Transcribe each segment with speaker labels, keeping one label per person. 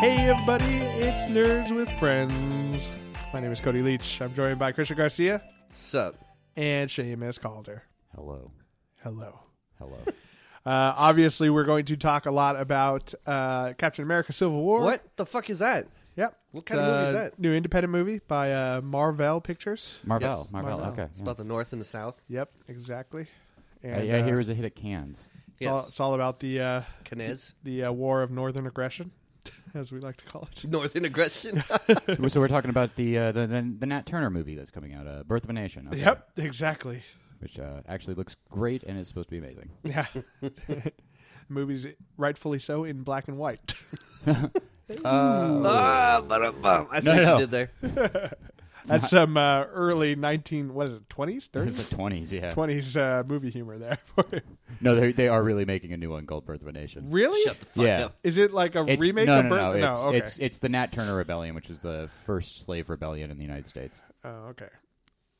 Speaker 1: Hey, everybody, it's Nerds with Friends. My name is Cody Leach. I'm joined by Christian Garcia
Speaker 2: Sup.
Speaker 1: and Seamus Calder.
Speaker 2: Hello.
Speaker 1: Hello.
Speaker 2: Hello.
Speaker 1: Uh, obviously, we're going to talk a lot about uh, Captain America Civil War.
Speaker 2: what the fuck is that?
Speaker 1: Yep.
Speaker 2: What kind of movie is
Speaker 1: Uh,
Speaker 2: that?
Speaker 1: New independent movie by uh, Marvel Pictures.
Speaker 3: Marvel,
Speaker 2: Yes,
Speaker 3: Marvel,
Speaker 1: Marvel.
Speaker 3: Okay.
Speaker 2: It's about the North and the South.
Speaker 1: Yep, exactly. And
Speaker 3: yeah. I, I hear
Speaker 1: uh,
Speaker 3: it was a hit at Cannes.
Speaker 1: it's, all,
Speaker 2: Yes.
Speaker 1: it's all about the uh,
Speaker 2: Canez.
Speaker 1: the uh, War of Northern Aggression, as we like to call it.
Speaker 2: Northern aggression.
Speaker 3: so we're talking about the, uh, the the the Nat Turner movie that's coming out, uh, Birth of a Nation. okay,
Speaker 1: Yep, exactly.
Speaker 3: Which uh, actually looks great and is supposed to be amazing.
Speaker 1: Yeah. Movies rightfully so in black and white.
Speaker 2: ah, ba-dum-bum. I see
Speaker 3: No,
Speaker 2: what
Speaker 3: no.
Speaker 2: you did there.
Speaker 1: That's some uh, early 19, what is it, 20s, 30s?
Speaker 3: It's the twenties. Yeah.
Speaker 1: 20s uh, movie humor there. for you.
Speaker 3: No, they they are really making a new one called Birth of a Nation.
Speaker 1: really?
Speaker 2: Shut the fuck
Speaker 3: Yeah.
Speaker 2: up.
Speaker 1: Is it like a
Speaker 3: It's,
Speaker 1: remake
Speaker 3: no,
Speaker 1: of
Speaker 3: no,
Speaker 1: Birth?
Speaker 3: no, It's,
Speaker 1: okay.
Speaker 3: it's it's the Nat Turner Rebellion, which is the first slave rebellion in the United States.
Speaker 1: Oh, okay.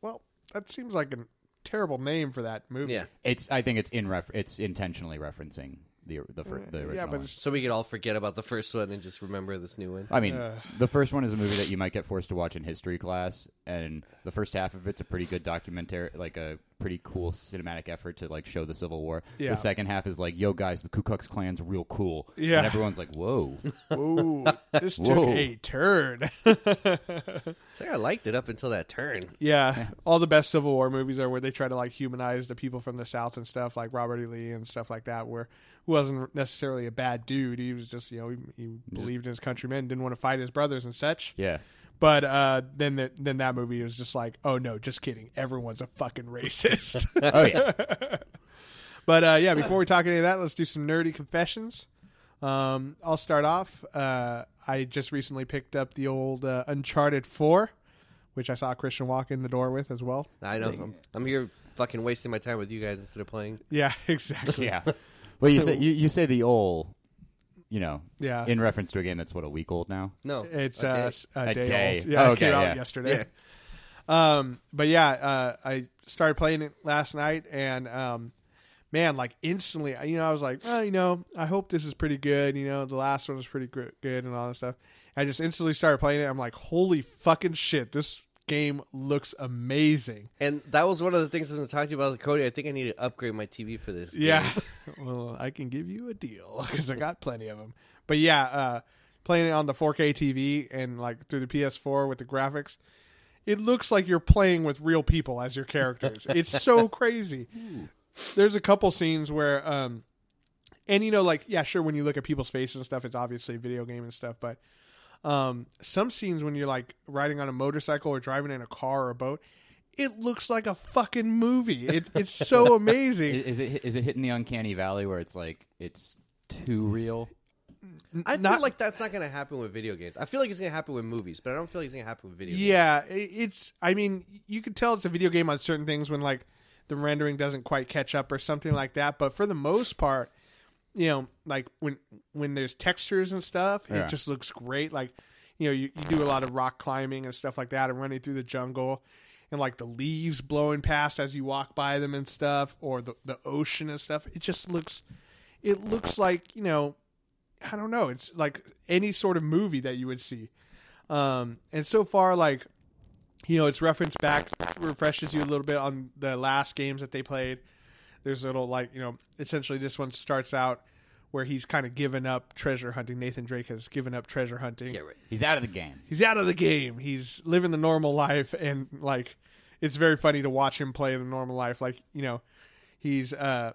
Speaker 1: Well, that seems like a terrible name for that movie.
Speaker 2: Yeah.
Speaker 3: It's I think it's in ref- it's intentionally referencing the the, fir- the original.
Speaker 1: Yeah, but
Speaker 3: one.
Speaker 1: it's,
Speaker 2: So we could all forget about the first one and just remember this new one.
Speaker 3: I mean, the first one is a movie that you might get forced to watch in history class, and the first half of it's a pretty good documentary, like a pretty cool cinematic effort to like show the Civil War.
Speaker 1: Yeah.
Speaker 3: The second half is like, "Yo, guys, the Ku Klux Klan's real cool,"
Speaker 1: Yeah.
Speaker 3: and everyone's like, "Whoa!"
Speaker 1: ooh, this took
Speaker 3: Whoa.
Speaker 1: a turn.
Speaker 2: It's like I liked it up until that turn.
Speaker 1: yeah, all the best Civil War movies are where they try to like humanize the people from the South and stuff, like Robert E. Lee and stuff like that, where who wasn't necessarily a bad dude. He was just you know he, he believed in his countrymen, didn't want to fight his brothers and such.
Speaker 3: yeah,
Speaker 1: But uh, then the, then that movie was just like, oh no, just kidding. Everyone's a fucking racist.
Speaker 3: oh yeah,
Speaker 1: but uh, yeah, before we talk any of that, let's do some nerdy confessions. Um, I'll start off. Uh, I just recently picked up the old uh, Uncharted Four, which I saw Christian walk in the door with as well.
Speaker 2: I know. I'm, I'm here fucking wasting my time with you guys instead of playing.
Speaker 1: Yeah, exactly.
Speaker 3: yeah. Well, you say you, you say the old, you know,
Speaker 1: Yeah.
Speaker 3: in reference to a game that's what a week old now.
Speaker 2: No.
Speaker 1: It's
Speaker 2: a
Speaker 1: uh,
Speaker 2: day.
Speaker 1: s- a,
Speaker 3: A
Speaker 1: day,
Speaker 3: day.
Speaker 1: old. Yeah,
Speaker 3: Oh,
Speaker 1: it came
Speaker 3: okay,
Speaker 1: out
Speaker 3: yeah.
Speaker 1: yesterday. Um, but yeah, uh, I started playing it last night, and um, man, like instantly, you know, I was like, oh, you know, I hope this is pretty good. You know, the last one was pretty gr- good and all that stuff. I just instantly started playing it. I'm like, holy fucking shit, this game looks amazing.
Speaker 2: and that was one of the things I was going to talk to you about, Cody. I think I need to upgrade my TV for this.
Speaker 1: Yeah.
Speaker 2: game.
Speaker 1: well, I can give you a deal because I got plenty of them. But yeah, uh, playing it on the 4K TV and like through the PS4 with the graphics, it looks like you're playing with real people as your characters. it's so crazy. There's a couple scenes where, um, and you know, like yeah, sure, when you look at people's faces and stuff, it's obviously a video game and stuff, but. Um, some scenes when you're like riding on a motorcycle or driving in a car or a boat, it looks like a fucking movie. It, it's so amazing.
Speaker 3: Is, is it is it hitting the uncanny valley where it's like it's too real?
Speaker 2: I
Speaker 1: Not-
Speaker 2: feel like that's not going to happen with video games. I feel like it's going to happen with movies, but I don't feel like it's going to happen with video games.
Speaker 1: Yeah, i- it's. I mean, you could tell it's a video game on certain things when like the rendering doesn't quite catch up or something like that. But for the most part, you know, like when when there's textures and stuff,
Speaker 3: Yeah.
Speaker 1: it just looks great. Like you know, you, you do a lot of rock climbing and stuff like that, and running through the jungle. And like the leaves blowing past as you walk by them and stuff, or the, the ocean and stuff. It just looks, it looks like you know, I don't know. It's like any sort of movie that you would see. Um, and so far, like, you know, it's referenced back, refreshes you a little bit on the last games that they played. There's a little, like, you know, essentially this one starts out where he's kind of given up treasure hunting. Nathan Drake has given up treasure hunting.
Speaker 2: Yeah, right.
Speaker 3: He's out of the game.
Speaker 1: He's out of the game. He's living the normal life. And, like, it's very funny to watch him play the normal life. Like, you know, he's, uh,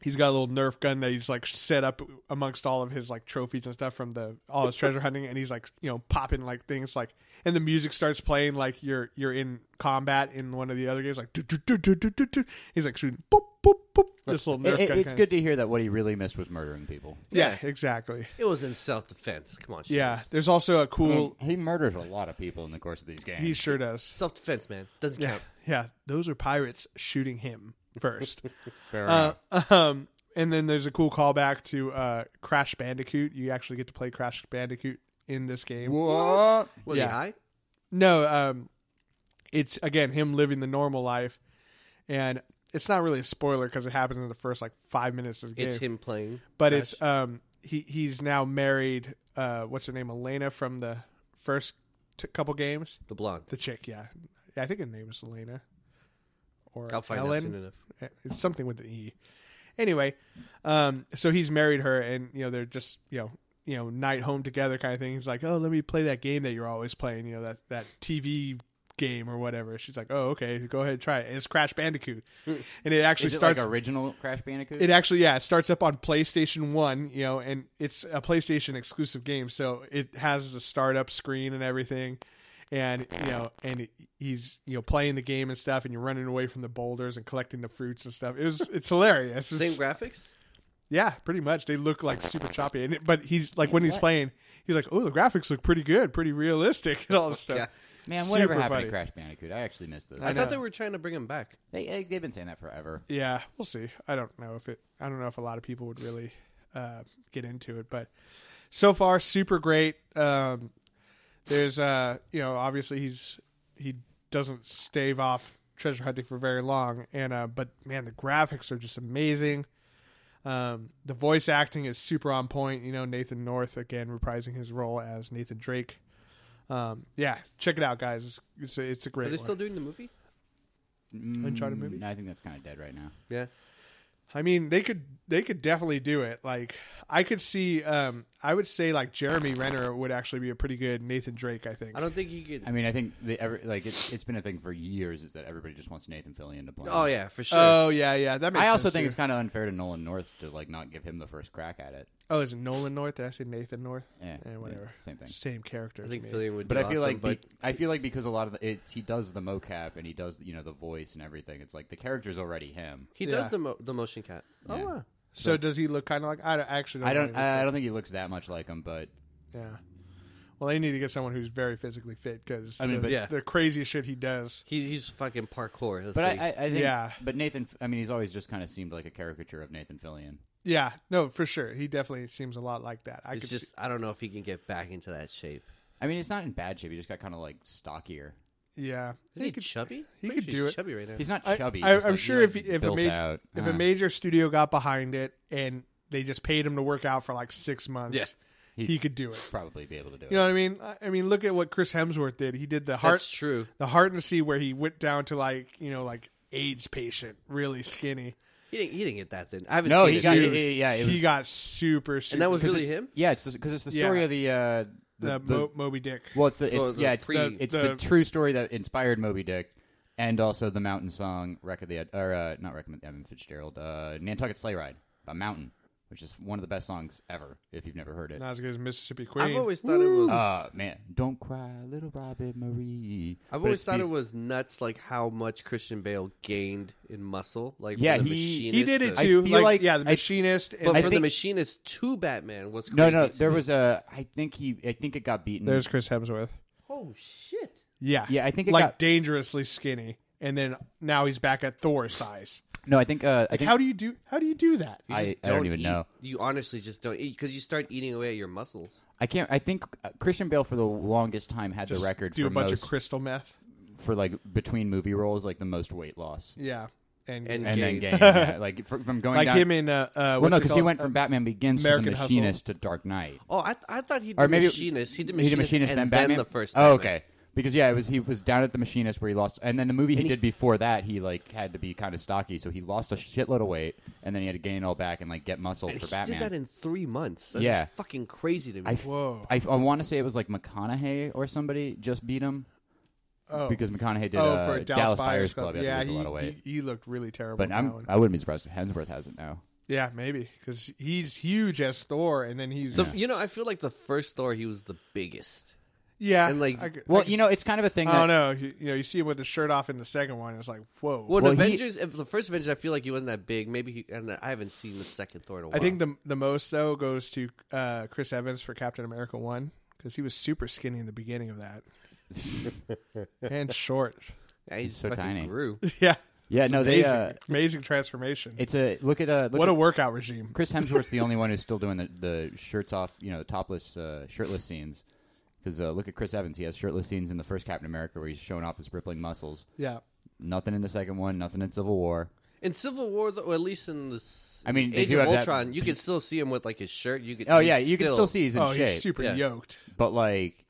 Speaker 1: he's got a little Nerf gun that he's like set up amongst all of his like trophies and stuff from the all his treasure hunting, and he's like you know popping like things like, and the music starts playing like you're you're in combat in one of the other games like do do do do do do do. He's like shooting boop boop boop this little Nerf
Speaker 3: It- it-
Speaker 1: gun.
Speaker 3: it's
Speaker 1: kinda-
Speaker 3: good to hear that what he really missed was murdering people.
Speaker 1: Yeah, exactly.
Speaker 2: It was in self defense. Come on.
Speaker 1: Yeah, there's also a
Speaker 3: I
Speaker 1: cool.
Speaker 3: mean, he murders a lot of people in the course of these games.
Speaker 1: He sure does.
Speaker 2: Self defense, man. Doesn't
Speaker 1: Yeah,
Speaker 2: count.
Speaker 1: yeah. Those are pirates shooting him first.
Speaker 3: Fair
Speaker 1: Uh,
Speaker 3: enough.
Speaker 1: um, and then there's a cool callback to uh, Crash Bandicoot. You actually get to play Crash Bandicoot in this game.
Speaker 3: What?
Speaker 2: Was
Speaker 1: Yeah.
Speaker 2: he high?
Speaker 1: No, um, it's again him living the normal life, and it's not really a spoiler because it happens in the first like five minutes of the game.
Speaker 2: It's him playing.
Speaker 1: but it's um, he he's now married. Uh, what's her name? Elena from the first t- couple games.
Speaker 2: The blonde.
Speaker 1: The chick, yeah, I think her name is Elena. Or
Speaker 2: I'll find
Speaker 1: Ellen.
Speaker 2: out soon enough.
Speaker 1: It's something with an E. Anyway, um, so he's married her, and you know they're just you know you know night home together kind of thing. He's like, oh, let me play that game that you're always playing, you know that that TV game or whatever. She's like, oh, okay, go ahead and try it. And it's Crash Bandicoot, and it actually
Speaker 3: Hmm. Is it
Speaker 1: starts.
Speaker 3: like original Crash Bandicoot?
Speaker 1: it actually yeah, it starts up on PlayStation One, you know, and it's a PlayStation exclusive game, so it has the startup screen and everything. And you know, and he's you know playing the game and stuff, and you're running away from the boulders and collecting the fruits and stuff. It was it's hilarious. It's-
Speaker 2: Same graphics?
Speaker 1: yeah, pretty much. They look like super choppy, and it, but he's like when he's playing, he's like, "Oh, the graphics look pretty good, pretty realistic, and all this stuff."
Speaker 2: Yeah.
Speaker 3: Man, whatever
Speaker 1: Super
Speaker 3: happened
Speaker 1: funny.
Speaker 3: to Crash Bandicoot? I actually missed this.
Speaker 2: I, thought they were trying to bring him back.
Speaker 3: They, they, they've been saying that forever.
Speaker 1: Yeah, we'll see. I don't know if it. I don't know if a lot of people would really uh, get into it, but so far, super great. Um, there's, uh, you know, obviously he's he doesn't stave off treasure hunting for very long, and uh, but man, the graphics are just amazing. Um, the voice acting is super on point. You know, Nathan North again reprising his role as Nathan Drake. Um, yeah, check it out, guys. It's, it's, a, it's a great.
Speaker 2: Are they
Speaker 1: one.
Speaker 2: still doing the movie?
Speaker 1: Uncharted movie?
Speaker 3: Mm, I think that's kind of dead right now.
Speaker 2: Yeah.
Speaker 1: I mean, they could they could definitely do it. Like I could see um I would say like Jeremy Renner would actually be a pretty good Nathan Drake, I think.
Speaker 2: I don't think you could.
Speaker 3: I mean, I think the every, like it's, it's been a thing for years is that everybody just wants Nathan Fillion to play.
Speaker 2: oh, yeah, for sure.
Speaker 1: Oh yeah, yeah. That makes
Speaker 3: I also
Speaker 1: sense,
Speaker 3: think
Speaker 1: too.
Speaker 3: it's kind of unfair to Nolan North to like not give him the first crack at it.
Speaker 1: Oh, is it Nolan North? Did I say Nathan North?
Speaker 3: Yeah,
Speaker 1: Eh,
Speaker 3: yeah,
Speaker 1: whatever.
Speaker 3: same thing.
Speaker 1: Same character.
Speaker 2: I think
Speaker 1: to me.
Speaker 2: Fillion would
Speaker 3: But
Speaker 2: be
Speaker 3: I feel
Speaker 2: awesome,
Speaker 3: like be, I feel like because a lot of the, it's he does the mocap and he does you know the voice and everything. It's like the character's already him.
Speaker 2: he
Speaker 1: Yeah.
Speaker 2: does the, mo- the motion cat.
Speaker 3: Yeah.
Speaker 2: Oh, wow.
Speaker 1: So does he look kind of like I, don't, I actually don't know
Speaker 3: I don't
Speaker 1: what he looks
Speaker 3: I, I don't think he looks that much like him, but
Speaker 1: like. Yeah. Well, they need to get someone who's very physically fit cuz
Speaker 3: I mean,
Speaker 1: the,
Speaker 3: but-
Speaker 2: Yeah.
Speaker 1: the crazy shit he does.
Speaker 2: He's, he's fucking parkour. Let's
Speaker 3: but I,
Speaker 2: see.
Speaker 3: I, I think
Speaker 1: Yeah.
Speaker 3: But Nathan, I mean, he's always just kind of seemed like a caricature of Nathan Fillion.
Speaker 1: Yeah, no, for sure. He definitely seems a lot like that. I
Speaker 2: it's
Speaker 1: could
Speaker 2: just,
Speaker 1: see,
Speaker 2: I don't know if he can get back into that shape.
Speaker 3: I mean, he's not in bad shape. He just got kind of like stockier.
Speaker 1: yeah.
Speaker 2: Is
Speaker 1: He
Speaker 2: he
Speaker 1: could-
Speaker 2: chubby?
Speaker 1: he
Speaker 2: Pretty
Speaker 1: could
Speaker 2: sure
Speaker 1: do
Speaker 2: he's
Speaker 1: it.
Speaker 2: chubby right now.
Speaker 3: He's not
Speaker 1: I-
Speaker 3: chubby.
Speaker 1: I,
Speaker 3: he's just,
Speaker 1: I'm
Speaker 3: like,
Speaker 1: sure if
Speaker 3: like,
Speaker 1: if a
Speaker 3: built
Speaker 1: major
Speaker 3: out.
Speaker 1: if
Speaker 3: Ah,
Speaker 1: a major studio got behind it and they just paid him to work out for like six months,
Speaker 2: Yeah.
Speaker 1: he, could do it.
Speaker 3: probably be able to do
Speaker 1: You
Speaker 3: it.
Speaker 1: know what I mean? I- I mean, look at what Chris Hemsworth did. He did the heart,
Speaker 2: That's true.
Speaker 1: the heart and sea, where he went down to like you know like AIDS patient, really skinny.
Speaker 2: He didn't, he didn't get that then. I haven't
Speaker 3: No,
Speaker 2: seen
Speaker 3: he
Speaker 2: it.
Speaker 3: got
Speaker 2: Dude.
Speaker 3: he- yeah. It was,
Speaker 1: he got super, super.
Speaker 2: And that was
Speaker 1: 'cause
Speaker 2: really
Speaker 1: it's
Speaker 2: him?
Speaker 3: yeah. It's because it's the story
Speaker 1: Yeah.
Speaker 3: of the uh,
Speaker 1: the, Mo- Moby Dick.
Speaker 3: Well, it's the, it's,
Speaker 2: Well, the
Speaker 3: yeah, it's
Speaker 2: pre-
Speaker 3: the it's the,
Speaker 1: the-
Speaker 3: true story that inspired Moby Dick, and also the mountain song "Wreck of the" or uh, not "Wreck of the Evan Fitzgerald," uh, "Nantucket Sleigh Ride" by Mountain, which is one of the best songs ever. If you've never heard it,
Speaker 1: Not as good as Mississippi Queen.
Speaker 2: I've always thought it was.
Speaker 3: uh, man, don't cry, little Robin Marie.
Speaker 2: I've
Speaker 3: But
Speaker 2: always
Speaker 3: it's
Speaker 2: thought
Speaker 3: these-
Speaker 2: it was nuts, like how much Christian Bale gained in muscle. Like,
Speaker 3: Yeah,
Speaker 2: from the
Speaker 3: he-
Speaker 1: he did it
Speaker 2: Machinist to-
Speaker 3: I
Speaker 1: too.
Speaker 3: feel
Speaker 1: Like,
Speaker 3: like-
Speaker 1: yeah, the
Speaker 3: I-
Speaker 1: machinist. and
Speaker 2: But
Speaker 3: I
Speaker 2: from the
Speaker 3: think-
Speaker 2: machinist to Batman was crazy.
Speaker 3: No, no,
Speaker 2: to
Speaker 3: there
Speaker 2: me.
Speaker 3: was a. I think he. I think it got beaten.
Speaker 1: there's Chris Hemsworth.
Speaker 2: oh shit.
Speaker 1: Yeah,
Speaker 3: Yeah, I think it
Speaker 1: like
Speaker 3: got-
Speaker 1: dangerously skinny, and then now he's back at Thor size.
Speaker 3: no. I think. Uh, I
Speaker 1: Like,
Speaker 3: think.
Speaker 1: how do you do? How do you do that?
Speaker 2: You
Speaker 3: I-
Speaker 2: just
Speaker 3: I don't even
Speaker 2: eat.
Speaker 3: know.
Speaker 2: You honestly just don't eat because you start eating away at your muscles.
Speaker 3: I can't. I think uh, Christian Bale for the longest time had
Speaker 1: Just
Speaker 3: the record
Speaker 1: Do
Speaker 3: for
Speaker 1: a bunch
Speaker 3: most,
Speaker 1: of crystal meth.
Speaker 3: for like between movie roles, like the most weight loss.
Speaker 1: Yeah, and,
Speaker 2: And-
Speaker 3: and then
Speaker 2: Gabe.
Speaker 3: game. yeah. Like fr- from going
Speaker 1: like
Speaker 3: down,
Speaker 1: him in uh, uh
Speaker 3: well, no,
Speaker 1: what's
Speaker 3: because he
Speaker 1: called?
Speaker 3: went from Batman Begins
Speaker 1: American
Speaker 3: to the
Speaker 1: Hustle.
Speaker 3: Machinist to Dark Knight,
Speaker 2: Oh, I, th- I thought he did
Speaker 3: or maybe
Speaker 2: machinist. He did machinist, and then
Speaker 3: Batman
Speaker 2: the first.
Speaker 3: Oh,
Speaker 2: Batman.
Speaker 3: okay. Because yeah, it was he was down at the machinist where he lost, and then the movie he, did before that, he like had to be kind of stocky, so he lost a shitload of weight, and then he had to gain it all back and like get muscle
Speaker 2: And
Speaker 3: for
Speaker 2: he
Speaker 3: Batman.
Speaker 2: did that in three months. That's
Speaker 3: Yeah.
Speaker 2: fucking crazy to me.
Speaker 3: I, f-
Speaker 1: Whoa.
Speaker 3: I, want to say it was like McConaughey or somebody just beat him
Speaker 1: oh.
Speaker 3: because McConaughey did
Speaker 1: oh
Speaker 3: uh,
Speaker 1: for
Speaker 3: Dallas, Buyers Club.
Speaker 1: yeah,
Speaker 3: yeah, he,
Speaker 1: he,
Speaker 3: lost a lot of weight.
Speaker 1: he he looked really terrible.
Speaker 3: but
Speaker 1: in that
Speaker 3: I'm,
Speaker 1: one.
Speaker 3: I wouldn't be surprised if Hemsworth has it now.
Speaker 1: yeah, maybe because he's huge as Thor, and then he's
Speaker 2: The- You know, I feel like the first Thor he was the biggest.
Speaker 1: yeah,
Speaker 2: and, like,
Speaker 1: I g- I
Speaker 3: Well,
Speaker 1: guess-
Speaker 3: you know, it's kind of a thing.
Speaker 1: I
Speaker 3: That,
Speaker 1: don't know. You, you know, you see him with the shirt off in the second one. It's like whoa.
Speaker 2: Well, in
Speaker 3: Well, he-
Speaker 2: Avengers, if the first Avengers, I feel like he wasn't that big. Maybe he, and I haven't seen the second Thor in a while.
Speaker 1: I think the the most though goes to uh, Chris Evans for Captain America one because he was super skinny in the beginning of that, and short.
Speaker 2: yeah, he's
Speaker 3: so
Speaker 2: fucking
Speaker 3: tiny.
Speaker 2: Grew.
Speaker 1: Yeah,
Speaker 3: Yeah, no, they.
Speaker 1: amazing,
Speaker 3: Uh,
Speaker 1: amazing transformation.
Speaker 3: it's a look at a look
Speaker 1: what
Speaker 3: at,
Speaker 1: a workout regime.
Speaker 3: Chris Hemsworth's the only one who's still doing the, the shirts off, you know, the topless, uh, shirtless scenes. Because uh, look at Chris Evans; he has shirtless scenes in the first Captain America where he's showing off his rippling muscles.
Speaker 1: Yeah,
Speaker 3: Nothing in the second one. Nothing in Civil War.
Speaker 2: In Civil War, though, or at least in this,
Speaker 3: I mean, they
Speaker 2: Age
Speaker 3: do
Speaker 2: of
Speaker 3: have that-
Speaker 2: Ultron, you could still see him with like his shirt. You could,
Speaker 3: Oh
Speaker 2: he's
Speaker 3: yeah, you can still see he's in
Speaker 1: oh,
Speaker 3: shape,
Speaker 1: he's super
Speaker 2: Yeah.
Speaker 1: yoked.
Speaker 3: but like,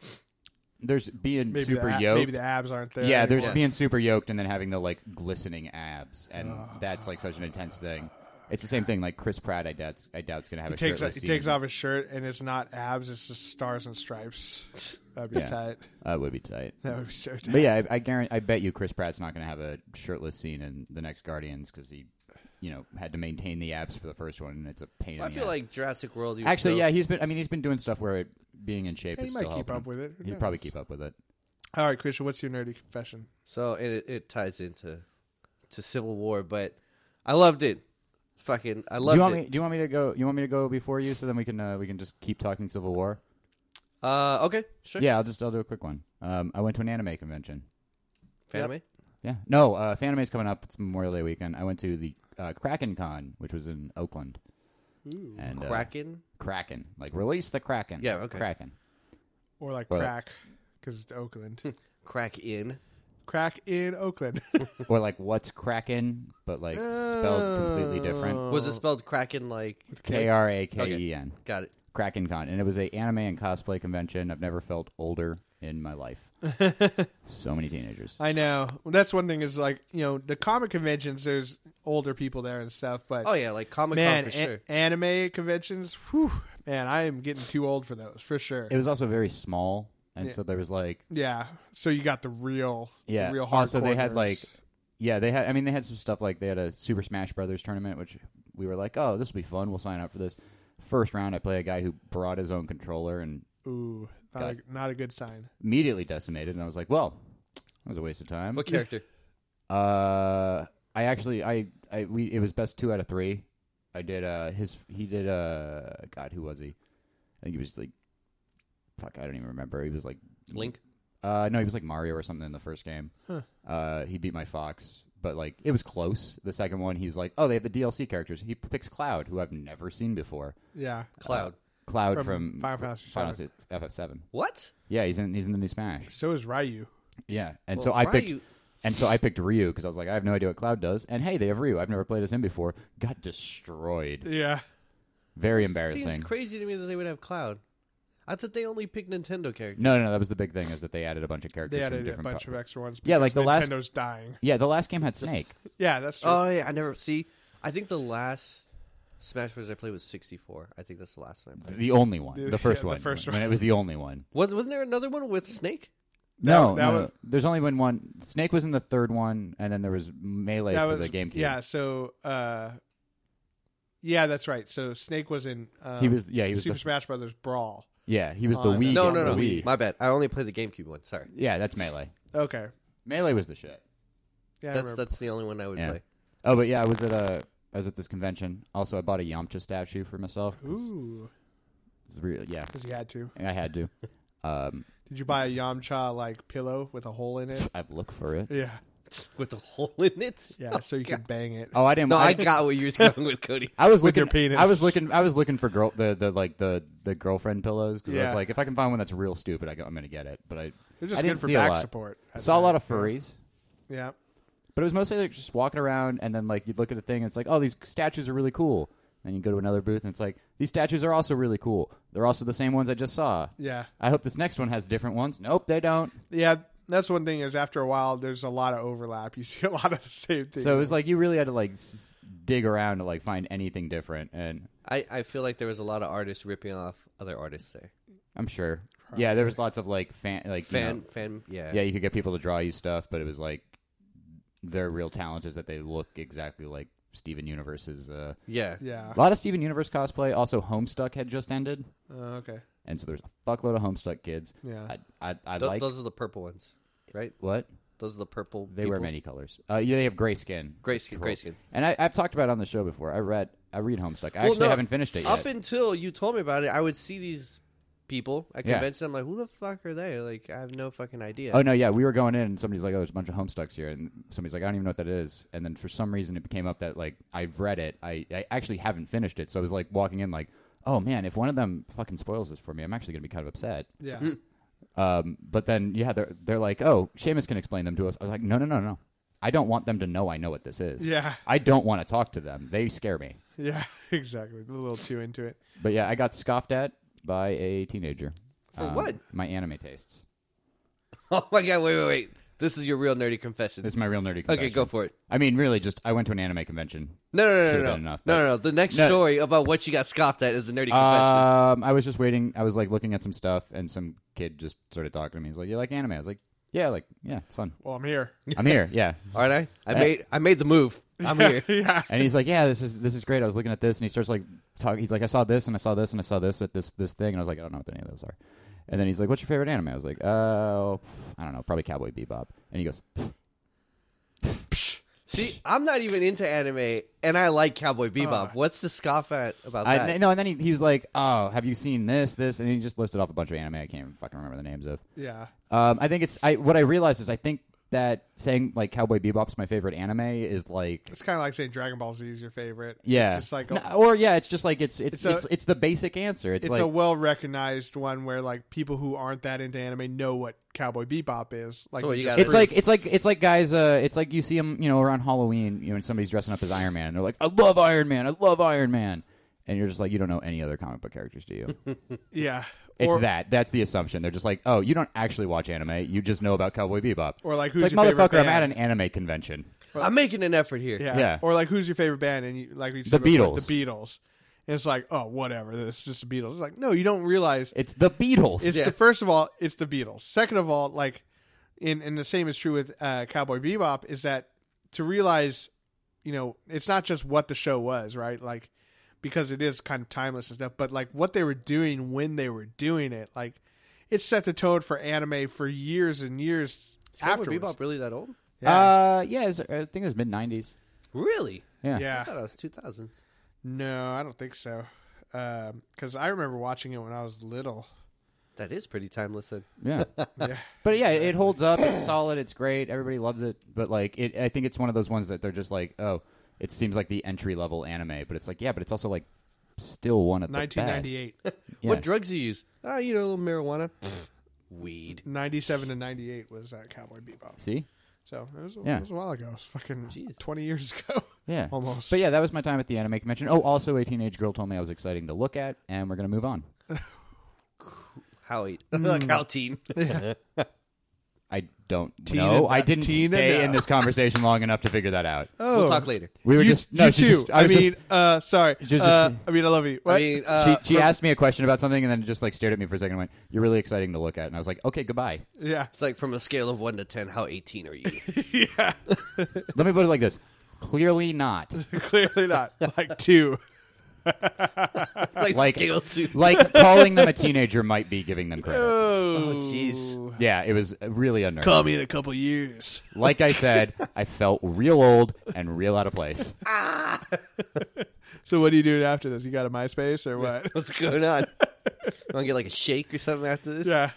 Speaker 3: there's being
Speaker 1: Maybe
Speaker 3: super
Speaker 1: the, ab-
Speaker 3: yoked.
Speaker 1: Maybe the abs aren't there.
Speaker 3: yeah, there's
Speaker 1: anymore.
Speaker 3: being super yoked and then having the like glistening abs, and that's like such an intense thing. It's the same thing. Like Chris Pratt, I doubt, I doubt's gonna have a
Speaker 1: He takes
Speaker 3: shirtless
Speaker 1: he
Speaker 3: scene.
Speaker 1: takes off his shirt and it's not abs. It's just stars and stripes. That'd be
Speaker 3: Yeah.
Speaker 1: tight.
Speaker 3: That Uh, would be tight.
Speaker 1: That would be so tight.
Speaker 3: But yeah, I, I guarantee. I bet you Chris Pratt's not going to have a shirtless scene in the next Guardians because he, you know, had to maintain the abs for the first one, and it's a pain.
Speaker 2: I
Speaker 3: in the
Speaker 2: feel
Speaker 3: ass.
Speaker 2: like Jurassic World. He was
Speaker 3: actually,
Speaker 2: still-
Speaker 3: yeah, he's been. I mean, he's been doing stuff where it, being in shape
Speaker 1: He
Speaker 3: is
Speaker 1: might
Speaker 3: still
Speaker 1: keep
Speaker 3: helping
Speaker 1: up
Speaker 3: him.
Speaker 1: with it. Who
Speaker 3: He'd
Speaker 1: knows?
Speaker 3: probably keep up with it.
Speaker 1: All right, Christian, what's your nerdy confession?
Speaker 2: So and it, it ties into to Civil War, but I loved it. Fucking, I
Speaker 3: Do
Speaker 2: loved
Speaker 3: you want
Speaker 2: it.
Speaker 3: me? Do you want me to go? You want me to go before you, so then we can uh, we can just keep talking Civil War.
Speaker 2: Uh, okay, sure.
Speaker 3: Yeah, I'll just I'll do a quick one. Um, I went to an anime convention.
Speaker 2: Fanime.
Speaker 3: Yeah, no, uh, Fanime's coming up. It's Memorial Day weekend. I went to the uh, Kraken Con, which was in Oakland. and uh,
Speaker 2: Kraken.
Speaker 3: Kraken, like release the Kraken.
Speaker 2: Yeah, okay.
Speaker 3: Kraken.
Speaker 1: Or like
Speaker 3: Well-
Speaker 1: crack, because it's Oakland.
Speaker 2: Crack in.
Speaker 1: crack in Oakland.
Speaker 3: or like what's Kraken, but like spelled completely different.
Speaker 2: Was it spelled Kraken like?
Speaker 3: K R A K E N.
Speaker 2: Got it.
Speaker 3: Kraken Con, and it was a anime and cosplay convention. I've never felt older in my life. so many teenagers.
Speaker 1: I know. Well, that's one thing is like you know the comic conventions. There's older people there and stuff, but
Speaker 2: Oh yeah, like Comic Con
Speaker 1: man,
Speaker 2: for
Speaker 1: a-
Speaker 2: sure.
Speaker 1: anime conventions. Whew, man, I am getting too old for those for sure.
Speaker 3: It was also very small, and so there was like
Speaker 1: yeah. So you got the real,
Speaker 3: yeah.
Speaker 1: the real hardcore.
Speaker 3: also, they had
Speaker 1: nerds.
Speaker 3: like yeah, they had. I mean, they had some stuff like they had a Super Smash Brothers tournament, which we were like, oh, this will be fun. We'll sign up for this. First round, I play a guy who brought his own controller and
Speaker 1: ooh, not a, not a good sign.
Speaker 3: immediately decimated, and I was like, well, that was a waste of time.
Speaker 2: What character?
Speaker 3: Uh, I actually, I, I, we, it was best two out of three. I did, uh, his, he did, uh, God, who was he? I think he was like, fuck, I don't even remember. He was like,
Speaker 2: Link.
Speaker 3: uh, no, he was like Mario or something in the first game. Uh, he beat my Fox, but like, it was close. The second one, he was like, oh, they have the DLC characters. He picks Cloud, who I've never seen before.
Speaker 1: Yeah,
Speaker 3: uh,
Speaker 2: Cloud.
Speaker 3: Cloud
Speaker 1: From
Speaker 3: from,
Speaker 1: Final Fantasy VII.
Speaker 3: FF7.
Speaker 2: What?
Speaker 3: Yeah, he's in, he's in the new Smash.
Speaker 1: So is Ryu.
Speaker 3: Yeah, and
Speaker 2: Well,
Speaker 3: so I
Speaker 2: Ryu-
Speaker 3: picked, and so I picked Ryu because I was like, I have no idea what Cloud does, and hey, they have Ryu. I've never played as him before. Got destroyed.
Speaker 1: Yeah.
Speaker 3: Very
Speaker 2: Seems
Speaker 3: embarrassing.
Speaker 2: crazy to me that they would have Cloud. I thought they only picked Nintendo characters.
Speaker 3: No, no, no, that was the big thing is that they added a bunch of characters.
Speaker 1: They
Speaker 3: from
Speaker 1: added a
Speaker 3: different
Speaker 1: bunch
Speaker 3: pro-
Speaker 1: of extra ones.
Speaker 3: Yeah, like
Speaker 1: because
Speaker 3: the last- Uh,
Speaker 1: Nintendo's dying.
Speaker 3: Yeah, the last game had Snake.
Speaker 1: Yeah, that's true.
Speaker 2: Oh yeah, I never see. I think the last Smash Bros. I played was 64. I think that's the last one I played.
Speaker 3: The only one,
Speaker 1: Yeah,
Speaker 3: the first
Speaker 1: the
Speaker 3: one.
Speaker 1: first
Speaker 3: when
Speaker 1: one.
Speaker 3: it was the only one.
Speaker 2: Was wasn't there another one with Snake?
Speaker 3: no,
Speaker 1: that
Speaker 3: no,
Speaker 1: was-
Speaker 3: there's only been one. Snake was in the third one, and then there was Melee
Speaker 1: that
Speaker 3: for
Speaker 1: was
Speaker 3: the GameCube.
Speaker 1: Yeah, so uh, yeah, that's right. So Snake was in. Um,
Speaker 3: He was- yeah, he was
Speaker 1: Super
Speaker 3: the-
Speaker 1: Smash Brothers Brawl.
Speaker 3: yeah, he was the
Speaker 1: Oh,
Speaker 3: Wii.
Speaker 2: No,
Speaker 3: game,
Speaker 2: no, no.
Speaker 3: the Wii.
Speaker 2: My bad. I only played the GameCube one. Sorry.
Speaker 3: Yeah, that's Melee.
Speaker 1: Okay,
Speaker 3: Melee was the shit.
Speaker 1: yeah, I
Speaker 2: That's
Speaker 1: remember.
Speaker 2: that's the only one I would
Speaker 3: Yeah.
Speaker 2: play.
Speaker 3: Oh, but yeah, I was at a, I was at this convention. Also, I bought a Yamcha statue for myself. 'cause
Speaker 1: ooh,
Speaker 3: it's real- yeah,
Speaker 1: because you had to.
Speaker 3: I had to. Um,
Speaker 1: Did you buy a Yamcha like pillow with a hole in it?
Speaker 3: I've looked for it.
Speaker 1: Yeah,
Speaker 2: With a hole in it. Oh,
Speaker 1: yeah, so you could bang it.
Speaker 3: Oh, I didn't.
Speaker 2: No, I
Speaker 3: didn't-
Speaker 2: got what you were going with Cody.
Speaker 3: I was
Speaker 1: with
Speaker 3: looking.
Speaker 1: your penis.
Speaker 3: I was looking. I was looking for girl the, the like the the girlfriend pillows because I
Speaker 1: Yeah.
Speaker 3: was like, if I can find one that's real stupid, I go, I'm gonna get it. But I
Speaker 1: They're just
Speaker 3: I didn't
Speaker 1: good for
Speaker 3: see a
Speaker 1: back
Speaker 3: lot.
Speaker 1: support.
Speaker 3: Saw a lot of furries.
Speaker 1: Yeah,
Speaker 3: But it was mostly like just walking around, and then like you'd look at the thing, and it's like, oh, these statues are really cool. And you go to another booth, and it's like these statues are also really cool. They're also the same ones I just saw.
Speaker 1: Yeah.
Speaker 3: I hope this next one has different ones. Nope, they don't.
Speaker 1: Yeah, that's one thing is after a while there's a lot of overlap. You see a lot of the same things.
Speaker 3: So it was like you really had to like s- dig around to like find anything different, and
Speaker 2: I, I feel like there was a lot of artists ripping off other artists there.
Speaker 3: I'm sure. Yeah, there was lots of like fan, like you
Speaker 2: Fan
Speaker 3: know-
Speaker 2: fan yeah.
Speaker 3: yeah, you could get people to draw you stuff, but it was like their real talent is that they look exactly like Steven Universe's. Uh,
Speaker 2: Yeah.
Speaker 1: yeah.
Speaker 3: a lot of Steven Universe cosplay. Also, Homestuck had just ended,
Speaker 1: Uh, okay.
Speaker 3: and so there's a fuckload of Homestuck kids.
Speaker 1: Yeah.
Speaker 3: I I, I
Speaker 2: Tho-
Speaker 3: like
Speaker 2: Those are the purple ones, right?
Speaker 3: what
Speaker 2: Those are the purple.
Speaker 3: they wear
Speaker 2: people.
Speaker 3: many colors. Uh, yeah, they have gray skin.
Speaker 2: Gray skin, gray
Speaker 3: Trolls.
Speaker 2: skin.
Speaker 3: And I, I've talked about it on the show before. I read I read Homestuck. I
Speaker 2: Well,
Speaker 3: actually
Speaker 2: no,
Speaker 3: haven't finished it yet.
Speaker 2: Up until you told me about it, I would see these people at
Speaker 3: Yeah.
Speaker 2: conventions. I'm like, who the fuck are they? Like, I have no fucking idea.
Speaker 3: Oh no, yeah, we were going in, and somebody's like, "Oh, there's a bunch of homestucks here," and somebody's like, "I don't even know what that is." And then for some reason, it became up that like I've read it. I, I actually haven't finished it, so I was like walking in, like, "Oh man, if one of them fucking spoils this for me, I'm actually gonna be kind of upset."
Speaker 1: Yeah.
Speaker 3: Um, but then yeah, they're they're like, "Oh, Seamus can explain them to us." I was like, "No, no, no, no, I don't want them to know I know what this is.
Speaker 1: Yeah.
Speaker 3: I don't want to talk to them. They scare me."
Speaker 1: Yeah. Exactly. A little too into it.
Speaker 3: But yeah, I got scoffed at by a teenager Um,
Speaker 2: For what?
Speaker 3: My anime tastes.
Speaker 2: Oh my god! Wait, wait, wait! This is your real nerdy confession.
Speaker 3: It's my real nerdy.
Speaker 2: okay, go
Speaker 3: confession.
Speaker 2: for it.
Speaker 3: I mean, really, just I went to an anime convention.
Speaker 2: No, no, no, no,
Speaker 3: Should've
Speaker 2: no,
Speaker 3: been enough,
Speaker 2: no,
Speaker 3: but-
Speaker 2: no, no. The next
Speaker 3: No.
Speaker 2: story about what you got scoffed at is the nerdy confession.
Speaker 3: Um, I was just waiting. I was like looking at some stuff, and some kid just started talking to me. He's like, "You like anime?" I was like, "Yeah, like yeah, it's fun.
Speaker 1: Well, I'm here.
Speaker 3: I'm here." Yeah,
Speaker 2: Aren't I? I made I made the move. I'm here.
Speaker 1: yeah.
Speaker 3: and he's like, "Yeah, this is this is great." I was looking at this, and he starts like talking. He's like, "I saw this, and I saw this, and I saw this at this this thing," and I was like, "I don't know what any of those are." And then he's like, "What's your favorite anime?" I was like, "Oh, I don't know, probably Cowboy Bebop." And he goes,
Speaker 2: See, I'm not even into anime, and I like Cowboy
Speaker 1: Uh.
Speaker 2: Bebop. What's the scoff at about that?
Speaker 3: I, "No." And then he, he was like, "Oh, have you seen this, this?" And he just listed off a bunch of anime I can't even fucking remember the names of.
Speaker 1: Yeah.
Speaker 3: Um, I think it's I. What I realized is I think that saying like Cowboy Bebop's my favorite anime is like
Speaker 1: It's kind of like saying Dragon Ball Z is your favorite.
Speaker 3: Yeah.
Speaker 1: It's just like a,
Speaker 3: No, or yeah, it's just like it's it's
Speaker 1: It's
Speaker 3: it's,
Speaker 1: a-
Speaker 3: it's, the basic answer. It's,
Speaker 1: it's
Speaker 3: like
Speaker 1: a well recognized one where like people who aren't that into anime know what Cowboy Bebop is. Like
Speaker 2: So you
Speaker 1: just
Speaker 2: gotta-
Speaker 3: it's like it's like it's like guys uh it's like you see them, you know, around Halloween, you know, and somebody's dressing up as Iron Man and they're like, "I love Iron Man. I love Iron Man." And you're just like, "You don't know any other comic book characters, do you?"
Speaker 1: yeah.
Speaker 3: it's
Speaker 1: or,
Speaker 3: that. That's the assumption. They're just like, "Oh, you don't actually watch anime. You just know about Cowboy Bebop."
Speaker 1: Or like, who's
Speaker 3: it's like,
Speaker 1: your favorite
Speaker 3: "Motherfucker, I'm at
Speaker 1: band?"
Speaker 3: an anime convention."
Speaker 2: I'm making an effort here.
Speaker 1: Yeah.
Speaker 3: Yeah.
Speaker 1: Or like, who's your favorite band? And you, like we
Speaker 3: The
Speaker 1: said before,
Speaker 3: Beatles.
Speaker 1: The Beatles. And it's like, oh, whatever. This is just the Beatles. It's like, no, you don't realize
Speaker 3: It's the Beatles.
Speaker 1: it's
Speaker 2: Yeah.
Speaker 1: the first of all, it's the Beatles. Second of all, like, in and the same is true with uh, Cowboy Bebop is that to realize, you know, it's not just what the show was, right? Like, because it is kind of timeless and stuff, but like what they were doing when they were doing it, like, it set the tone for anime for years and years
Speaker 2: Is Cowboy
Speaker 1: after.
Speaker 2: Bebop really that old?
Speaker 1: Yeah.
Speaker 3: Uh, yeah, it was, I think it was mid '90s.
Speaker 2: Really?
Speaker 3: Yeah.
Speaker 2: I
Speaker 1: yeah.
Speaker 2: thought it was 2000s.
Speaker 1: No, I don't think so. Because I remember watching it when I was little.
Speaker 2: That is pretty timeless. Then.
Speaker 3: Yeah.
Speaker 1: Yeah.
Speaker 3: But yeah, it holds up. It's solid. It's great. Everybody loves it. But like, it, I think it's one of those ones that they're just like, oh, it seems like the entry level anime. But it's like, yeah, but it's also like still one of the best.
Speaker 1: 1998.
Speaker 3: Yeah.
Speaker 2: What drugs do you use? Ah, you know, a little marijuana, Pfft, weed.
Speaker 1: 97 to 98 was that Cowboy Bebop.
Speaker 3: See?
Speaker 1: So it was,
Speaker 3: Yeah.
Speaker 1: it was a while ago. It was fucking
Speaker 2: Jeez.
Speaker 1: 20 years ago.
Speaker 3: Yeah.
Speaker 1: Almost.
Speaker 3: But yeah, that was my time at the anime convention. Oh, also, a teenage girl told me I was exciting to look at, and we're gonna move on.
Speaker 2: How eat? Like how teen?
Speaker 3: I don't
Speaker 1: Teen
Speaker 3: know.
Speaker 1: and-
Speaker 3: I didn't
Speaker 1: teen and
Speaker 3: stay
Speaker 1: now.
Speaker 3: in this conversation long enough to figure that out.
Speaker 1: Oh.
Speaker 2: We'll talk later.
Speaker 3: We were
Speaker 1: you,
Speaker 3: just no.
Speaker 1: you
Speaker 3: she
Speaker 1: too.
Speaker 3: just-
Speaker 1: I,
Speaker 3: was
Speaker 1: mean,
Speaker 3: just-
Speaker 1: uh, sorry.
Speaker 3: was just-
Speaker 1: uh, I mean, I love you. What?
Speaker 2: I mean, uh,
Speaker 3: she she asked me a question about something, and then just like stared at me for a second and went, "You're really exciting to look at," and I was like, "Okay, goodbye."
Speaker 1: yeah.
Speaker 2: it's like from a scale of one to ten, how eighteen are you?
Speaker 1: yeah.
Speaker 3: Let me put it like this. Clearly not.
Speaker 1: Clearly not. Like two.
Speaker 2: like,
Speaker 3: Like-
Speaker 2: scale two.
Speaker 3: Like calling them a teenager might be giving them credit.
Speaker 1: Oh,
Speaker 2: jeez.
Speaker 3: Yeah, it was really unnerving.
Speaker 1: Call me in a couple years.
Speaker 3: Like I said, I felt real old and real out of place.
Speaker 2: Ah,
Speaker 1: So what are you doing after this? You got a MySpace or what?
Speaker 2: What's going on? you want to get like a shake or something after this?
Speaker 1: yeah.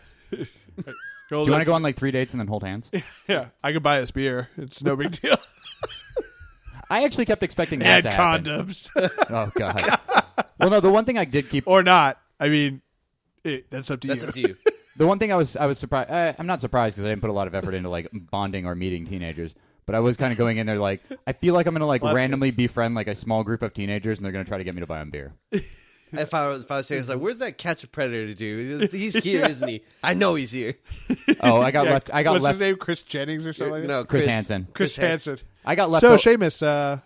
Speaker 1: Go
Speaker 3: Do you want to go on like three dates and then hold hands?
Speaker 1: Yeah, I could buy us beer. It's no big deal.
Speaker 3: I actually kept expecting
Speaker 1: and
Speaker 3: that to happen.
Speaker 1: condoms
Speaker 3: Oh god. Well, no. The one thing I did keep.
Speaker 1: or not. I mean, it, that's up to
Speaker 2: That's
Speaker 1: you.
Speaker 2: up to you.
Speaker 3: The one thing I was I was surprised. Uh, I'm not surprised because I didn't put a lot of effort into like bonding or meeting teenagers. But I was kind of going in there like I feel like I'm gonna like
Speaker 1: Well, that's
Speaker 3: randomly befriend like a small group of teenagers and they're gonna try to get me to buy them beer.
Speaker 2: If I was, if I was serious, like, where's that catch a predator dude? He's here, not he? I know he's here.
Speaker 3: Oh, I got
Speaker 1: Yeah,
Speaker 3: left. I got
Speaker 1: what's
Speaker 3: left.
Speaker 1: his name? Chris Jennings or something. like that?
Speaker 2: No,
Speaker 3: Chris Hansen.
Speaker 1: Chris,
Speaker 2: Hansen.
Speaker 1: Hansen.
Speaker 3: I got left.
Speaker 1: So
Speaker 3: o-
Speaker 1: Seamus, uh,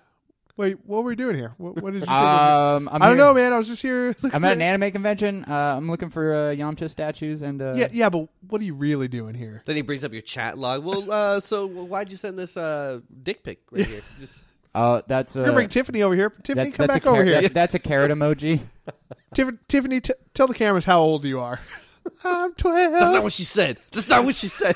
Speaker 1: wait, what were we doing here? What, what did you? think was-
Speaker 3: um, I'm
Speaker 1: I don't
Speaker 3: here-
Speaker 1: know, man. I was just here. Looking
Speaker 3: I'm at an anime convention. Uh, I'm looking for uh, Yamcha statues and uh,
Speaker 1: yeah, yeah, but what are you really doing here?
Speaker 2: Then he brings up your chat log. Well, uh, so why'd you send this uh, dick pic right here? Just
Speaker 3: uh, that's uh,
Speaker 1: We're gonna bring Tiffany over here.
Speaker 3: that-
Speaker 1: Tiffany, come
Speaker 3: that's a
Speaker 1: back over
Speaker 3: car-
Speaker 1: here.
Speaker 3: that- that's a carrot emoji.
Speaker 1: Tiff- Tiffany, t- tell the cameras how old you are. I'm twelve.
Speaker 2: that's not what she said. That's not what she said.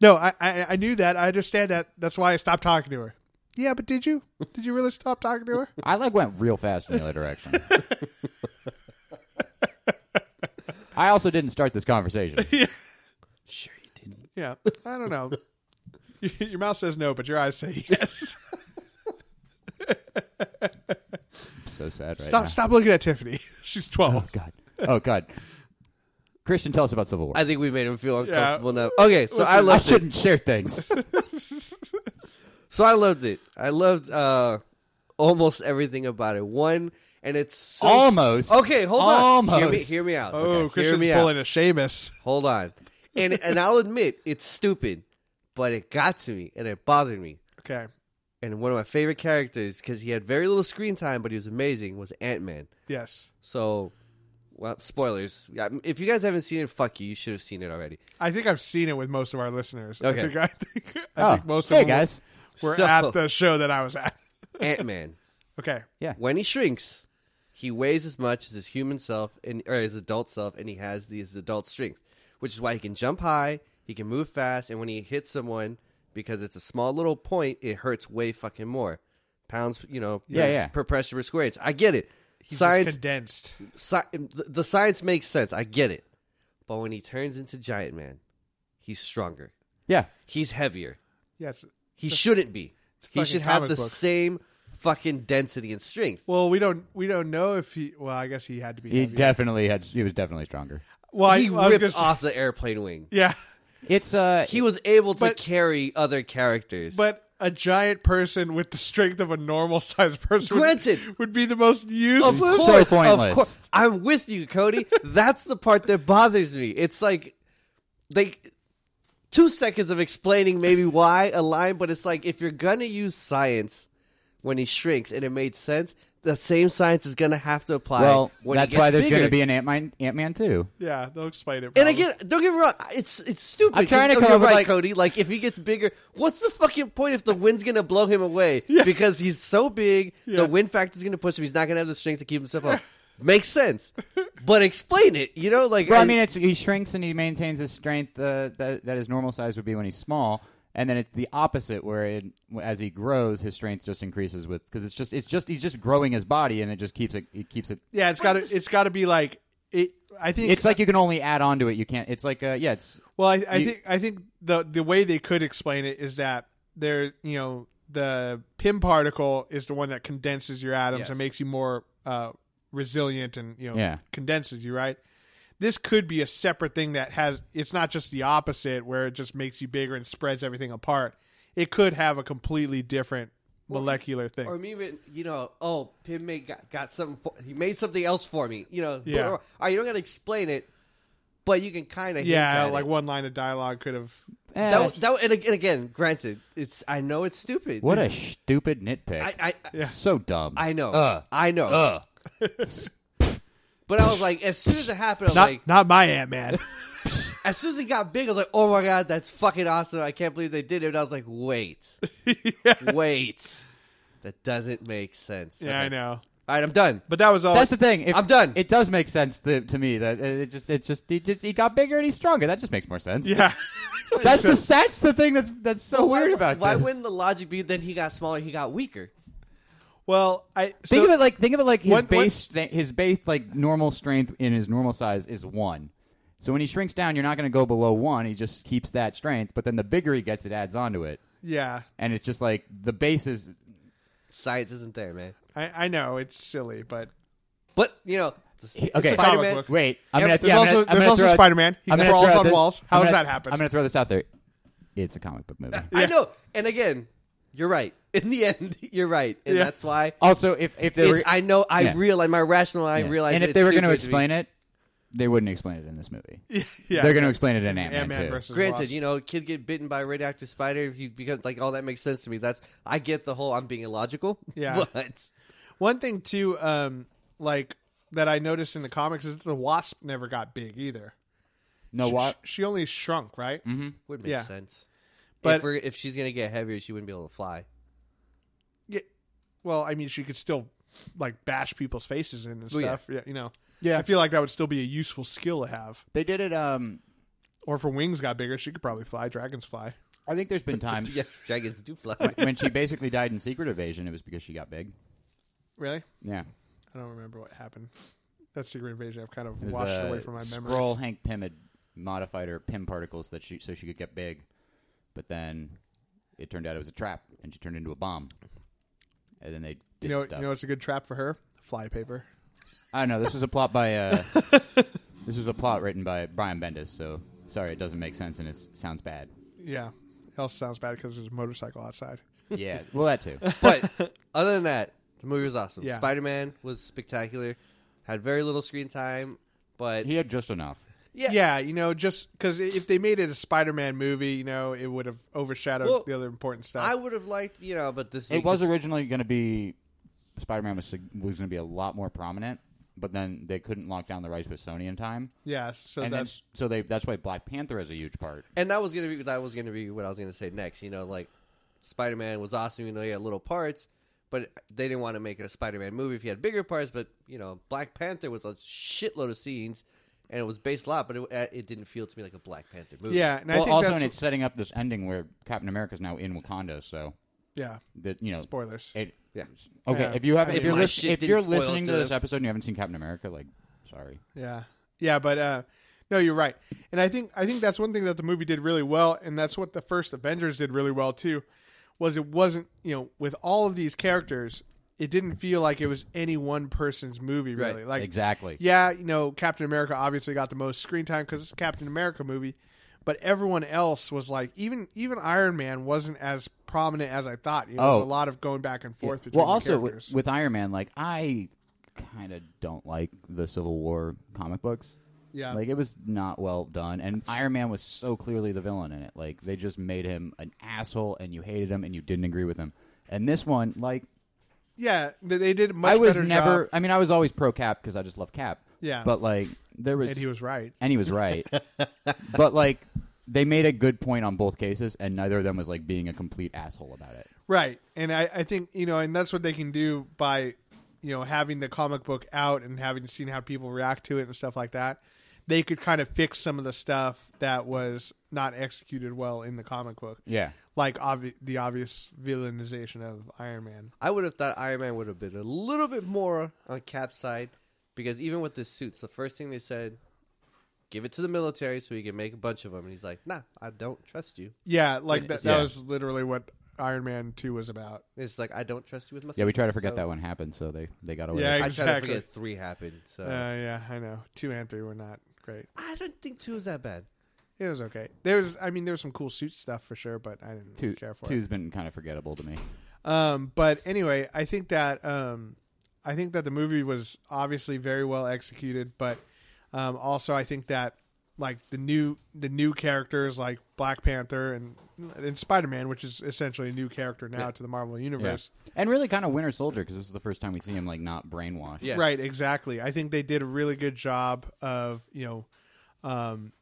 Speaker 1: No, I, I I knew that. I understand that. That's why I stopped talking to her. Yeah, but did you? Did you really stop talking to her?
Speaker 3: I like went real fast in the other direction. I also didn't start this conversation.
Speaker 2: sure, you didn't.
Speaker 1: Yeah, I don't know. Your mouth says no, but your eyes say yes.
Speaker 3: I'm so sad right now.
Speaker 1: Stop! Stop looking at Tiffany. She's twelve.
Speaker 3: God. Oh God. Christian, tell us about Civil War.
Speaker 2: I think we made him feel uncomfortable enough. Okay, so I
Speaker 3: I
Speaker 2: loved it.
Speaker 3: shouldn't share things.
Speaker 2: So I loved it. I loved uh, almost everything about it. One, and it's so
Speaker 3: Almost.
Speaker 2: okay. Hold on. Hear me,
Speaker 3: Almost.
Speaker 2: hear me out.
Speaker 1: Oh,
Speaker 2: okay? hear
Speaker 1: Christian's
Speaker 2: me out.
Speaker 1: pulling a Seamus.
Speaker 2: Hold on. And and I'll admit it's stupid, but it got to me and it bothered me.
Speaker 1: Okay.
Speaker 2: And one of my favorite characters, because he had very little screen time, but he was amazing, was Ant Man.
Speaker 1: Yes.
Speaker 2: So, well, spoilers. Yeah, If you guys haven't seen it, fuck you. You should have seen it already.
Speaker 1: I think I've seen it with most of our listeners.
Speaker 2: Okay.
Speaker 1: I think, I think, I
Speaker 3: Oh,
Speaker 1: think most
Speaker 3: hey
Speaker 1: of them
Speaker 3: guys.
Speaker 1: were
Speaker 2: So-
Speaker 1: at the show that I was at.
Speaker 2: Ant Man,
Speaker 1: Okay.
Speaker 2: when he shrinks, he weighs as much as his human self and or his adult self, and he has these adult strength, which is why he can jump high, he can move fast, and when he hits someone, because it's a small little point, it hurts way fucking more. Pounds, you know,
Speaker 3: Yeah,
Speaker 2: per,
Speaker 3: yeah.
Speaker 2: per pressure per square inch. I get it.
Speaker 1: He's just
Speaker 2: science,
Speaker 1: condensed.
Speaker 2: sci- the the science makes sense. I get it. But when he turns into Giant Man, he's stronger.
Speaker 3: Yeah.
Speaker 2: He's heavier.
Speaker 1: Yes.
Speaker 2: He shouldn't be. He
Speaker 1: fucking
Speaker 2: should have
Speaker 1: comic
Speaker 2: the
Speaker 1: book.
Speaker 2: same fucking density and strength.
Speaker 1: Well, we don't we don't know if he. Well, I guess he had to be.
Speaker 3: He
Speaker 1: heavy.
Speaker 3: definitely had. He was definitely stronger.
Speaker 1: well, I-
Speaker 2: he
Speaker 1: well, I was
Speaker 2: ripped
Speaker 1: gonna say-
Speaker 2: off the airplane wing.
Speaker 1: Yeah,
Speaker 3: It's uh.
Speaker 2: He was able to
Speaker 1: But-
Speaker 2: carry other characters.
Speaker 1: but a giant person with the strength of a normal sized person would-
Speaker 2: Granted.
Speaker 1: would, be the most
Speaker 2: of
Speaker 1: useless.
Speaker 3: so
Speaker 2: course, of
Speaker 3: pointless.
Speaker 2: course, I'm with you, Cody. That's the part that bothers me. It's like they two seconds of explaining maybe why a line, but it's like if you're gonna use science when he shrinks and it made sense, the same science is gonna have to apply.
Speaker 3: well,
Speaker 2: when
Speaker 3: that's
Speaker 2: he gets
Speaker 3: why there's
Speaker 2: bigger.
Speaker 3: going to be an Ant Man. Ant Man too.
Speaker 1: Yeah, they'll explain it.
Speaker 2: And
Speaker 1: probably.
Speaker 2: again, don't get me wrong. It's it's stupid.
Speaker 3: I'm trying to
Speaker 2: 'cause-
Speaker 3: come
Speaker 2: you're
Speaker 3: up with,
Speaker 2: right,
Speaker 3: like-
Speaker 2: Cody. Like if he gets bigger, what's the fucking point if the wind's gonna blow him away because he's so big? The wind factor's gonna push him. He's not gonna have the strength to keep himself up. Makes sense, but explain it. You know, like
Speaker 3: Well, I mean, it's he shrinks and he maintains his strength uh, that that his normal size would be when he's small, and then it's the opposite where it, as he grows, his strength just increases with because it's just it's just he's just growing his body and it just keeps it it keeps it.
Speaker 1: yeah, it's got to it's got to be like it. I think
Speaker 3: It's like you can only add on to it. You can't. It's like uh, yeah, it's
Speaker 1: Well, I, I
Speaker 3: You-
Speaker 1: think I think the the way they could explain it is that there, you know, the PIM particle is the one that condenses your atoms
Speaker 2: Yes.
Speaker 1: and makes you more uh, resilient and you know
Speaker 3: Yeah.
Speaker 1: condenses you right. This could be a separate thing that has. It's not just the opposite where it just makes you bigger and spreads everything apart. It could have a completely different molecular thing.
Speaker 2: or even you know, oh, Pim made got, got something. For, he made something else for me. You know,
Speaker 1: Yeah.
Speaker 2: Or, or you don't gotta explain it, but you can kind of
Speaker 1: yeah, like one line of dialogue could have.
Speaker 3: eh,
Speaker 2: That, that, and ag- and again, granted, it's I know it's stupid.
Speaker 3: what a stupid nitpick.
Speaker 2: I, I, I
Speaker 3: So dumb.
Speaker 2: I know.
Speaker 3: Uh,
Speaker 2: I know. but I was like, as soon as it happened, I was
Speaker 1: Not,
Speaker 2: like,
Speaker 1: not my Ant Man.
Speaker 2: as soon as it got big, I was like, oh my god, that's fucking awesome! I can't believe they did it. And I was like, wait, wait, that doesn't make sense.
Speaker 1: yeah, I
Speaker 2: Okay.
Speaker 1: know.
Speaker 2: All right, I'm done.
Speaker 1: But that was all.
Speaker 3: That's the thing. If-
Speaker 2: Oh, I'm done.
Speaker 3: It does make sense to, to me that uh, it just it just he just he got bigger and he's stronger. That just makes more sense.
Speaker 1: yeah.
Speaker 3: That's the that's the thing that's that's so
Speaker 2: Why-
Speaker 3: weird about
Speaker 2: why
Speaker 3: uh, this.
Speaker 2: wouldn't the logic be then he got smaller, he got weaker?
Speaker 1: well, I
Speaker 3: Think
Speaker 1: so-
Speaker 3: of it like think of it like his
Speaker 1: One- one-
Speaker 3: base sta- his base like normal strength in his normal size is one. So when he shrinks down, you're not going to go below one. He just keeps that strength. But then the bigger he gets, it adds onto it,
Speaker 1: Yeah,
Speaker 3: and it's just like the base is.
Speaker 2: Science isn't there, man.
Speaker 1: I, I know it's silly, but
Speaker 2: But you know,
Speaker 3: okay.
Speaker 2: Spider-Man.
Speaker 1: comic book.
Speaker 3: Wait, I'm
Speaker 1: Yep,
Speaker 3: gonna.
Speaker 1: there's
Speaker 3: yeah, I'm
Speaker 1: also-
Speaker 3: gonna- I'm
Speaker 1: there's
Speaker 3: gonna
Speaker 1: also
Speaker 3: throw out-
Speaker 1: Spider-Man. He
Speaker 3: I'm gonna
Speaker 1: crawls
Speaker 3: throw out
Speaker 1: on
Speaker 3: this-
Speaker 1: walls.
Speaker 3: I'm
Speaker 1: How does
Speaker 3: gonna-
Speaker 1: that happen?
Speaker 3: I'm going to throw this out there. it's a comic book movie.
Speaker 2: I know. And again, you're right. In the end, you're right, and
Speaker 1: Yeah.
Speaker 2: that's why.
Speaker 3: Also, if if they
Speaker 2: it's-
Speaker 3: were,
Speaker 2: I know. I
Speaker 3: Yeah.
Speaker 2: realize my rational. I
Speaker 3: yeah.
Speaker 2: realize.
Speaker 3: and if
Speaker 2: it's
Speaker 3: they were
Speaker 2: going to
Speaker 3: explain it, they wouldn't explain it in this movie.
Speaker 1: yeah.
Speaker 3: They're going to explain it in Ant Man
Speaker 1: Ant-Man
Speaker 3: too.
Speaker 1: versus
Speaker 2: Granted,
Speaker 1: Wasp.
Speaker 2: you know, kid get bitten by a radioactive spider. He becomes like, all that makes sense to me. That's I get the whole I'm being illogical.
Speaker 1: Yeah.
Speaker 2: but
Speaker 1: One thing too, um, like that I noticed in the comics is that the Wasp never got big either.
Speaker 3: no, what? Mm-hmm.
Speaker 1: She, she only shrunk, right?
Speaker 2: would make
Speaker 1: Yeah.
Speaker 2: sense.
Speaker 1: But-
Speaker 2: if, we're, if she's gonna get heavier, she wouldn't be able to fly.
Speaker 1: Yeah. Well, I mean, she could still like bash people's faces in and
Speaker 2: Oh, yeah.
Speaker 1: stuff. Yeah. you know.
Speaker 3: Yeah.
Speaker 1: I feel like that would still be a useful skill to have.
Speaker 3: They did it. Um,
Speaker 1: Or if her wings got bigger, she could probably fly. Dragons fly.
Speaker 3: I think there's been times
Speaker 2: Yes, dragons do fly.
Speaker 3: when she basically died in Secret Evasion. It was because she got big.
Speaker 1: Really?
Speaker 3: Yeah,
Speaker 1: I don't remember what happened. That Secret Invasion, I've kind of
Speaker 3: it was
Speaker 1: washed
Speaker 3: a
Speaker 1: away from my memory.
Speaker 3: scroll Hank Pym had modified her Pym particles that she so she could get big, but then it turned out it was a trap, and she turned into a bomb. And then they
Speaker 1: You
Speaker 3: did
Speaker 1: know,
Speaker 3: stuff.
Speaker 1: you know, it's a good trap for her. Fly paper.
Speaker 3: I don't know. This was a plot by. Uh, this was a plot written by Brian Bendis. So sorry, it doesn't make sense and it sounds bad.
Speaker 1: Yeah. It also sounds bad because there's a motorcycle outside.
Speaker 3: Yeah, well that too.
Speaker 2: but other than that, the movie was awesome.
Speaker 1: Yeah.
Speaker 2: Spider Man was spectacular. Had very little screen time, but
Speaker 3: He had just enough.
Speaker 2: Yeah.
Speaker 1: Yeah, you know, just because if they made it a Spider-Man movie, you know, it would have overshadowed
Speaker 2: Well,
Speaker 1: the other important stuff.
Speaker 2: I would have liked, you know, but this
Speaker 3: It
Speaker 2: week
Speaker 3: was
Speaker 2: this-
Speaker 3: originally going to be Spider-Man was sig- was going to be a lot more prominent, but then they couldn't lock down the rights with Sony in time,
Speaker 1: yeah, so
Speaker 3: and then,
Speaker 1: that's
Speaker 3: so they that's why Black Panther has a huge part.
Speaker 2: and that was gonna be that was gonna be what I was gonna say next. You know, like Spider Man was awesome. You know, he had little parts, but they didn't want to make a Spider Man movie if he had bigger parts. But you know, Black Panther was a shitload of scenes, and it was based a lot, but it, uh, it didn't feel to me like a Black Panther movie.
Speaker 1: yeah. And I
Speaker 3: well,
Speaker 1: think
Speaker 3: also,
Speaker 1: that's
Speaker 3: and it's setting up this ending where Captain America is now in Wakanda, so
Speaker 1: yeah.
Speaker 3: that you know.
Speaker 1: Spoilers.
Speaker 3: It,
Speaker 2: Yeah.
Speaker 3: Okay,
Speaker 1: Yeah.
Speaker 3: if you haven't,
Speaker 2: I
Speaker 3: if
Speaker 2: mean,
Speaker 3: you're
Speaker 2: my
Speaker 3: listening,
Speaker 2: shit
Speaker 3: if you're
Speaker 2: didn't spoil
Speaker 3: listening
Speaker 2: it
Speaker 3: to
Speaker 2: to
Speaker 3: this
Speaker 2: them.
Speaker 3: episode and you haven't seen Captain America, like, sorry.
Speaker 1: Yeah, yeah, but uh, no, you're right, and I think I think that's one thing that the movie did really well, and that's what the first Avengers did really well too, was it wasn't you know with all of these characters, it didn't feel like it was any one person's movie really,
Speaker 2: Right,
Speaker 1: like
Speaker 3: exactly.
Speaker 1: yeah, you know Captain America obviously got the most screen time because it's a Captain America movie, but everyone else was like even even Iron Man wasn't as prominent as I thought. You know,
Speaker 3: Oh.
Speaker 1: there's a lot of going back and forth between
Speaker 3: well
Speaker 1: the
Speaker 3: also with,
Speaker 1: characters.
Speaker 3: with iron man like i kind of don't like the civil war comic books
Speaker 1: Yeah.
Speaker 3: like it was not well done and iron man was so clearly the villain in it like they just made him an asshole and you hated him and you didn't agree with him and this one like
Speaker 1: yeah, they they did a much
Speaker 3: i was
Speaker 1: better
Speaker 3: never
Speaker 1: job,
Speaker 3: i mean i was always pro cap because i just love cap
Speaker 1: Yeah.
Speaker 3: but like there was
Speaker 1: and he was right.
Speaker 3: and he was right but like they made a good point on both cases and neither of them was like being a complete asshole about it
Speaker 1: Right. And I, I think, you know, and that's what they can do by, you know, having the comic book out and having seen how people react to it and stuff like that. They could kind of fix some of the stuff that was not executed well in the comic book.
Speaker 3: yeah
Speaker 1: Like obvi- the obvious villainization of Iron Man.
Speaker 2: I would have thought Iron Man would have been a little bit more on Cap's side because even with the suits, the first thing they said, give it to the military so we can make a bunch of them. And he's like, nah, I don't trust you.
Speaker 1: Yeah. Like that, that
Speaker 3: Yeah.
Speaker 1: was literally what Iron Man 2 was about.
Speaker 2: And it's like, I don't trust you with my
Speaker 3: yeah we
Speaker 2: suits."
Speaker 3: try to forget
Speaker 2: So-
Speaker 3: that one happened so they they got away
Speaker 1: Yeah,
Speaker 3: with it.
Speaker 2: I try to
Speaker 1: Exactly.
Speaker 2: forget three happened. So
Speaker 1: Uh, yeah, I know. 2 and 3 were not great.
Speaker 2: I don't think two is that bad.
Speaker 1: It was okay. There was, I mean, there was some cool suit stuff for sure, but I didn't
Speaker 3: Two,
Speaker 1: care for it.
Speaker 3: two's been kind of forgettable to me.
Speaker 1: Um, but anyway, I think that um, I think that the movie was obviously very well executed, but um, also I think that like the new the new characters like Black Panther and and Spider Man, which is essentially a new character now to the Marvel universe.
Speaker 3: And really kind of Winter Soldier because this is the first time we see him like not brainwashed.
Speaker 2: Yeah.
Speaker 1: Right, exactly. I think they did a really good job of you know um,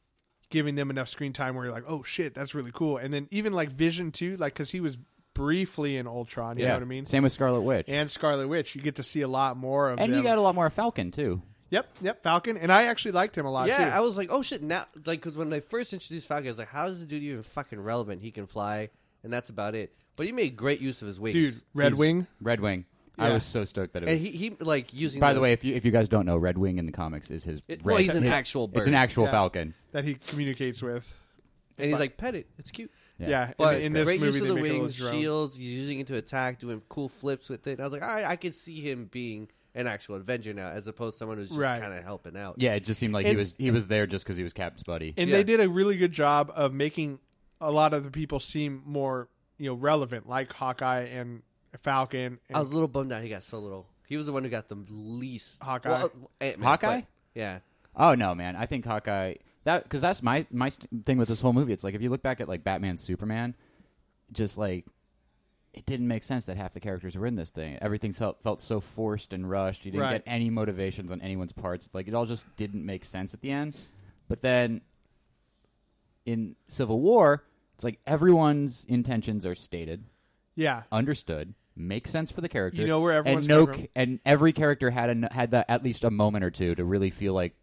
Speaker 1: giving them enough screen time where you're like, oh shit, that's really cool. And then even like Vision too, like because he was briefly in Ultron. You know what I mean?
Speaker 3: Same with Scarlet Witch. And,
Speaker 1: and Scarlet Witch. You get to see a lot more of them.
Speaker 3: you got a lot more Falcon too.
Speaker 1: yep, yep, Falcon. And I actually liked him a lot
Speaker 2: yeah,
Speaker 1: too.
Speaker 2: I was like, oh shit, now like because when they first introduced Falcon, I was like, how is this dude even fucking relevant? He can fly, and that's about it. But he made great use of his wings,
Speaker 1: Dude, Red
Speaker 3: He's-
Speaker 1: Wing.
Speaker 3: Red Wing. I
Speaker 1: Yeah.
Speaker 3: was so stoked that it was.
Speaker 2: And he, he like using
Speaker 3: By the way, if you if you guys don't know, Red Wing in the comics is his.
Speaker 2: It-
Speaker 3: red-
Speaker 2: well, he's an
Speaker 3: his-
Speaker 2: actual
Speaker 3: It's an
Speaker 2: bird.
Speaker 3: actual
Speaker 1: Yeah.
Speaker 3: Falcon.
Speaker 1: that he communicates with.
Speaker 2: and he's like, pet it, it's cute.
Speaker 1: Yeah, in-
Speaker 2: But
Speaker 1: in, this
Speaker 2: great
Speaker 1: movie
Speaker 2: use
Speaker 1: they
Speaker 2: of the
Speaker 1: make a little
Speaker 2: wings,
Speaker 1: drone.
Speaker 2: shields, he's using it to attack, doing cool flips with it. And I was like, all right, I could see him being an actual Avenger now, as opposed to someone who's just
Speaker 1: Right.
Speaker 2: kind of helping out.
Speaker 3: Yeah, it just seemed like he
Speaker 1: And-
Speaker 3: was he was there just because he was Cap's buddy.
Speaker 1: And
Speaker 2: Yeah.
Speaker 1: they did a really good job of making a lot of the people seem more you know relevant, like Hawkeye and Falcon. And
Speaker 2: I was a little bummed out he got so little. He was the one who got the least uh,
Speaker 1: Hawkeye.
Speaker 2: Ant-Man,
Speaker 3: Hawkeye?
Speaker 2: but- yeah.
Speaker 3: Oh no, man! I think Hawkeye that because that's my my st- thing with this whole movie. It's like if you look back at like Batman, Superman, just like it didn't make sense that half the characters were in this thing. Everything felt felt so forced and rushed. You didn't
Speaker 1: Right.
Speaker 3: get any motivations on anyone's parts. Like it all just didn't make sense at the end. But then in Civil War, it's like everyone's intentions are stated,
Speaker 1: yeah,
Speaker 3: understood, makes sense for the character.
Speaker 1: You know where everyone's
Speaker 3: and no
Speaker 1: coming
Speaker 3: ca- and every character had an, had that at least a moment or two to really feel like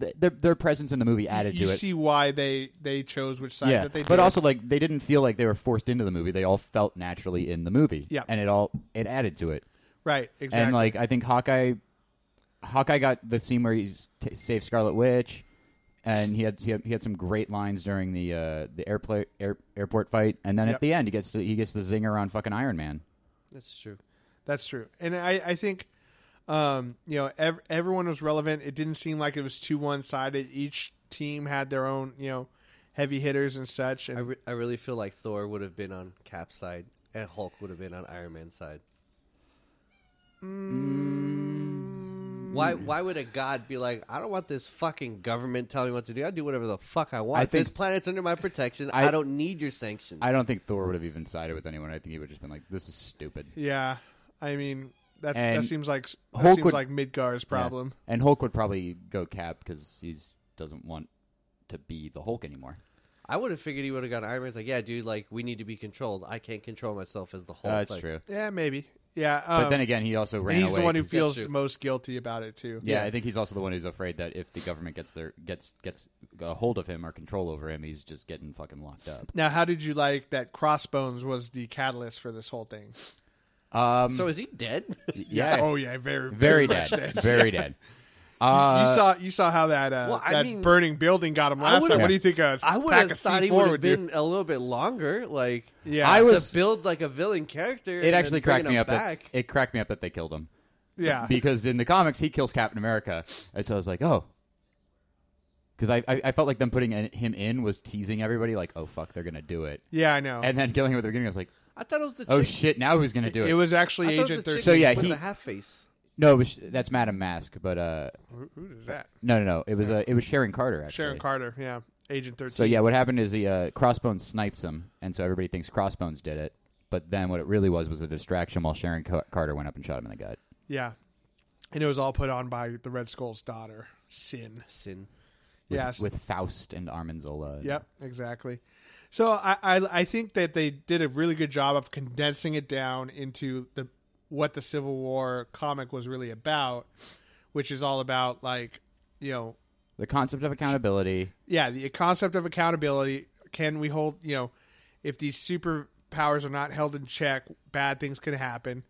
Speaker 3: th- their their presence in the movie added
Speaker 1: you
Speaker 3: to it.
Speaker 1: see why they they chose which side
Speaker 3: yeah,
Speaker 1: that they did.
Speaker 3: but also like they didn't feel like they were forced into the movie. They all felt naturally in the movie.
Speaker 1: Yeah.
Speaker 3: and it all it added to it.
Speaker 1: right exactly
Speaker 3: And like I think Hawkeye, Hawkeye got the scene where he s- t- saved Scarlet Witch, and he had he had, he had some great lines during the uh, the airplane air, airport fight, and then
Speaker 1: Yep.
Speaker 3: at the end he gets to, he gets the zinger on fucking Iron Man.
Speaker 2: That's true.
Speaker 1: That's true, and I, I think, um, you know, ev- everyone was relevant. It didn't seem like it was too one sided. Each team had their own, you know, heavy hitters and such.
Speaker 2: I,
Speaker 1: And
Speaker 2: re- I really feel like Thor would have been on Cap's side and Hulk would have been on Iron Man's side.
Speaker 3: Mm.
Speaker 2: Why why would a god be like, I don't want this fucking government telling me what to do. I do whatever the fuck I want.
Speaker 3: I think-
Speaker 2: this planet's under my protection. I,
Speaker 3: I-
Speaker 2: don't need your sanctions.
Speaker 3: I don't think Thor would have even sided with anyone. I think he would have just been like, "This is stupid."
Speaker 1: yeah, I mean, that's that
Speaker 3: And
Speaker 1: seems like that
Speaker 3: Hulk
Speaker 1: seems
Speaker 3: would-
Speaker 1: like Midgar's problem.
Speaker 3: Yeah. And Hulk would probably go Cap because he doesn't want to be the Hulk anymore.
Speaker 2: I would have figured he would have gone Iron Man's like, yeah, dude, like we need to be controlled. I can't control myself as the Hulk.
Speaker 3: that's
Speaker 2: Like,
Speaker 3: true.
Speaker 1: Yeah, maybe. Yeah, um,
Speaker 3: But then again, he also
Speaker 1: and
Speaker 3: ran
Speaker 1: um, he's
Speaker 3: away.
Speaker 1: the one who
Speaker 3: 'cause-
Speaker 1: feels
Speaker 2: true.
Speaker 1: the most guilty about it too.
Speaker 3: yeah, I think he's also the one who's afraid that if the government gets their gets gets a hold of him or control over him, he's just getting fucking locked up.
Speaker 1: Now, how did you like that? Crossbones was the catalyst for this whole thing.
Speaker 3: Um,
Speaker 2: So is he dead?
Speaker 3: yeah,
Speaker 1: Oh yeah, very
Speaker 3: very
Speaker 1: much
Speaker 3: dead, very dead. Uh,
Speaker 1: you saw you saw how that uh,
Speaker 2: Well, I
Speaker 1: that
Speaker 2: mean-
Speaker 1: burning building got him last
Speaker 2: would've-
Speaker 1: time. What do you think? A
Speaker 2: I would
Speaker 1: pack
Speaker 2: have
Speaker 1: of
Speaker 2: thought he
Speaker 1: C4
Speaker 2: would have
Speaker 1: would do?
Speaker 2: been a little bit longer. Like
Speaker 1: Yeah,
Speaker 3: I
Speaker 2: to
Speaker 3: was-
Speaker 2: build like a villain character.
Speaker 3: it actually cracked me up. That,
Speaker 2: Back.
Speaker 3: it cracked me up that they killed him.
Speaker 1: Yeah,
Speaker 3: because in the comics he kills Captain America, and so I was like, oh, because I, I I felt like them putting in, him in was teasing everybody, like, oh fuck, they're gonna do it,
Speaker 1: yeah, I know.
Speaker 3: and then killing him at the beginning, I was like,
Speaker 2: I thought it was the
Speaker 3: oh
Speaker 2: chick.
Speaker 3: shit, now who's gonna do it?
Speaker 1: Oh. it was
Speaker 2: I
Speaker 1: actually
Speaker 2: thought it was
Speaker 1: Agent
Speaker 2: the
Speaker 1: Thirteen.
Speaker 2: chick
Speaker 3: So, yeah,
Speaker 2: with
Speaker 3: he-
Speaker 2: the half face.
Speaker 3: no, it was, that's Madam Mask, but uh,
Speaker 1: Who, who is that?
Speaker 3: no, no, no, it was uh, it was Sharon Carter actually.
Speaker 1: Sharon Carter. Yeah, Agent Thirteen.
Speaker 3: So yeah, what happened is the uh, Crossbones snipes him, and so everybody thinks Crossbones did it. But then what it really was was a distraction while Sharon Ca- Carter went up and shot him in the gut.
Speaker 1: yeah, and it was all put on by the Red Skull's daughter, Sin.
Speaker 2: Sin.
Speaker 1: Yes.
Speaker 3: With Faust and Armin Zola.
Speaker 1: Yep, exactly. So I, I I think that they did a really good job of condensing it down into the what the Civil War comic was really about, which is all about like you know
Speaker 3: The concept of accountability.
Speaker 1: yeah, the concept of accountability. Can we hold, you know, if these superpowers are not held in check, bad things can happen.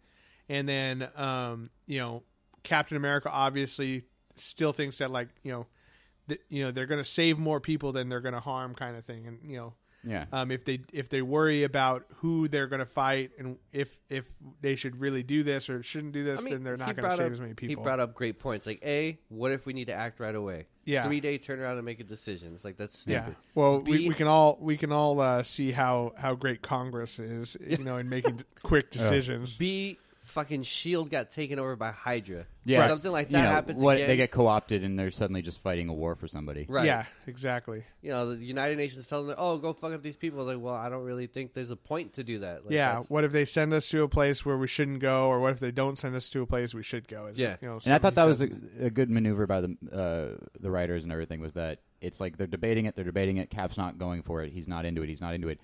Speaker 1: And then, um, you know, Captain America obviously still thinks that, like, you know, that, you know, they're going to save more people than they're going to harm, kind of thing. And you know,
Speaker 3: Yeah.
Speaker 1: um, if they if they worry about who they're going to fight and if if they should really do this or shouldn't do this,
Speaker 2: I mean,
Speaker 1: then they're
Speaker 2: he
Speaker 1: not going to
Speaker 2: brought
Speaker 1: save
Speaker 2: up-
Speaker 1: as many
Speaker 2: He
Speaker 1: people.
Speaker 2: brought up great points. Like, a, what if we need to act right away?
Speaker 1: Yeah.
Speaker 2: three day turnaround and make a decision. It's like that's
Speaker 1: Yeah.
Speaker 2: stupid.
Speaker 1: Well,
Speaker 2: Be-
Speaker 1: we, we can all we can all uh, see how how great Congress is, you know, in making quick decisions.
Speaker 2: B, fucking Shield E got taken over by Hydra.
Speaker 3: Yeah,
Speaker 2: something like
Speaker 3: you
Speaker 2: that
Speaker 3: know,
Speaker 2: happens
Speaker 3: what-
Speaker 2: again.
Speaker 3: They get co-opted and they're suddenly just fighting a war for somebody.
Speaker 2: right.
Speaker 1: Yeah, exactly.
Speaker 2: you know, the United Nations telling them, "Oh, go fuck up these people." Like, well, I don't really think there's a point to do that. Like,
Speaker 1: yeah.
Speaker 2: that's-
Speaker 1: What if they send us to a place where we shouldn't go, or what if they don't send us to a place we should go? Is,
Speaker 2: Yeah.
Speaker 1: You know,
Speaker 3: And I
Speaker 1: something
Speaker 3: thought that
Speaker 1: he
Speaker 3: was
Speaker 1: said.
Speaker 3: a, a good maneuver by the uh, the writers and everything was that it's like they're debating it, they're debating it. Cap's not going for it. He's not into it. He's not into it.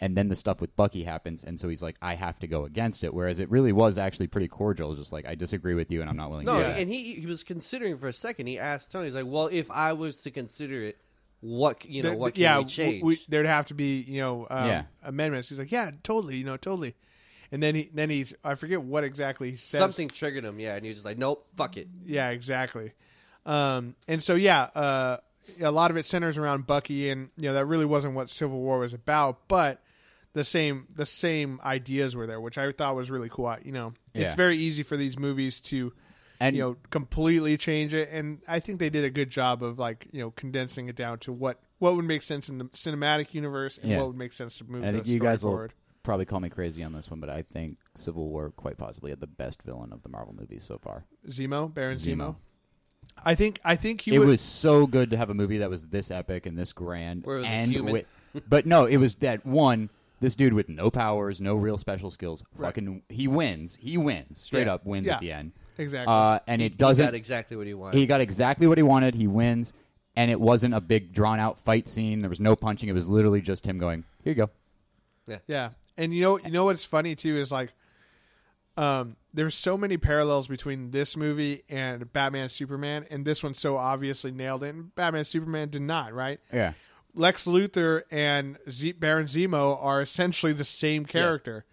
Speaker 3: And then the stuff with Bucky happens, and so he's like, "I have to go against it." Whereas it really was actually pretty cordial, just like, "I disagree with you, and I'm not willing
Speaker 2: no,
Speaker 3: to." do that."
Speaker 2: and he he was considering for a second. He asked Tony, "He's like, well, if I was to consider it, what c- you know,
Speaker 1: Th-
Speaker 2: what
Speaker 1: th-
Speaker 2: can
Speaker 1: yeah,
Speaker 2: we change?"
Speaker 1: w- we- there'd have to be you know um,
Speaker 3: Yeah.
Speaker 1: amendments. He's like, yeah, totally, you know, totally. And then he then he's I forget what exactly he says.
Speaker 2: Something triggered him, yeah, and he was just like, "Nope, fuck it."
Speaker 1: Yeah, exactly. Um, and so yeah, uh, a lot of it centers around Bucky, and you know that really wasn't what Civil War was about, but the same the same ideas were there, which I thought was really cool. I- You know, it's
Speaker 3: Yeah.
Speaker 1: very easy for these movies to.
Speaker 3: And-
Speaker 1: you know, completely change it, and I think they did a good job of like you know condensing it down to what what would make sense in the cinematic universe and
Speaker 3: Yeah.
Speaker 1: what would make sense to move
Speaker 3: And I
Speaker 1: the
Speaker 3: think you
Speaker 1: story
Speaker 3: guys will
Speaker 1: forward.
Speaker 3: probably call me crazy on this one, but I think Civil War quite possibly had the best villain of the Marvel movies so far.
Speaker 1: Zemo, Baron Zemo.
Speaker 3: Zemo.
Speaker 1: I think I think he
Speaker 3: it
Speaker 1: would.
Speaker 3: was so good to have a movie that was this epic and this grand
Speaker 2: Where it was
Speaker 3: and
Speaker 2: human.
Speaker 3: with, but no it was that one this dude with no powers no real special skills
Speaker 1: Right.
Speaker 3: fucking he wins he wins straight
Speaker 1: Yeah.
Speaker 3: up wins
Speaker 1: Yeah.
Speaker 3: at the end
Speaker 1: Exactly.
Speaker 3: uh, and it
Speaker 2: He
Speaker 3: doesn't
Speaker 2: got exactly what he wanted.
Speaker 3: he got exactly what he wanted he wins and it wasn't a big drawn out fight scene there was no punching it was literally just him going here you go
Speaker 1: Yeah, and you know, you know what's funny too is like, um, there's so many parallels between this movie and Batman Superman, and this one so obviously nailed it. And Batman Superman did not, right?
Speaker 3: yeah
Speaker 1: Lex Luthor and Z- Baron Zemo are essentially the same character.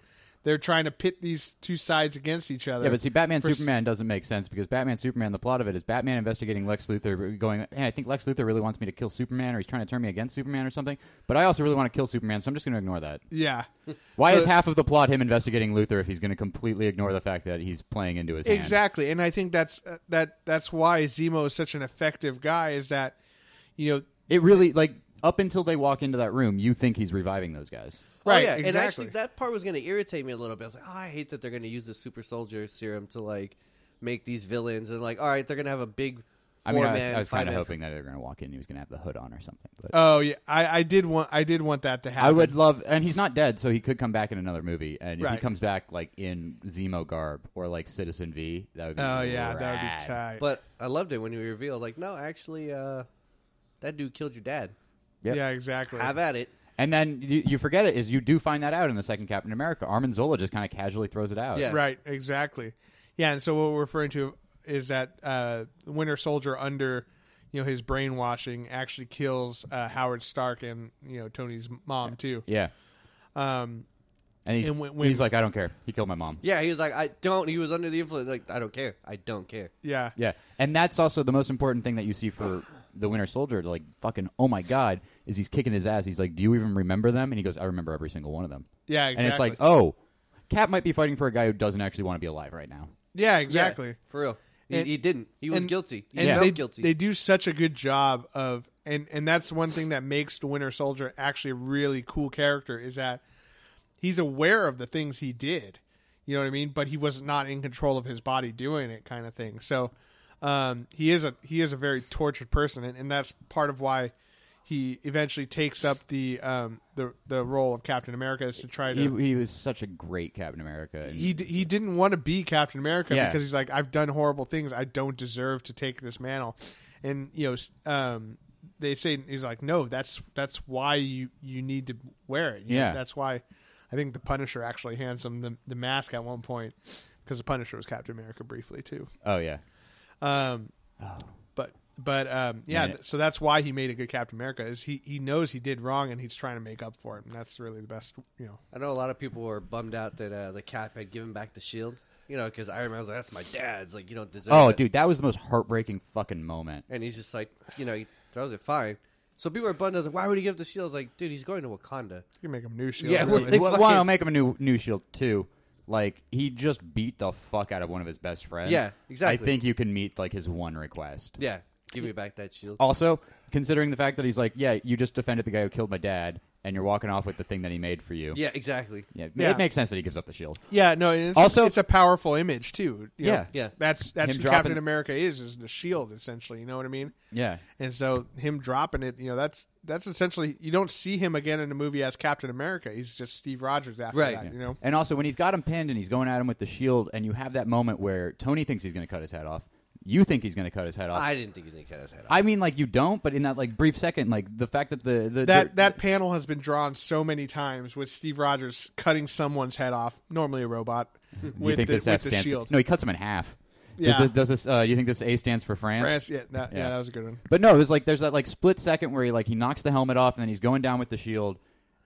Speaker 1: They're trying to pit these two sides against each other.
Speaker 3: yeah, but see, Batman
Speaker 1: For s-
Speaker 3: Superman doesn't make sense because Batman Superman, the plot of it is Batman investigating Lex Luthor, going, "Hey, I think Lex Luthor really wants me to kill Superman, or he's trying to turn me against Superman, or something." But I also really want to kill Superman, so I'm just going to ignore that.
Speaker 1: yeah,
Speaker 3: Why is half of the plot him investigating Luther if he's going to completely ignore the fact that he's playing into his hand?
Speaker 1: exactly. And I think that's uh, that. That's why Zemo is such an effective guy. Is that you know.
Speaker 3: It really like up until they walk into that room, you think he's reviving those guys.
Speaker 1: Right,
Speaker 2: oh, yeah.
Speaker 1: exactly.
Speaker 2: And actually, that part was going to irritate me a little bit. I was like, oh, I hate that they're going to use the super soldier serum to like make these villains. And like, all right, they're going to have a big
Speaker 3: I mean,
Speaker 2: four
Speaker 3: I was,
Speaker 2: man,
Speaker 3: I was
Speaker 2: five
Speaker 3: kind
Speaker 2: man.
Speaker 3: of hoping that they were going to walk in, and he was going to have the hood on or something. But
Speaker 1: Oh yeah, I, I did want I did want that to happen.
Speaker 3: I would love, and he's not dead, so he could come back in another movie. And if he
Speaker 1: Right.
Speaker 3: comes back like in Zemo garb or like Citizen V, that would be
Speaker 1: Oh yeah,
Speaker 3: rad.
Speaker 1: that would be tight.
Speaker 2: But I loved it when he revealed, like, no, actually, uh, that dude killed your dad.
Speaker 3: Yep.
Speaker 1: Yeah, exactly.
Speaker 2: Have at it.
Speaker 3: And then you, you forget it is you do find that out in the second Captain America. Armin Zola just kind of casually throws it out.
Speaker 2: Yeah.
Speaker 1: Right, exactly. Yeah, and so what we're referring to is that uh, Winter Soldier under you know his brainwashing actually kills uh, Howard Stark and you know Tony's mom too.
Speaker 3: yeah.
Speaker 1: Um,
Speaker 3: And he's,
Speaker 1: And when- when-
Speaker 3: he's like, I don't care. He killed my mom.
Speaker 2: Yeah, he was like, I don't. He was under the influence. Like, I don't care. I don't care.
Speaker 1: yeah,
Speaker 3: Yeah, and that's also the most important thing that you see for the Winter Soldier. Like fucking, oh my god, is he's kicking his ass? He's like, do you even remember them? And he goes, I remember every single one of them.
Speaker 1: yeah, exactly.
Speaker 3: And it's like, oh, Cap might be fighting for a guy who doesn't actually want to be alive right now.
Speaker 1: yeah, exactly.
Speaker 2: Yeah, for real. He,
Speaker 1: And-
Speaker 2: he didn't. He was
Speaker 1: and-
Speaker 2: guilty. He
Speaker 1: And
Speaker 2: felt
Speaker 1: they,
Speaker 2: guilty.
Speaker 1: they do such a good job of and and that's one thing that makes the Winter Soldier actually a really cool character is that he's aware of the things he did. You know what I mean? But he was not in control of his body doing it kind of thing. So um, he is a he is a very tortured person and, and that's part of why he eventually takes up the um, the the role of Captain America is to try to
Speaker 3: He, he was such a great Captain America. And
Speaker 1: he d- he didn't want to be Captain America
Speaker 3: Yeah.
Speaker 1: because he's like I've done horrible things. I don't deserve to take this mantle. And you know, s- um, they say he's like, no, that's that's why you you need to wear it. You know,
Speaker 3: Yeah.
Speaker 1: that's why. I think the Punisher actually hands him the the mask at one point because the Punisher was Captain America briefly too.
Speaker 3: oh yeah,
Speaker 1: Um, but but um, yeah,
Speaker 3: Man.
Speaker 1: th- so that's why he made a good Captain America is he he knows he did wrong and he's trying to make up for it, and that's really the best you know.
Speaker 2: I know a lot of people were bummed out that uh, the cap had given back the shield. You know, because Iron Man was like, "That's my dad's. Like, you don't deserve."
Speaker 3: oh
Speaker 2: it.
Speaker 3: dude, that was the most heartbreaking fucking moment.
Speaker 2: And he's just like, you know, he throws it fine. So people are bummed. I was like, why would he give the shield? I was like, dude, he's going to Wakanda.
Speaker 1: You can make him new shield.
Speaker 2: Yeah,
Speaker 1: really.
Speaker 2: They
Speaker 3: Well,
Speaker 2: fucking-
Speaker 3: one, I'll make him a new new shield too. Like he just beat the fuck out of one of his best friends.
Speaker 2: Yeah, exactly.
Speaker 3: I think you can meet like his one request.
Speaker 2: Yeah, give me back that shield.
Speaker 3: Also, considering the fact that he's like, yeah, you just defended the guy who killed my dad, and you're walking off with the thing that he made for you.
Speaker 2: Yeah, exactly.
Speaker 3: Yeah,
Speaker 1: Yeah.
Speaker 3: it makes sense that he gives up the shield.
Speaker 1: Yeah, no. and It's,
Speaker 3: Also-
Speaker 1: it's a powerful image too. you know.
Speaker 3: Yeah.
Speaker 2: Yeah.
Speaker 1: That's that's
Speaker 3: Him
Speaker 1: who
Speaker 3: dropping-
Speaker 1: Captain America is is the shield essentially. You know what I mean?
Speaker 3: Yeah,
Speaker 1: And so him dropping it, you know, that's that's essentially you don't see him again in the movie as Captain America. He's just Steve Rogers after
Speaker 2: Right.
Speaker 1: that. You know?
Speaker 3: and also when he's got him pinned and he's going at him with the shield, and you have that moment where Tony thinks he's going to cut his head off. You think he's going to cut his head off.
Speaker 2: I didn't think he was going to cut his head off.
Speaker 3: I mean, like you don't, but in that like brief second, like the fact that the, the
Speaker 1: That that panel has been drawn so many times with Steve Rogers cutting someone's head off, normally a robot,
Speaker 3: you
Speaker 1: with
Speaker 3: think
Speaker 1: the,
Speaker 3: this F
Speaker 1: with the
Speaker 3: stands for-
Speaker 1: shield.
Speaker 3: no, he cuts him in half.
Speaker 1: Yeah.
Speaker 3: Does this, does this uh, you think this A stands for
Speaker 1: France, yeah, that, yeah,
Speaker 3: Yeah.
Speaker 1: that was a good one.
Speaker 3: But no, it was like there's that like split second where he like he knocks the helmet off and then he's going down with the shield,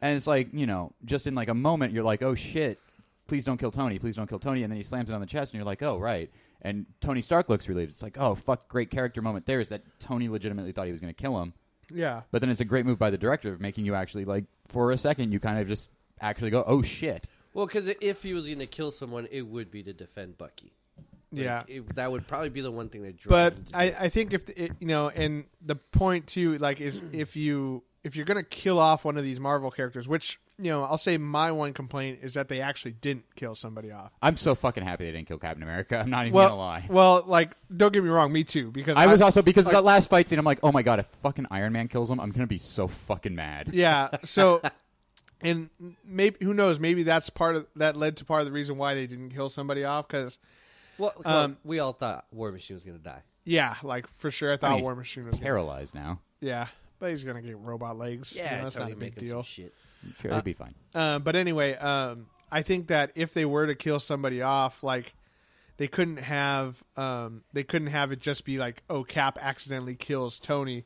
Speaker 3: and it's like you know just in like a moment you're like oh shit, please don't kill Tony, please don't kill Tony, and then he slams it on the chest and you're like oh right, and Tony Stark looks relieved. It's like oh fuck, great character moment there is that Tony legitimately thought he was going to kill him,
Speaker 1: Yeah,
Speaker 3: but then it's a great move by the director of making you actually like for a second you kind of just actually go oh shit.
Speaker 2: Well, because if he was going to kill someone, it would be to defend Bucky. Like,
Speaker 1: yeah.
Speaker 2: it- that would probably be the one thing that drove
Speaker 1: but
Speaker 2: him to do
Speaker 1: I,
Speaker 2: it.
Speaker 1: I think if the, it, you know, and the point too, like, is if you if you're gonna kill off one of these Marvel characters, which you know, I'll say my one complaint is that they actually didn't kill somebody off.
Speaker 3: I'm so fucking happy they didn't kill Captain America. I'm not even
Speaker 1: Well,
Speaker 3: gonna lie.
Speaker 1: well, like don't get me wrong, me too. Because
Speaker 3: I was also because of that last fight scene. I'm like, oh my god, if fucking Iron Man kills him, I'm gonna be so fucking mad.
Speaker 1: yeah. So, and maybe who knows? Maybe that's part of that led to part of the reason why they didn't kill somebody off. Because
Speaker 2: Well, come
Speaker 1: um,
Speaker 2: on, we all thought War Machine was gonna die.
Speaker 1: yeah, like for sure, I thought
Speaker 3: he's
Speaker 1: War Machine was gonna,
Speaker 3: Paralyzed now.
Speaker 1: yeah, but he's gonna get robot legs. you know, that's not a big deal.
Speaker 2: shit.
Speaker 3: I'm sure, it'd be fine.
Speaker 1: Um, but anyway, um, I think that if they were to kill somebody off, like they couldn't have um, they couldn't have it just be like, oh, Cap accidentally kills Tony.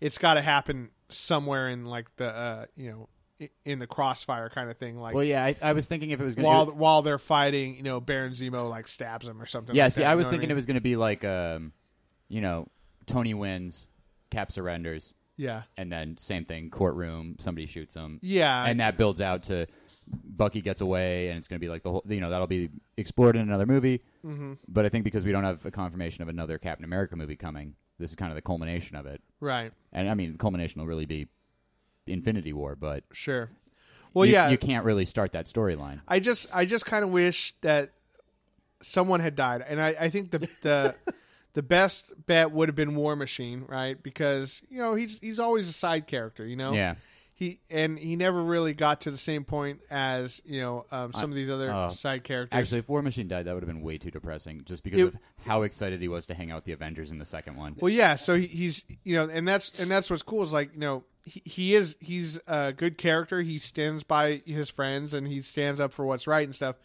Speaker 1: It's got to happen somewhere in like the uh, you know i- in the crossfire kind of thing, like
Speaker 3: Well, yeah, I, I was thinking if it was gonna.
Speaker 1: while while they're fighting, you know, Baron Zemo like stabs him or something.
Speaker 3: yeah,
Speaker 1: like
Speaker 3: see,
Speaker 1: that,
Speaker 3: I
Speaker 1: you
Speaker 3: was
Speaker 1: know what
Speaker 3: thinking
Speaker 1: mean?
Speaker 3: it was gonna be like, um, you know, Tony wins, Cap surrenders,
Speaker 1: yeah,
Speaker 3: and then same thing, courtroom, somebody shoots him.
Speaker 1: yeah,
Speaker 3: and that builds out to Bucky gets away, and it's going to be like the whole, you know, that'll be explored in another movie. Mm-hmm. But I think because we don't have a confirmation of another Captain America movie coming, this is kind of the culmination of it.
Speaker 1: right,
Speaker 3: And I mean, the culmination will really be Infinity War, but
Speaker 1: sure. Well,
Speaker 3: you,
Speaker 1: yeah,
Speaker 3: you can't really start that storyline.
Speaker 1: I just I just kind of wish that someone had died, and I, I think the the the best bet would have been War Machine, right? Because you know he's he's always a side character, you know.
Speaker 3: Yeah.
Speaker 1: He and he never really got to the same point as you know um, some of these other
Speaker 3: uh,
Speaker 1: side characters.
Speaker 3: Actually, if War Machine died, that would have been way too depressing, just because
Speaker 1: It-
Speaker 3: of how excited he was to hang out with the Avengers in the second one.
Speaker 1: Well, yeah. So he, he's you know, and that's and that's what's cool is like you know he, he is he's a good character. He stands by his friends and he stands up for what's right and stuff.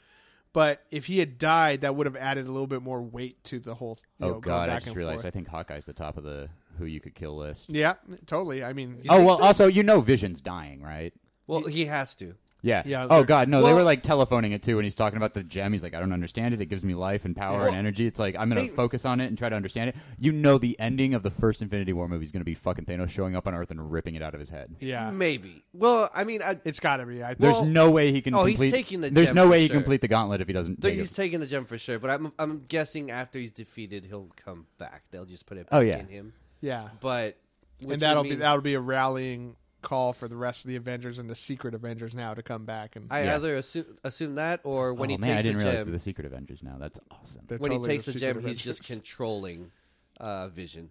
Speaker 1: But if he had died, that would have added a little bit more weight to the whole. You
Speaker 3: oh
Speaker 1: know, going
Speaker 3: God, I
Speaker 1: back
Speaker 3: just
Speaker 1: and
Speaker 3: realized I
Speaker 1: forth.
Speaker 3: think Hawkeye's the top of the who you could kill list.
Speaker 1: Yeah, totally. I mean,
Speaker 3: Oh well, also you know Vision's dying, right?
Speaker 2: Well, he has to.
Speaker 3: Yeah.
Speaker 1: Yeah,
Speaker 3: oh
Speaker 1: they're-
Speaker 3: God, no! they
Speaker 2: Well-
Speaker 3: were like telephoning it too, and he's talking about the gem. He's like, I don't understand it. It gives me life and power and
Speaker 2: Well,
Speaker 3: energy. It's like I'm gonna
Speaker 2: they-
Speaker 3: focus on it and try to understand it. You know, the ending of the first Infinity War movie is gonna be fucking Thanos showing up on Earth and ripping it out of his head.
Speaker 1: yeah,
Speaker 2: Maybe. Well, I mean, I,
Speaker 1: it's got to be. I
Speaker 3: There's
Speaker 1: well,
Speaker 3: no way he can.
Speaker 2: oh, he's
Speaker 3: complete,
Speaker 2: taking the
Speaker 3: There's
Speaker 2: gem
Speaker 3: no
Speaker 2: for
Speaker 3: way he
Speaker 2: sure.
Speaker 3: complete the gauntlet if he doesn't.
Speaker 2: Th-
Speaker 3: Take
Speaker 2: he's
Speaker 3: it.
Speaker 2: taking the gem for sure, but I'm I'm guessing after he's defeated, he'll come back. They'll just put it back
Speaker 3: Oh, yeah.
Speaker 2: in him.
Speaker 1: yeah,
Speaker 2: But which would
Speaker 1: and that'll be
Speaker 2: mean-
Speaker 1: that'll be a rallying call for the rest of the Avengers and the Secret Avengers now to come back and
Speaker 2: I
Speaker 3: Yeah.
Speaker 2: either assume assume that or when
Speaker 3: oh
Speaker 2: he
Speaker 3: man, I
Speaker 2: takes
Speaker 3: didn't
Speaker 2: the
Speaker 3: realize
Speaker 2: gem,
Speaker 3: they're the Secret Avengers now. That's awesome.
Speaker 1: they're
Speaker 2: when he
Speaker 1: totally
Speaker 2: takes the
Speaker 1: Secret
Speaker 2: gem, he's just
Speaker 1: Avengers.
Speaker 2: controlling uh, Vision.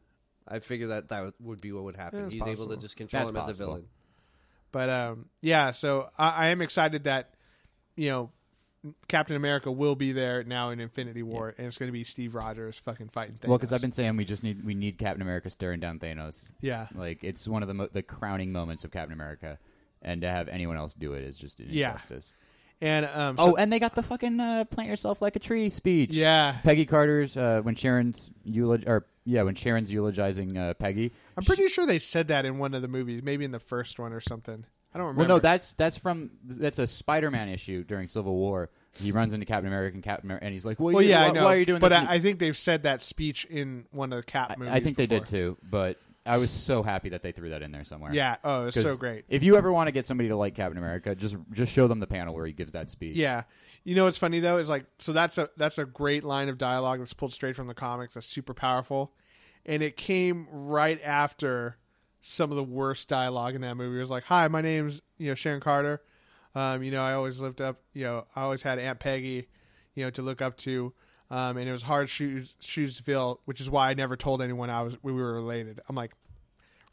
Speaker 2: I figure that that would be what would happen.
Speaker 1: it's
Speaker 2: he's able
Speaker 1: possible.
Speaker 2: to just control
Speaker 3: That's
Speaker 2: him as a
Speaker 3: possible.
Speaker 2: villain.
Speaker 1: But um, yeah, so I, I am excited that you know Captain America will be there now in Infinity War, and it's going to be Steve Rogers fucking fighting Thanos.
Speaker 3: Well, because I've been saying we just need we need Captain America staring down Thanos.
Speaker 1: Yeah.
Speaker 3: like it's one of the mo- the crowning moments of Captain America, and to have anyone else do it is just an
Speaker 1: Yeah.
Speaker 3: injustice.
Speaker 1: and um,
Speaker 3: Oh,
Speaker 1: so-
Speaker 3: and they got the fucking uh, "Plant Yourself Like a Tree" speech.
Speaker 1: yeah,
Speaker 3: Peggy Carter's uh, when Sharon's eulogi- or yeah, when Sharon's eulogizing uh, Peggy.
Speaker 1: I'm pretty sure they said that in one of the movies, maybe in the first one or something. I don't remember.
Speaker 3: Well, no, that's that's from that's a Spider-Man issue during Civil War. He runs into Captain America and Captain America, and he's like, "Well,
Speaker 1: Well,
Speaker 3: you-
Speaker 1: yeah,
Speaker 3: why,
Speaker 1: I know.
Speaker 3: why are you doing
Speaker 1: but
Speaker 3: this?"
Speaker 1: I, I think they've said that speech in one of the Cap
Speaker 3: And
Speaker 1: movies.
Speaker 3: I, I think they did
Speaker 1: before.
Speaker 3: too. But I was so happy that they threw that in there somewhere.
Speaker 1: Yeah. Oh, it's
Speaker 3: 'Cause
Speaker 1: so great.
Speaker 3: If you ever want to get somebody to like Captain America, just just show them the panel where he gives that speech.
Speaker 1: Yeah. You know what's funny though is like so that's a that's a great line of dialogue that's pulled straight from the comics that's super powerful. And it came right after some of the worst dialogue in that movie. It was like, Hi, my name's you know, Sharon Carter. Um, you know, I always lived up you know, I always had Aunt Peggy, you know, to look up to. Um, and it was hard shoes shoes to fill, which is why I never told anyone I was we were related. I'm like,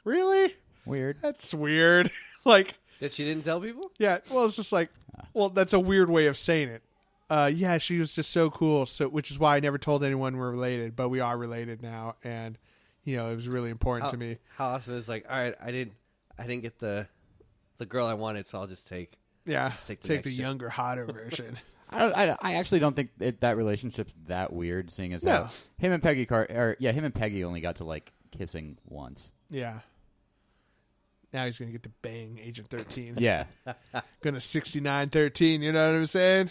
Speaker 1: Really?
Speaker 3: weird.
Speaker 1: That's weird. like
Speaker 2: That she didn't tell people.
Speaker 1: yeah, well, it's just like, well, that's a weird way of saying it. Uh, yeah, she was just so cool, so which is why I never told anyone we're related, but we are related now, and you know it was really important
Speaker 2: Oh.
Speaker 1: to me.
Speaker 2: How awesome is like, all right, I didn't, I didn't get the, the girl I wanted, so I'll just take.
Speaker 1: Yeah, take
Speaker 2: take the
Speaker 1: the,
Speaker 2: next gen-
Speaker 1: younger, hotter version.
Speaker 3: I don't. I, I actually don't think it, that relationship's that weird, seeing as how
Speaker 1: No.
Speaker 3: him and Peggy Car, or yeah, him and Peggy only got to like kissing once.
Speaker 1: yeah. Now he's gonna get to bang Agent Thirteen.
Speaker 3: Yeah.
Speaker 1: gonna sixty nine thirteen. You know what I'm saying?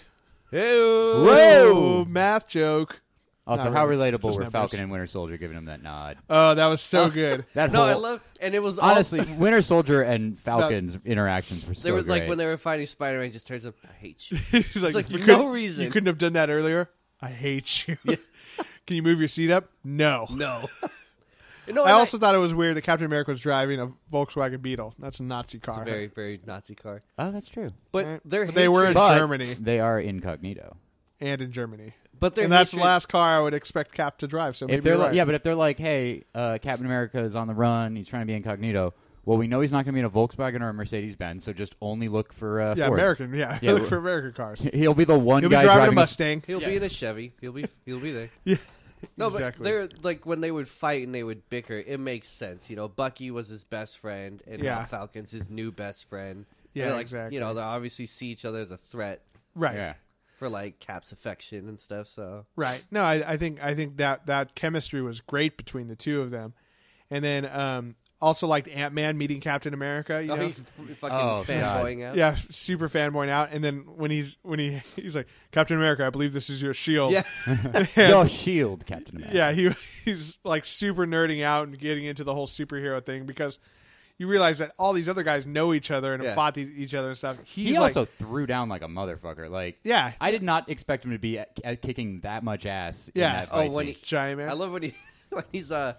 Speaker 3: Whoa.
Speaker 1: math joke.
Speaker 3: Also,
Speaker 1: Not
Speaker 3: how
Speaker 1: really.
Speaker 3: relatable
Speaker 1: Just
Speaker 3: were
Speaker 1: numbers.
Speaker 3: Falcon and Winter Soldier giving him that nod?
Speaker 1: Oh, that was so good.
Speaker 3: That
Speaker 2: No, I
Speaker 3: whole-
Speaker 2: love, and it was all-
Speaker 3: honestly Winter Soldier and Falcon's interactions were so
Speaker 2: There was like
Speaker 3: great.
Speaker 2: when they were fighting Spider Man, just turns up, I hate you.
Speaker 1: He's like,
Speaker 2: like,
Speaker 1: "You
Speaker 2: for
Speaker 1: couldn't-
Speaker 2: no reason."
Speaker 1: You couldn't have done that earlier. I hate you. Can you move your seat up? No.
Speaker 2: no, No,
Speaker 1: I
Speaker 2: and
Speaker 1: also thought it was weird that Captain America was driving a Volkswagen Beetle. That's a Nazi car.
Speaker 2: it's a very very Nazi car.
Speaker 3: Oh, that's true.
Speaker 1: Right?
Speaker 2: But their
Speaker 1: But they were in
Speaker 2: hatred-
Speaker 3: But
Speaker 1: Germany
Speaker 3: They are incognito.
Speaker 1: and in Germany.
Speaker 2: but their
Speaker 1: and that's the
Speaker 2: hatred-
Speaker 1: last car I would expect Cap to drive. So maybe
Speaker 3: If they're
Speaker 1: you're
Speaker 3: like,
Speaker 1: right.
Speaker 3: yeah, but if they're like, hey, uh, Captain America is on the run. He's trying to be incognito. Well, we know he's not going to be in a Volkswagen or a Mercedes Benz, so just only look for uh,
Speaker 1: yeah,
Speaker 3: Fords.
Speaker 1: American, yeah,
Speaker 3: Yeah,
Speaker 1: look
Speaker 3: but-
Speaker 1: for American cars.
Speaker 3: He'll be the one
Speaker 1: He'll be
Speaker 3: guy
Speaker 1: driving, a
Speaker 3: driving
Speaker 1: Mustang.
Speaker 2: He'll be in a Chevy. He'll be he'll be there.
Speaker 1: yeah,
Speaker 2: No,
Speaker 1: exactly.
Speaker 2: but they're like when they would fight and they would bicker. It makes sense, you know. Bucky was his best friend, and now
Speaker 1: Yeah.
Speaker 2: Falcon's his new best friend.
Speaker 1: Yeah,
Speaker 2: They're, like,
Speaker 1: exactly.
Speaker 2: You know, they obviously see each other as a threat
Speaker 1: right,
Speaker 3: Yeah.
Speaker 2: for like Cap's affection and stuff. So
Speaker 1: right. No, I, I think I think that that chemistry was great between the two of them, and then um, also liked Ant Man meeting Captain America. You
Speaker 2: Oh,
Speaker 1: know,
Speaker 2: he's fucking
Speaker 3: Oh, God.
Speaker 2: fanboying out.
Speaker 1: yeah, super fanboying out. And then when he's when he he's like Captain America, I believe this is your shield.
Speaker 2: Yeah.
Speaker 3: Your shield, Captain America.
Speaker 1: Yeah, he he's like super nerding out and getting into the whole superhero thing because you realize that all these other guys know each other and
Speaker 2: Yeah.
Speaker 1: have fought these, each other and stuff. He's
Speaker 3: he
Speaker 1: like,
Speaker 3: also threw down like a motherfucker. Like,
Speaker 1: Yeah.
Speaker 3: I did not expect him to be at, at kicking that much ass. in
Speaker 1: Yeah.
Speaker 3: that
Speaker 2: Oh,
Speaker 3: fight
Speaker 2: when
Speaker 3: scene.
Speaker 2: he-
Speaker 1: giant man.
Speaker 2: I love when he when he's uh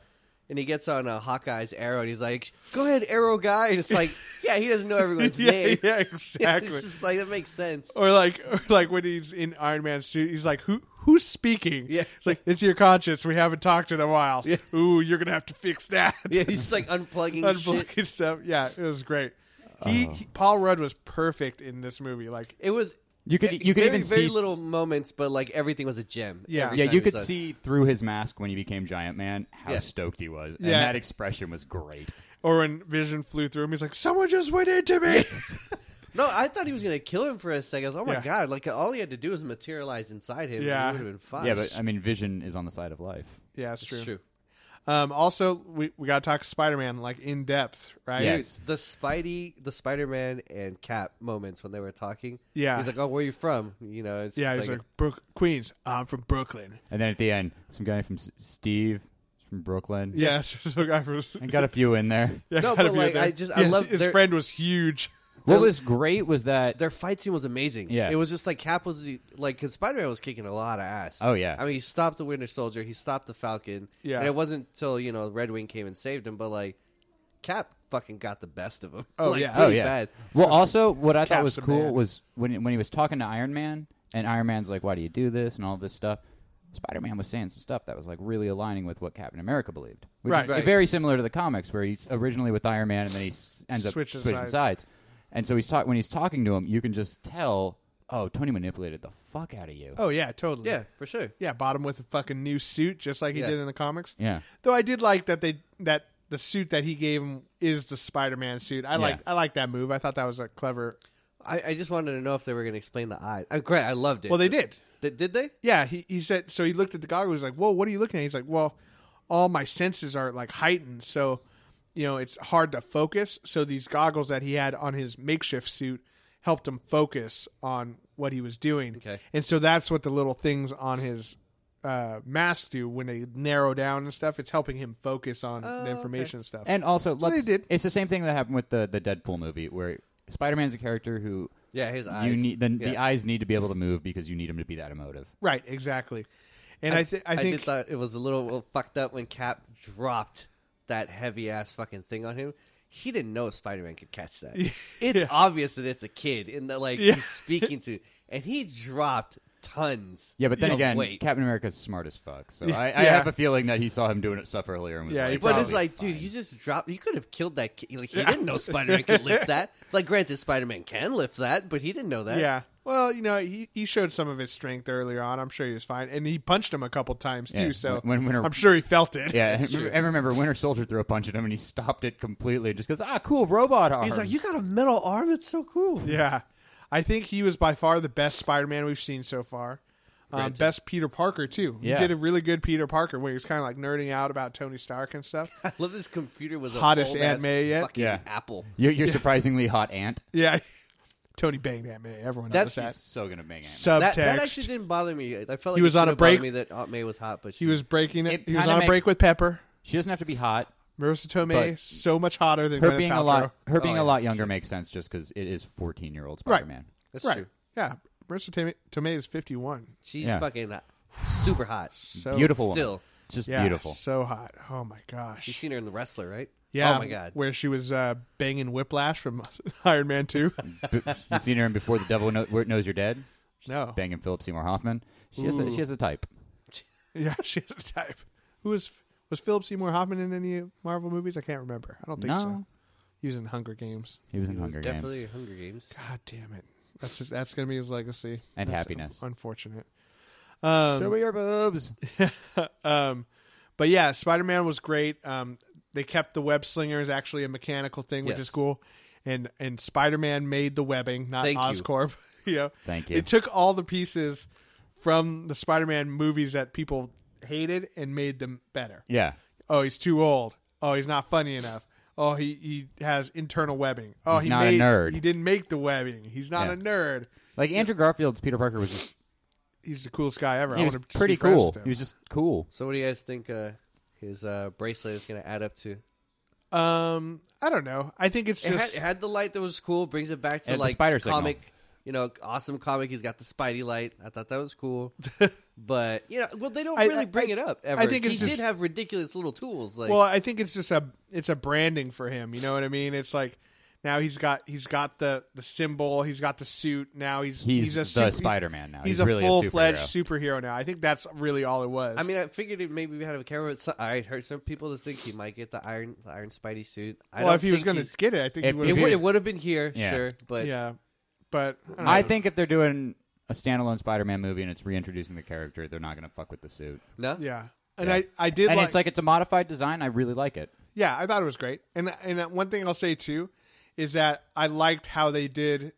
Speaker 2: and he gets on uh, Hawkeye's arrow and he's like, "Go ahead, arrow guy," and it's like, yeah, he doesn't know everyone's
Speaker 1: yeah,
Speaker 2: name.
Speaker 1: yeah,
Speaker 2: It's
Speaker 1: exactly.
Speaker 2: just like that makes sense.
Speaker 1: Or like, or like when he's in Iron Man's suit, he's like, "Who, who's speaking?"
Speaker 2: Yeah.
Speaker 1: it's like it's your conscience. We haven't talked in a while.
Speaker 2: Yeah.
Speaker 1: Ooh, you're gonna have to fix that.
Speaker 2: Yeah, he's like unplugging shit.
Speaker 1: Unblocking stuff. Yeah, it was great.
Speaker 2: Uh.
Speaker 1: He, he- Paul Rudd was perfect in this movie. Like,
Speaker 2: It was
Speaker 3: You could-
Speaker 2: ve-
Speaker 3: you could
Speaker 2: very,
Speaker 3: even
Speaker 2: very
Speaker 3: see-
Speaker 2: little moments, but like everything was a gem.
Speaker 1: Yeah.
Speaker 2: Every
Speaker 3: yeah,
Speaker 2: time
Speaker 3: you
Speaker 2: he was
Speaker 3: could
Speaker 2: on.
Speaker 3: see through his mask when he became Giant Man how
Speaker 2: Yeah.
Speaker 3: stoked he was, and
Speaker 1: Yeah.
Speaker 3: that expression was great.
Speaker 1: or when Vision flew through him, he's like, "Someone just went into me."
Speaker 2: No, I thought he was gonna kill him for a second. I was, oh my
Speaker 1: Yeah.
Speaker 2: god! Like all he had to do was materialize inside him.
Speaker 1: Yeah.
Speaker 2: and he would have been fine.
Speaker 3: Yeah, but I mean, Vision is on the side of life.
Speaker 1: yeah, it's true.
Speaker 2: it's true.
Speaker 1: Um, also, we, we got to talk Spider Man like in depth, right?
Speaker 3: Yeah.
Speaker 2: Dude,
Speaker 3: Yes.
Speaker 2: the Spidey, the Spider Man and Cap moments when they were talking.
Speaker 1: Yeah.
Speaker 2: he's like, "Oh, where are you from?" You know, it's
Speaker 1: Yeah, he's like, Brook- Queens. I'm from Brooklyn.
Speaker 3: And then at the end, some guy from S- Steve from Brooklyn.
Speaker 1: Yes, so guy from.
Speaker 3: I got a few in there.
Speaker 1: Yeah,
Speaker 2: No,
Speaker 1: gotta
Speaker 2: but,
Speaker 1: be
Speaker 2: like,
Speaker 1: there.
Speaker 2: I just- I love
Speaker 1: his
Speaker 2: their-
Speaker 1: friend was huge.
Speaker 3: What was great was that
Speaker 2: their fight scene was amazing.
Speaker 3: Yeah.
Speaker 2: it was just like Cap was the, like because Spider Man was kicking a lot of ass.
Speaker 3: Oh, yeah.
Speaker 2: I mean he stopped the Winter Soldier, he stopped the Falcon.
Speaker 1: Yeah.
Speaker 2: and it wasn't till you know Red Wing came and saved him, but like Cap fucking got the best of him.
Speaker 1: Oh,
Speaker 2: like,
Speaker 1: yeah.
Speaker 3: oh
Speaker 2: pretty
Speaker 3: yeah.
Speaker 2: bad.
Speaker 3: Well, also what I thought was
Speaker 1: Cap's the
Speaker 3: cool
Speaker 1: man.
Speaker 3: was when when he was talking to Iron Man, and Iron Man's like, "Why do you do this?" and all this stuff. Spider Man was saying some stuff that was like really aligning with what Captain America believed, which
Speaker 1: Right.
Speaker 3: is
Speaker 1: Right.
Speaker 3: very similar to the comics where he's originally with Iron Man and then he s- ends up
Speaker 1: Switches
Speaker 3: switching
Speaker 1: sides.
Speaker 3: sides. And so he's talk when he's talking to him, you can just tell, oh, Tony manipulated the fuck out of you.
Speaker 1: Oh yeah, totally.
Speaker 2: Yeah, for sure.
Speaker 1: yeah. Bought him with a fucking new suit, just like he
Speaker 2: Yeah.
Speaker 1: did in the comics.
Speaker 3: Yeah.
Speaker 1: Though I did like that they that the suit that he gave him is the Spider Man suit. I like I like that move. I thought that was a clever.
Speaker 2: I, I just wanted to know if they were going to explain the eyes. Oh, great, I loved it.
Speaker 1: Well, they did.
Speaker 2: Did, did they?
Speaker 1: Yeah, he, he said so he looked at the goggles, he was like, Whoa, what are you looking at? He's like, Well, all my senses are like heightened, so you know, it's hard to focus. So these goggles that he had on his makeshift suit helped him focus on what he was doing.
Speaker 2: Okay.
Speaker 1: And so that's what the little things on his uh, mask do when they narrow down and stuff. It's helping him focus on the information and stuff.
Speaker 3: And also, let's,
Speaker 1: they did.
Speaker 3: it's the same thing that happened with the the Deadpool movie where Spider Man's a character who
Speaker 2: Yeah, his eyes.
Speaker 3: you need the, the
Speaker 2: Yeah.
Speaker 3: eyes need to be able to move because you need him to be that emotive.
Speaker 1: right, exactly. And I, th- I
Speaker 2: I,
Speaker 1: think
Speaker 2: did thought it was a little well, fucked up when Cap dropped that heavy ass fucking thing on him. He didn't know Spider Man could catch that. It's obvious that it's a kid and that like he's speaking to, and he dropped tons.
Speaker 3: Yeah, but then
Speaker 2: of
Speaker 3: again,
Speaker 2: weight.
Speaker 3: Captain America's smart as fuck. So I, I
Speaker 1: Yeah.
Speaker 3: have a feeling that he saw him doing stuff earlier and was
Speaker 1: Yeah, he
Speaker 3: like,
Speaker 2: but it's
Speaker 3: "Probably
Speaker 2: like, dude,
Speaker 3: fine."
Speaker 2: you just dropped. You could have killed that kid. Like, he didn't know Spider Man could lift that. Like, granted, Spider Man can lift that, but he didn't know that.
Speaker 1: Yeah. Well, you know, he, he showed some of his strength earlier on. I'm sure he was fine, and he punched him a couple times too.
Speaker 3: Yeah.
Speaker 1: So
Speaker 3: When- when- when-
Speaker 1: I'm sure he felt it.
Speaker 3: yeah, and remember- and remember, Winter Soldier threw a punch at him and he stopped it completely. Just goes, ah, cool robot arm.
Speaker 2: He's like, you got a metal arm. It's so cool.
Speaker 1: yeah. I think he was by far the best Spider-Man we've seen so far. Um, best Peter Parker too.
Speaker 3: Yeah.
Speaker 1: He did a really good Peter Parker where he was kind of like nerding out about Tony Stark and stuff.
Speaker 2: I love this computer was a
Speaker 1: Hottest
Speaker 2: old
Speaker 1: Aunt
Speaker 2: ass
Speaker 1: May yet?
Speaker 2: Fucking
Speaker 3: Yeah.
Speaker 2: Apple.
Speaker 3: you're, you're surprisingly hot ant.
Speaker 1: yeah. Tony banged that man. Everyone knows
Speaker 2: That's-
Speaker 1: that.
Speaker 3: He's so gonna make ant.
Speaker 1: Subtext.
Speaker 2: That, that actually didn't bother me. I felt like
Speaker 1: He was
Speaker 2: it
Speaker 1: on a
Speaker 2: should've bothered
Speaker 1: break.
Speaker 2: Me that Aunt May was hot, but she
Speaker 1: he was breaking it.
Speaker 3: It
Speaker 1: he was
Speaker 3: kinda
Speaker 1: on a
Speaker 3: makes-
Speaker 1: break with Pepper.
Speaker 3: She doesn't have to be hot.
Speaker 1: Marissa Tomei
Speaker 3: But-
Speaker 1: so much hotter than
Speaker 3: Her
Speaker 1: Gwyneth
Speaker 3: being
Speaker 1: Paltrow.
Speaker 3: a lot, her being
Speaker 2: Oh, yeah,
Speaker 3: a lot younger makes sense just because it is 14 year old Spider Man.
Speaker 2: That's
Speaker 1: right.
Speaker 2: true.
Speaker 1: Yeah. Marissa Tomei, Tomei is 51.
Speaker 2: She's
Speaker 3: Yeah.
Speaker 2: fucking uh, super hot.
Speaker 1: So
Speaker 3: Beautiful woman.
Speaker 2: Still,
Speaker 3: Just
Speaker 1: Yeah,
Speaker 3: beautiful.
Speaker 1: So hot. Oh my gosh.
Speaker 2: You've seen her in The Wrestler, right?
Speaker 1: yeah. um,
Speaker 2: Oh my god.
Speaker 1: Where she was uh, banging Whiplash from Iron Man Two.
Speaker 3: B- you seen her in Before the Devil Kno- Where- Knows You're Dead? She's
Speaker 1: No.
Speaker 3: Banging Philip Seymour Hoffman. She has, a, she has a type.
Speaker 1: yeah, she has a type. Who was was Philip Seymour Hoffman in any Marvel movies? I can't remember. I don't think
Speaker 3: No.
Speaker 1: so. He was in Hunger Games.
Speaker 3: He was in
Speaker 2: It was
Speaker 3: Hunger
Speaker 2: definitely
Speaker 3: Games.
Speaker 2: Hunger Games.
Speaker 1: God damn it. That's his, that's gonna be his legacy
Speaker 3: And
Speaker 1: That's
Speaker 3: happiness.
Speaker 1: un- Unfortunate. Um,
Speaker 3: Show me your boobs.
Speaker 1: um, but yeah, Spider Man was great. Um, they kept the web slinger is actually a mechanical thing, which
Speaker 2: Yes.
Speaker 1: is cool. And and Spider Man made the webbing, not
Speaker 2: Thank you.
Speaker 1: Oscorp. You. know,
Speaker 3: Thank you.
Speaker 1: It took all the pieces from the Spider Man movies that people hated and made them better.
Speaker 3: Yeah.
Speaker 1: Oh, he's too old. Oh, he's not funny enough. Oh, he, he has internal webbing. Oh,
Speaker 3: He's
Speaker 1: he
Speaker 3: not a
Speaker 1: made,
Speaker 3: nerd.
Speaker 1: He didn't make the webbing. He's not
Speaker 3: Yeah.
Speaker 1: a nerd.
Speaker 3: Like Andrew Garfield's Peter Parker was just
Speaker 1: He's the coolest guy ever. I
Speaker 3: he was
Speaker 1: want to
Speaker 3: pretty
Speaker 1: be friends
Speaker 3: cool.
Speaker 1: with him.
Speaker 3: He was just cool.
Speaker 2: So what do you guys think uh, his uh, bracelet is going to add up to?
Speaker 1: Um, I don't know. I think it's
Speaker 2: It had,
Speaker 1: just
Speaker 2: it had the light that was cool. Brings it back
Speaker 3: It
Speaker 2: to
Speaker 3: had the
Speaker 2: like
Speaker 3: spider signal.
Speaker 2: comic, you know, awesome comic. He's got the Spidey light. I thought that was cool. but you know, well, they don't
Speaker 1: I-
Speaker 2: really
Speaker 1: I-
Speaker 2: bring
Speaker 1: I-
Speaker 2: it up.
Speaker 1: I
Speaker 2: Ever.
Speaker 1: think it's
Speaker 2: he
Speaker 1: just-
Speaker 2: did have ridiculous little tools. Like
Speaker 1: well, I think it's just a it's a branding for him. You know what I mean? It's like now he's got he's got the the symbol, he's got the suit. Now he's
Speaker 3: He's
Speaker 1: a
Speaker 3: the
Speaker 1: super-
Speaker 3: Spider-Man now.
Speaker 1: He's,
Speaker 3: He's
Speaker 1: a
Speaker 3: really a
Speaker 1: full fledged superhero now. I think that's really all it was.
Speaker 2: I mean, I figured it maybe we had a camera. But so, I heard some people just think he might get the iron, the iron Spidey suit. I
Speaker 1: well,
Speaker 2: don't
Speaker 1: if he was
Speaker 2: think
Speaker 1: going
Speaker 2: he's-
Speaker 1: to get it, I think
Speaker 3: If-
Speaker 1: he
Speaker 3: if
Speaker 2: it
Speaker 1: would.
Speaker 3: he
Speaker 2: would,
Speaker 3: was-
Speaker 2: it would have been here,
Speaker 3: Yeah.
Speaker 2: sure. But
Speaker 1: Yeah, but I, don't
Speaker 3: I
Speaker 1: know.
Speaker 3: think if they're doing a standalone Spider-Man movie and it's reintroducing the character, they're not going to fuck with the suit.
Speaker 2: no,
Speaker 1: yeah. And I, I did
Speaker 3: and
Speaker 1: like,
Speaker 3: it's like it's a modified design. I really like it.
Speaker 1: yeah I thought it was great and and that one thing I'll say too is that I liked how they did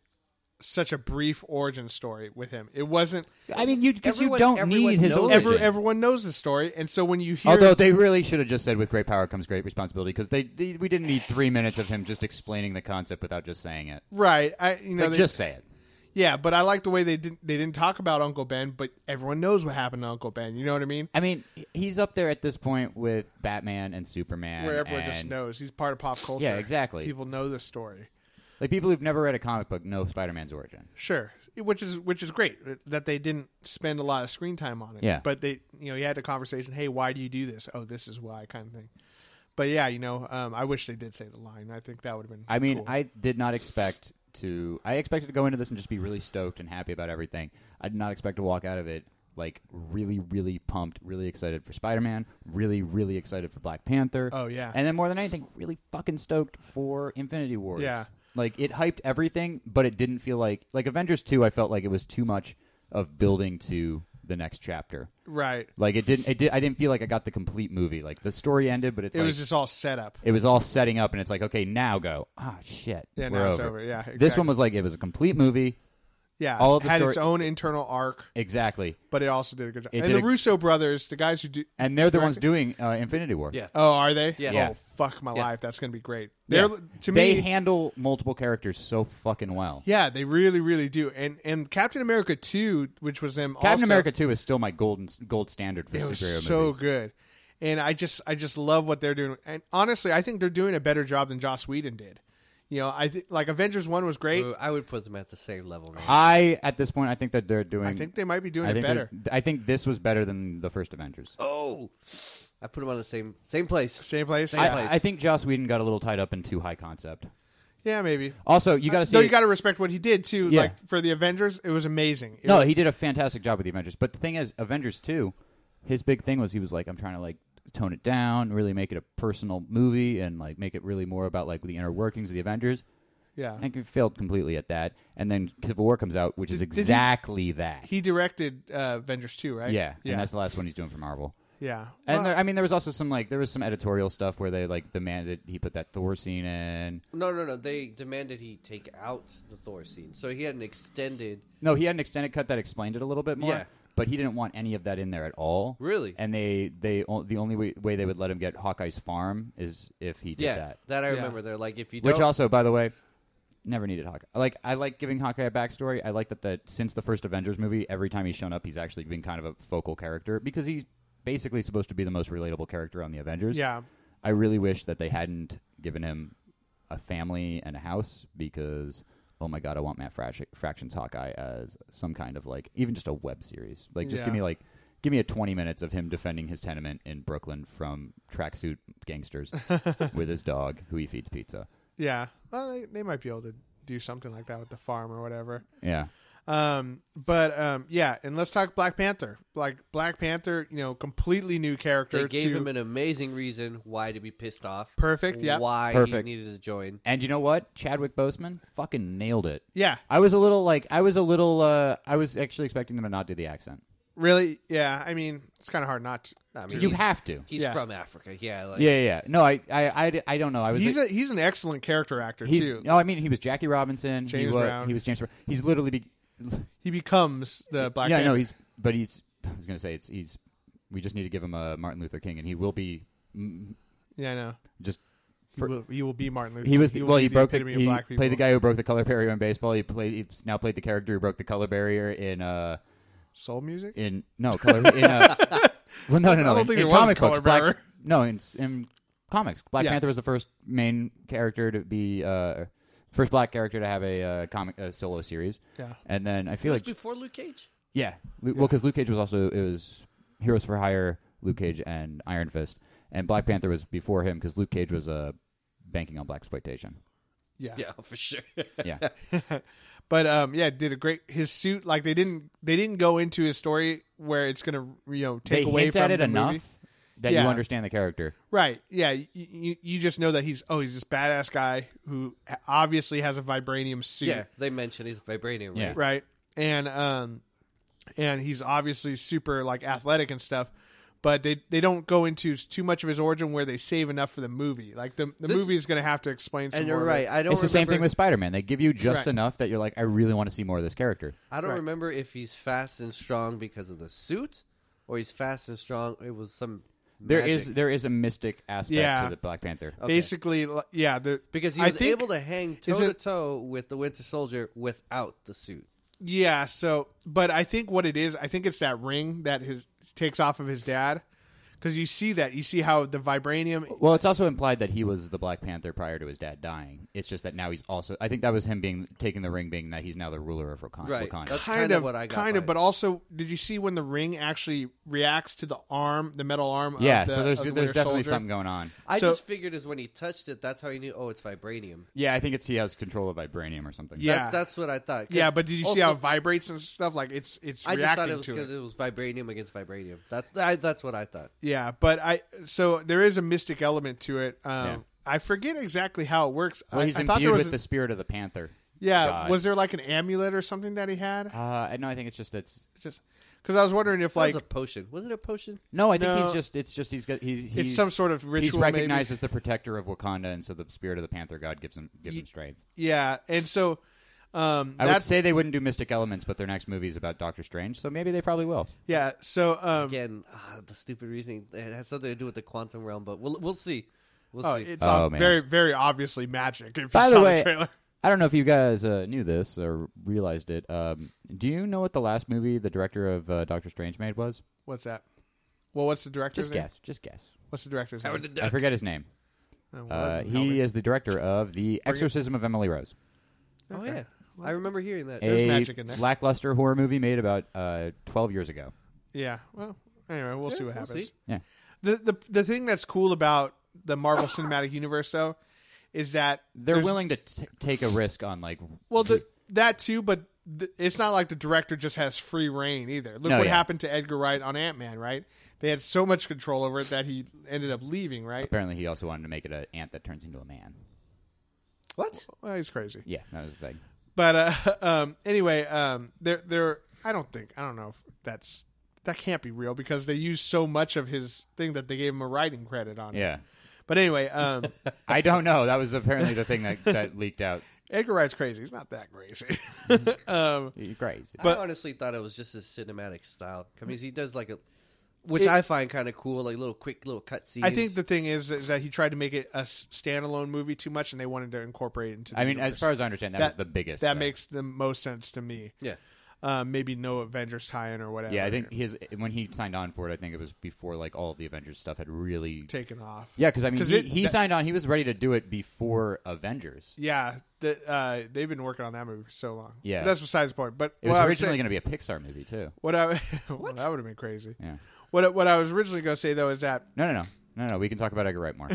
Speaker 1: such a brief origin story with him it wasn't
Speaker 3: I mean, you because you
Speaker 2: Everyone-
Speaker 3: don't
Speaker 2: everyone
Speaker 3: need his
Speaker 2: knows it.
Speaker 3: origin.
Speaker 1: every, everyone knows the story and so when you hear
Speaker 3: Although they really should have just said, "With great power comes great responsibility," because they, they we didn't need three minutes of him just explaining the concept without just saying it.
Speaker 1: Right. I you know
Speaker 3: like,
Speaker 1: they,
Speaker 3: just say it.
Speaker 1: yeah, but I like the way they didn't they didn't talk about Uncle Ben, but everyone knows what happened to Uncle Ben. You know what I mean?
Speaker 3: I mean, he's up there at this point with Batman and Superman.
Speaker 1: Where everyone just
Speaker 3: and-
Speaker 1: knows he's part of pop culture.
Speaker 3: Yeah, exactly.
Speaker 1: People know this story.
Speaker 3: Like people who've never read a comic book know Spider-Man's origin.
Speaker 1: Sure, which is which is great that they didn't spend a lot of screen time on it.
Speaker 3: Yeah.
Speaker 1: but they you know you had the conversation. Hey, why do you do this? Oh, this is why, kind of thing. But yeah, you know, um, I wish they did say the line. I think that would have been.
Speaker 3: I mean,
Speaker 1: cool.
Speaker 3: I did not expect to. I expected to go into this and just be really stoked and happy about everything. I did not expect to walk out of it like really, really pumped, really excited for Spider Man, really, really excited for Black Panther.
Speaker 1: Oh, yeah.
Speaker 3: and then more than anything, really fucking stoked for Infinity Wars.
Speaker 1: Yeah.
Speaker 3: like it hyped everything, but it didn't feel like like Avengers two. I felt like it was too much of building to the next chapter.
Speaker 1: right.
Speaker 3: Like it didn't. It did. I didn't feel like I got the complete movie. Like the story ended, but it's
Speaker 1: It
Speaker 3: like,
Speaker 1: was just all set up.
Speaker 3: it was all setting up, and it's like, okay, now go. Ah, shit.
Speaker 1: Yeah,
Speaker 3: we're
Speaker 1: now
Speaker 3: over.
Speaker 1: it's over. Yeah,
Speaker 3: This
Speaker 1: exactly.
Speaker 3: one was like it was a complete movie.
Speaker 1: Yeah,
Speaker 3: all of the
Speaker 1: had
Speaker 3: story-
Speaker 1: its own internal arc,
Speaker 3: Exactly,
Speaker 1: but it also did a good job.
Speaker 3: It
Speaker 1: and
Speaker 3: did
Speaker 1: the
Speaker 3: a-
Speaker 1: Russo brothers, the guys who do,
Speaker 3: and they're the ones doing uh, Infinity War.
Speaker 2: Yeah.
Speaker 1: Oh, are they?
Speaker 2: Yeah.
Speaker 3: Yeah.
Speaker 1: Oh, fuck my
Speaker 2: Yeah.
Speaker 1: life. That's gonna be great.
Speaker 3: Yeah.
Speaker 1: They're to
Speaker 3: they
Speaker 1: me.
Speaker 3: handle multiple characters so fucking well.
Speaker 1: yeah, they really, really do. And and Captain America two, which was them.
Speaker 3: Captain
Speaker 1: also,
Speaker 3: America Two is still my golden gold standard for
Speaker 1: It
Speaker 3: superhero
Speaker 1: was so
Speaker 3: movies.
Speaker 1: good. And I just, I just love what they're doing. And honestly, I think they're doing a better job than Joss Whedon did. You know, I think like Avengers one was great.
Speaker 2: Ooh, I would put them at the same level. Man.
Speaker 3: I at this point, I think that they're doing.
Speaker 1: I think they might be doing
Speaker 3: I
Speaker 1: it
Speaker 3: think they're-
Speaker 1: better.
Speaker 3: I think this was better than the first Avengers.
Speaker 2: Oh, I put them on the same same place.
Speaker 1: Same place.
Speaker 2: Same
Speaker 1: yeah.
Speaker 2: place.
Speaker 3: I, I think Joss Whedon got a little tied up in too high concept.
Speaker 1: Yeah, maybe.
Speaker 3: Also, you got to see.
Speaker 1: Though Uh, you got to respect what he did too.
Speaker 3: Yeah.
Speaker 1: Like for the Avengers, it was amazing. It
Speaker 3: No,
Speaker 1: was-
Speaker 3: he did a fantastic job with the Avengers. But the thing is, Avengers two, his big thing was he was like, I'm trying to like tone it down, really make it a personal movie, and like make it really more about like the inner workings of the Avengers.
Speaker 1: yeah.
Speaker 3: I think he failed completely at that. And then Civil War comes out, which is
Speaker 1: Did- did he-
Speaker 3: exactly that.
Speaker 1: He directed uh, Avengers two, right?
Speaker 3: yeah,
Speaker 1: yeah,
Speaker 3: and that's the last one he's doing for Marvel.
Speaker 1: yeah.
Speaker 3: And there, I mean, there was also some like there was some editorial stuff where they like demanded he put that Thor scene in.
Speaker 2: No, no, no. They demanded he take out the Thor scene, so he had an extended.
Speaker 3: No, he had an extended cut that explained it a little bit more.
Speaker 2: Yeah.
Speaker 3: But he didn't want any of that in there at all.
Speaker 2: Really?
Speaker 3: And they they o- the only way, way they would let him get Hawkeye's farm is if he did
Speaker 2: Yeah, that,
Speaker 3: that.
Speaker 2: I
Speaker 1: Yeah.
Speaker 2: remember. They're like, if you
Speaker 3: Which
Speaker 2: don't,
Speaker 3: also, by the way, never needed Hawkeye. Like I like giving Hawkeye a backstory. I like that that since the first Avengers movie, every time he's shown up, he's actually been kind of a focal character because he's basically supposed to be the most relatable character on the Avengers.
Speaker 1: Yeah.
Speaker 3: I really wish that they hadn't given him a family and a house because oh my god, I want Matt Fraction, Fraction's Hawkeye as some kind of like even just a web series. Like just
Speaker 1: Yeah.
Speaker 3: give me like Give me a 20 minutes of him defending his tenement in Brooklyn from tracksuit gangsters with his dog, who he feeds pizza.
Speaker 1: Yeah. Well, they, they might be able to do something like that with the farm or whatever.
Speaker 3: Yeah.
Speaker 1: Um, but um, yeah, and let's talk Black Panther. Like Black Panther, you know, completely new character.
Speaker 2: They gave
Speaker 1: to-
Speaker 2: him an amazing reason why to be pissed off.
Speaker 1: Perfect, yeah.
Speaker 2: Why
Speaker 3: Perfect.
Speaker 2: he needed to join.
Speaker 3: And you know what? Chadwick Boseman fucking nailed it.
Speaker 1: yeah,
Speaker 3: I was a little like I was a little uh I was actually expecting them to not do the accent.
Speaker 1: really, yeah. I mean, it's kind of hard not. To.
Speaker 2: I mean,
Speaker 3: you
Speaker 2: he's-
Speaker 3: have to.
Speaker 2: He's
Speaker 1: Yeah.
Speaker 2: from Africa. Yeah. Like,
Speaker 3: Yeah, yeah, yeah. No, I, I, I, I don't know. I was.
Speaker 1: He's a, he's an excellent character actor
Speaker 3: he's.
Speaker 1: too.
Speaker 3: No, I mean he was Jackie Robinson. he
Speaker 1: James
Speaker 3: was,
Speaker 1: Brown.
Speaker 3: He was James Brown. He's literally. Be,
Speaker 1: He becomes the Uh, Black.
Speaker 3: yeah,
Speaker 1: Panther.
Speaker 3: no, he's. But he's. I was gonna say it's. He's. We just need to give him a Martin Luther King, and he will be. mm,
Speaker 1: yeah, I know.
Speaker 3: Just
Speaker 1: He will, he will be Martin Luther.
Speaker 3: he was.
Speaker 1: will
Speaker 3: well,
Speaker 1: be
Speaker 3: he
Speaker 1: the
Speaker 3: broke the.
Speaker 1: epitome of
Speaker 3: He
Speaker 1: black people.
Speaker 3: played the guy who broke the color barrier in baseball. He played. He's now played the character who broke the color barrier in. uh
Speaker 1: Soul music.
Speaker 3: in no color in uh, well no no no
Speaker 1: don't
Speaker 3: in,
Speaker 1: think
Speaker 3: in
Speaker 1: there was a
Speaker 3: comic
Speaker 1: color
Speaker 3: books black,
Speaker 1: barrier.
Speaker 3: no in, in comics Black
Speaker 1: Yeah.
Speaker 3: Panther was the first main character to be uh, first black character to have a uh, comic a solo series
Speaker 1: Yeah.
Speaker 3: and then I feel like
Speaker 2: Before Luke Cage.
Speaker 3: yeah Lu- well because Luke Cage was also it was Heroes for Hire Luke Cage and Iron Fist and Black Panther was before him because Luke Cage was uh, banking on black exploitation
Speaker 1: Yeah.
Speaker 2: Yeah, for sure.
Speaker 3: yeah
Speaker 1: But um, yeah, did a great his suit. Like they didn't they didn't go into his story where it's gonna you know
Speaker 3: they
Speaker 1: take away
Speaker 3: hint
Speaker 1: from
Speaker 3: at it
Speaker 1: the
Speaker 3: enough
Speaker 1: movie.
Speaker 3: that
Speaker 1: Yeah.
Speaker 3: you understand the character
Speaker 1: Right. Yeah. You, you, you just know that he's oh he's this badass guy who obviously has a vibranium suit.
Speaker 2: yeah. They mentioned he's vibranium. Right?
Speaker 3: Yeah.
Speaker 1: Right. And um, and he's obviously super like athletic and stuff. But they, they don't go into too much of his origin where they save enough for the movie. Like the, the
Speaker 2: This-
Speaker 1: movie is going to have to explain. Some
Speaker 2: And you're
Speaker 1: more of
Speaker 2: right.
Speaker 1: it.
Speaker 2: I don't.
Speaker 3: it's the same thing
Speaker 2: remember-
Speaker 3: with Spider Man they give you just
Speaker 1: Right.
Speaker 3: enough that you're like I really want to see more of this character
Speaker 2: I don't
Speaker 1: Right.
Speaker 2: remember if he's fast and strong because of the suit, or he's fast and strong. It was some.
Speaker 3: There
Speaker 2: magic.
Speaker 3: is there is a mystic aspect
Speaker 1: Yeah.
Speaker 3: to the Black Panther.
Speaker 1: Basically, li- yeah. The,
Speaker 2: because he
Speaker 1: I
Speaker 2: was
Speaker 1: think-
Speaker 2: able to hang toe
Speaker 1: is
Speaker 2: to
Speaker 1: it-
Speaker 2: toe with the Winter Soldier without the suit.
Speaker 1: Yeah, so but I think what it is, I think it's that ring that his takes off of his dad cuz you see that, you see how the vibranium
Speaker 3: Well, it's also implied that he was the Black Panther prior to his dad dying. It's just that now he's also. I think that was him being taking the ring, being that he's now the ruler of Wakan-
Speaker 2: Right.
Speaker 3: Wakanda.
Speaker 2: That's
Speaker 1: kind
Speaker 2: kinda
Speaker 1: of
Speaker 2: what I got
Speaker 1: kind
Speaker 2: by
Speaker 1: of
Speaker 2: it.
Speaker 1: but also did you see when the ring actually reacts to the arm, the metal arm of
Speaker 3: yeah,
Speaker 1: the-
Speaker 3: so there's
Speaker 1: of the
Speaker 3: there's
Speaker 1: Winter
Speaker 3: definitely
Speaker 1: Soldier?
Speaker 3: something going on.
Speaker 2: I
Speaker 1: So-
Speaker 2: just figured is when he touched it, that's how he knew. Oh, it's vibranium.
Speaker 3: Yeah, I think it's he has control of vibranium or something.
Speaker 1: Yeah.
Speaker 2: That's that's what I thought. 'Cause
Speaker 1: Yeah, but did you see
Speaker 2: also-
Speaker 1: how it vibrates and stuff like it's it's
Speaker 2: I just
Speaker 1: reacting
Speaker 2: thought it was
Speaker 1: to
Speaker 2: because it. was vibranium against vibranium. That's I, that's what I thought.
Speaker 1: Yeah, but I so there is a mystic element to it. Um
Speaker 3: Yeah.
Speaker 1: I forget exactly how it works.
Speaker 3: Well,
Speaker 1: I,
Speaker 3: he's
Speaker 1: I thought there
Speaker 3: imbued
Speaker 1: was
Speaker 3: with
Speaker 1: a-
Speaker 3: the spirit of the Panther.
Speaker 1: Yeah,
Speaker 3: God.
Speaker 1: was there like an amulet or something that he had?
Speaker 3: Uh, no, I think it's just that's.
Speaker 1: Just cuz I was wondering if
Speaker 2: That
Speaker 1: like
Speaker 2: was a potion. Was it a potion?
Speaker 3: No, I think
Speaker 1: No.
Speaker 3: he's just. It's just he's got. He's, he's
Speaker 1: It's some sort of
Speaker 3: He's
Speaker 1: ritual,
Speaker 3: recognized
Speaker 1: maybe.
Speaker 3: as the protector of Wakanda, and so the spirit of the Panther god gives him gives him strength.
Speaker 1: Yeah, and so um,
Speaker 3: I would
Speaker 1: that's
Speaker 3: say they wouldn't do mystic elements, but their next movie is about Doctor Strange, so maybe they probably will.
Speaker 1: yeah. So um,
Speaker 2: Again, ah, the stupid reasoning. It has something to do with the quantum realm, but we'll we'll see. We'll
Speaker 1: oh,
Speaker 2: see.
Speaker 1: it's
Speaker 3: Oh,
Speaker 1: ob-
Speaker 3: man.
Speaker 1: very very obviously magic. If you
Speaker 3: By
Speaker 1: saw
Speaker 3: the way,
Speaker 1: trailer.
Speaker 3: I don't know if you guys uh, knew this or realized it. Um, do you know what the last movie the director of uh, Doctor Strange made was?
Speaker 1: what's that? Well, what's the director's
Speaker 3: Just
Speaker 1: name?
Speaker 3: guess. Just guess.
Speaker 1: What's the director's name?
Speaker 3: I forget his name.
Speaker 1: Oh, well,
Speaker 3: Uh,
Speaker 1: that doesn't help me.
Speaker 3: he is the director of The Exorcism of Emily Rose,
Speaker 2: oh yeah, I remember hearing that.
Speaker 3: a
Speaker 1: magic in there.
Speaker 3: lackluster horror movie made about uh, 12 years ago.
Speaker 1: Yeah. Well, anyway, we'll see what
Speaker 2: we'll
Speaker 1: happens.
Speaker 2: see.
Speaker 3: Yeah.
Speaker 1: The the the thing that's cool about the Marvel Cinematic Universe though is that
Speaker 3: They're
Speaker 1: there's-
Speaker 3: willing to t- take a risk on like
Speaker 1: Well, the, that too, but th- it's not like the director just has free reign either. Look
Speaker 3: No,
Speaker 1: what
Speaker 3: yeah.
Speaker 1: happened to Edgar Wright on Ant Man, right? They had so much control over it that he ended up leaving, right?
Speaker 3: apparently he also wanted to make it an ant that turns into a man.
Speaker 2: What?
Speaker 1: Well, he's crazy.
Speaker 3: Yeah, that was the thing.
Speaker 1: But uh, um, anyway, um, there, there. I don't think I don't know if that's that can't be real because they used so much of his thing that they gave him a writing credit on. it.
Speaker 3: Yeah.
Speaker 1: But anyway, um,
Speaker 3: I don't know. That was apparently the thing that, that leaked out.
Speaker 1: Edgar Wright's crazy. He's not that crazy.
Speaker 3: Mm-hmm.
Speaker 1: um,
Speaker 3: You're crazy.
Speaker 1: But-
Speaker 2: I honestly thought it was just his cinematic style. I mean, he does like a, which I find kind of cool, like little quick little cutscenes.
Speaker 1: I think the thing is is that he tried to make it a s- standalone movie too much, and they wanted to incorporate it into. The
Speaker 3: I mean, as
Speaker 1: universe.
Speaker 3: far as I understand, that, was the biggest.
Speaker 1: That
Speaker 3: thing.
Speaker 1: makes the most sense to me.
Speaker 2: yeah,
Speaker 1: um, maybe no Avengers tie-in or whatever.
Speaker 3: Yeah, I think his when he signed on for it, I think it was before like all of the Avengers stuff had really.
Speaker 1: taken off.
Speaker 3: yeah, because I mean,
Speaker 1: 'Cause
Speaker 3: he,
Speaker 1: it-
Speaker 3: he
Speaker 1: that-
Speaker 3: signed on. He was ready to do it before Avengers.
Speaker 1: yeah. The, uh, they've been working on that movie for so long.
Speaker 3: Yeah.
Speaker 1: that's besides the point. But
Speaker 3: It
Speaker 1: what
Speaker 3: was
Speaker 1: I was
Speaker 3: originally
Speaker 1: saying-
Speaker 3: going to be a Pixar movie too.
Speaker 1: what I well, that would have been crazy.
Speaker 3: Yeah.
Speaker 1: What I- what I was originally going to say though is that
Speaker 3: No, no, no, no, no. We can talk about Edgar Wright more.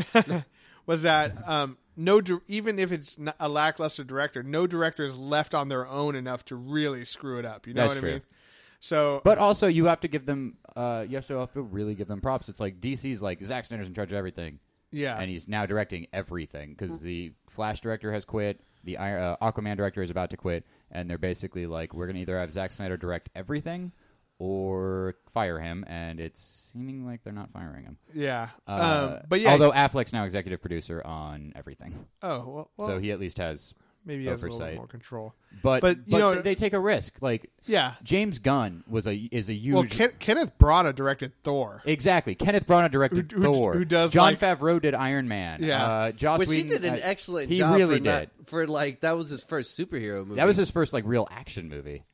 Speaker 1: was that um, no di- even if it's n a a lackluster director, no director is left on their own enough to really screw it up. You know
Speaker 3: That's
Speaker 1: what
Speaker 3: true.
Speaker 1: I mean? So,
Speaker 3: But also, you have to give them. Uh, you have to, have to really give them props. It's like DC's like Zack Snyder's in charge of everything,
Speaker 1: yeah,
Speaker 3: and he's now directing everything because the Flash director has quit, the Ir- uh, Aquaman director is about to quit, and they're basically like, we're gonna either have Zack Snyder direct everything, or fire him, and it's seeming like they're not firing him.
Speaker 1: yeah.
Speaker 3: Uh,
Speaker 1: um, but yeah,
Speaker 3: although Affleck's now executive producer on everything,
Speaker 1: oh well, well,
Speaker 3: so he at least has.
Speaker 1: maybe he has a little
Speaker 3: oversight.
Speaker 1: bit more control.
Speaker 3: But
Speaker 1: But, you know-
Speaker 3: they, they take a risk. Like
Speaker 1: Yeah.
Speaker 3: James Gunn was a is a huge
Speaker 1: Well, Ken- Kenneth Branagh directed Thor.
Speaker 3: Exactly. Kenneth Branagh directed
Speaker 1: Who- who-
Speaker 3: Thor.
Speaker 1: who does,
Speaker 3: John
Speaker 1: like-
Speaker 3: Favreau did Iron Man.
Speaker 1: Yeah.
Speaker 3: Uh, Joss
Speaker 2: Which
Speaker 3: Whedon,
Speaker 2: he did an
Speaker 3: uh,
Speaker 2: excellent
Speaker 3: he
Speaker 2: job.
Speaker 3: really
Speaker 2: for
Speaker 3: did.
Speaker 2: not- for like that was his first superhero movie.
Speaker 3: that was his first like real action movie.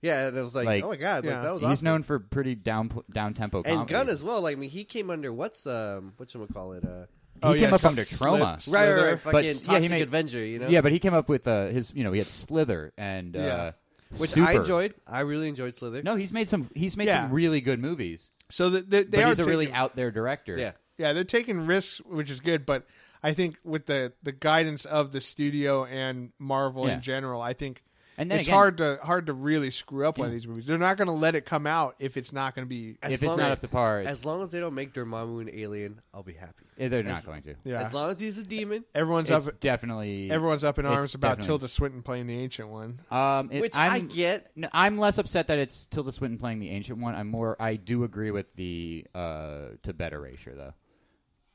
Speaker 2: yeah. That was like,
Speaker 3: like,
Speaker 2: oh my god,
Speaker 1: yeah.
Speaker 2: like, that was
Speaker 3: He's
Speaker 2: awesome.
Speaker 3: known for pretty down down tempo
Speaker 2: and
Speaker 3: comedy.
Speaker 2: Gunn as well. Like I mean, he came under what's um what call it uh
Speaker 1: Oh,
Speaker 3: He came up under Trauma.
Speaker 2: right, right, right,
Speaker 1: Slither.
Speaker 2: fucking
Speaker 3: yeah, he
Speaker 2: Toxic
Speaker 3: made-
Speaker 2: Avenger. You know,
Speaker 3: Yeah, but he came up with uh, his you know he had Slither and uh,
Speaker 2: which
Speaker 3: Super.
Speaker 2: I enjoyed. I really enjoyed Slither.
Speaker 3: No, he's made some he's made
Speaker 1: Yeah.
Speaker 3: some really good movies.
Speaker 1: So the, the, they
Speaker 3: but
Speaker 1: are
Speaker 3: he's a
Speaker 1: taking,
Speaker 3: really out there director.
Speaker 2: yeah.
Speaker 1: yeah, they're taking risks, which is good. But I think with the the guidance of the studio and Marvel
Speaker 3: Yeah.
Speaker 1: in general, I think.
Speaker 3: And then
Speaker 1: it's
Speaker 3: again-
Speaker 1: hard to hard to really screw up one of these movies. They're not going to let it come out if it's not going to be.
Speaker 3: If it's
Speaker 2: long
Speaker 3: not
Speaker 2: as-
Speaker 3: up to par, it's-
Speaker 2: As long as they don't make Dormammu an alien, I'll be happy.
Speaker 3: Eh, they're not going to.
Speaker 1: yeah,
Speaker 2: As long as he's a demon,
Speaker 1: everyone's
Speaker 3: It's
Speaker 1: up.
Speaker 3: definitely
Speaker 1: Everyone's up in
Speaker 3: it's
Speaker 1: arms about
Speaker 3: definitely-
Speaker 1: Tilda Swinton playing the ancient one.
Speaker 3: Um, it-
Speaker 2: which i
Speaker 3: I'm-
Speaker 2: get.
Speaker 3: No, I'm less upset that it's Tilda Swinton playing the ancient one. I'm more. I do agree with the uh, Tibet erasure though,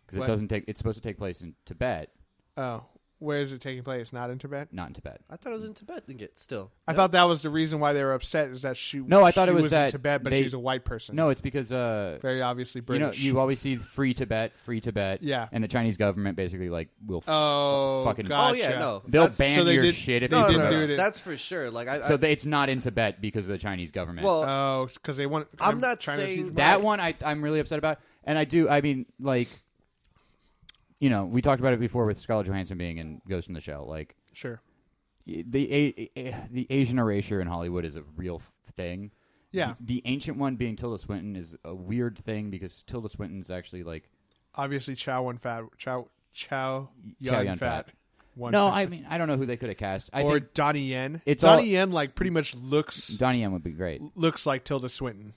Speaker 3: because it
Speaker 1: What?
Speaker 3: doesn't take. It's supposed to take place in Tibet,
Speaker 1: Oh, where is it taking place? Not in Tibet.
Speaker 3: not in Tibet.
Speaker 2: I thought it was in Tibet. Then get still.
Speaker 1: I thought that was the reason why they were upset is that she.
Speaker 3: No, I
Speaker 1: she
Speaker 3: thought it was
Speaker 1: in
Speaker 3: that
Speaker 1: Tibet, but
Speaker 3: they-
Speaker 1: she's a white person.
Speaker 3: No, it's because uh,
Speaker 1: very obviously
Speaker 3: you know
Speaker 1: British.
Speaker 3: you always see free Tibet, free Tibet.
Speaker 1: Yeah.
Speaker 3: and the Chinese government basically like will. f
Speaker 1: oh,
Speaker 3: Fucking-
Speaker 1: gotcha.
Speaker 2: Oh yeah, no.
Speaker 3: they'll
Speaker 2: That's-
Speaker 3: ban
Speaker 1: so they
Speaker 3: your
Speaker 1: did-
Speaker 3: shit if
Speaker 1: they
Speaker 3: you
Speaker 1: did
Speaker 3: promote
Speaker 1: do
Speaker 3: it.
Speaker 1: it.
Speaker 2: That's for sure. Like I,
Speaker 3: So
Speaker 2: I,
Speaker 3: they, it's not in Tibet because of the Chinese government.
Speaker 2: well,
Speaker 1: Oh, because they want.
Speaker 2: I'm not
Speaker 1: China's
Speaker 2: saying
Speaker 1: huge
Speaker 3: that
Speaker 2: Right.
Speaker 3: one I, I'm really upset about, and I do. I mean, like, you know, we talked about it before with Scarlett Johansson being in Ghost in the Shell. Like,
Speaker 1: Sure.
Speaker 3: the a, a- the Asian erasure in Hollywood is a real f- thing.
Speaker 1: Yeah.
Speaker 3: The, the ancient one being Tilda Swinton is a weird thing because Tilda Swinton's actually like
Speaker 1: Obviously, Chow One Fat. Chow Chow
Speaker 3: Chow
Speaker 1: Yun
Speaker 3: Yun
Speaker 1: Fat.
Speaker 3: Fat.
Speaker 1: One
Speaker 3: No,
Speaker 1: Fat.
Speaker 3: I mean I don't know who they could have cast. I
Speaker 1: or
Speaker 3: think
Speaker 1: Donnie Yen.
Speaker 3: It's
Speaker 1: Donnie
Speaker 3: all-
Speaker 1: Yen like pretty much looks
Speaker 3: Donnie Yen would be great.
Speaker 1: looks like Tilda Swinton,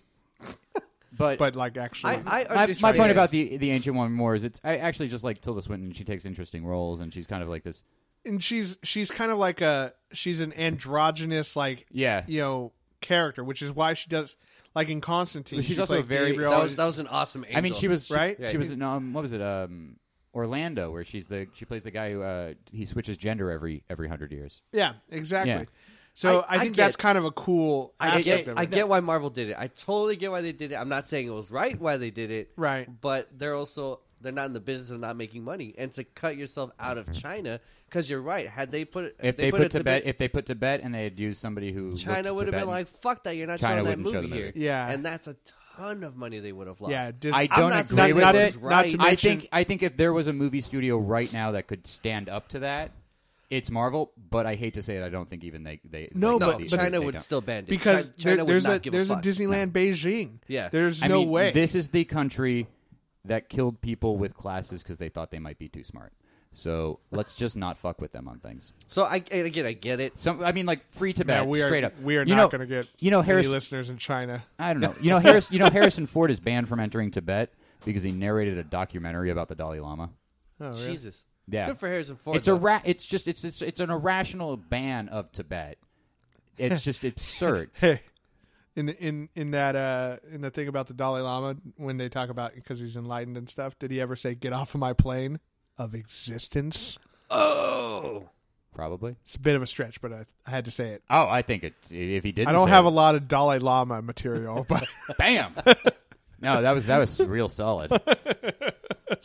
Speaker 3: But,
Speaker 1: but like actually,
Speaker 2: I, I
Speaker 3: my, my
Speaker 2: understand.
Speaker 3: point about the the ancient one more is it's I actually just like Tilda Swinton. She takes interesting roles and she's kind of like this.
Speaker 1: and she's she's kind of like a she's an androgynous like
Speaker 3: Yeah.
Speaker 1: you know character, which is why she does like in Constantine.
Speaker 3: She's
Speaker 1: she
Speaker 3: also
Speaker 1: played
Speaker 3: very-
Speaker 1: Gabriel.
Speaker 2: that was that was an awesome. Angel.
Speaker 3: I mean, she was she-
Speaker 1: Right?
Speaker 3: She, was in um, what was it um Orlando where she's the she plays the guy who uh, he switches gender every every hundred years.
Speaker 1: yeah, exactly.
Speaker 3: Yeah.
Speaker 1: So I,
Speaker 2: I- I
Speaker 1: think
Speaker 2: get-
Speaker 1: that's kind of a cool
Speaker 2: I
Speaker 1: aspect
Speaker 2: get,
Speaker 1: of it.
Speaker 2: I get why Marvel did it. I totally get why they did it. I'm not saying it was right why they did it.
Speaker 1: Right.
Speaker 2: But they're also they're not in the business of not making money and to cut yourself out of China because you're right. Had they put
Speaker 3: If they,
Speaker 2: put,
Speaker 3: put,
Speaker 2: it
Speaker 3: Tibet, if they put Tibet and they had used somebody who
Speaker 2: China would have been
Speaker 3: like.
Speaker 2: like, "Fuck that! You're not showing
Speaker 3: China
Speaker 2: that
Speaker 3: wouldn't show
Speaker 2: movie
Speaker 3: the
Speaker 2: here."
Speaker 3: movie.
Speaker 1: Yeah.
Speaker 2: And that's a ton of money they would have lost.
Speaker 1: yeah, Dis-
Speaker 3: I
Speaker 2: I'm
Speaker 3: don't
Speaker 2: not
Speaker 3: agree
Speaker 2: saying
Speaker 3: with
Speaker 2: that
Speaker 3: it.
Speaker 2: is right.
Speaker 1: to
Speaker 3: I
Speaker 1: mention-
Speaker 3: think I think if there was a movie studio right now that could stand up to that, it's Marvel. But I hate to say it, I don't think even they they
Speaker 1: No,
Speaker 3: they-
Speaker 2: No,
Speaker 1: but-
Speaker 3: they-
Speaker 2: China
Speaker 3: they
Speaker 2: would
Speaker 3: don't.
Speaker 2: still ban it
Speaker 1: because
Speaker 2: Chi- China
Speaker 1: there-
Speaker 2: would
Speaker 1: there's
Speaker 2: not
Speaker 1: a
Speaker 2: give
Speaker 1: there's a,
Speaker 2: fuck.
Speaker 1: Disneyland Beijing.
Speaker 2: Yeah.
Speaker 1: there's
Speaker 3: I
Speaker 1: no
Speaker 3: mean,
Speaker 1: way.
Speaker 3: This is the country that killed people with classes because they thought they might be too smart. So let's just not fuck with them on things.
Speaker 2: So I and again I get it.
Speaker 3: Some, I mean, like free Tibet,
Speaker 1: yeah, we are
Speaker 3: straight up.
Speaker 1: we are
Speaker 3: You
Speaker 1: not
Speaker 3: know-
Speaker 1: going to get
Speaker 3: You know,
Speaker 1: any
Speaker 3: Harris,
Speaker 1: listeners in China.
Speaker 3: I don't know. You know, Harris. You know, Harrison Ford is banned from entering Tibet because he narrated a documentary about the Dalai Lama.
Speaker 2: Jesus.
Speaker 3: Yeah,
Speaker 2: Good for Harrison Ford.
Speaker 3: It's a
Speaker 2: though.
Speaker 3: ra- It's just it's, it's it's an irrational ban of Tibet. It's just absurd.
Speaker 1: Hey, in in in that uh in the thing about the Dalai Lama when they talk about because he's enlightened and stuff, did he ever say "get off of my plane of existence"?
Speaker 2: Oh.
Speaker 3: Probably.
Speaker 1: It's a bit of a stretch, but I, I had to say it.
Speaker 3: Oh, I think it. If he didn't,
Speaker 1: I don't
Speaker 3: say
Speaker 1: have
Speaker 3: it,
Speaker 1: a lot of Dalai Lama material, but
Speaker 3: Bam. no, that was that was real solid. Did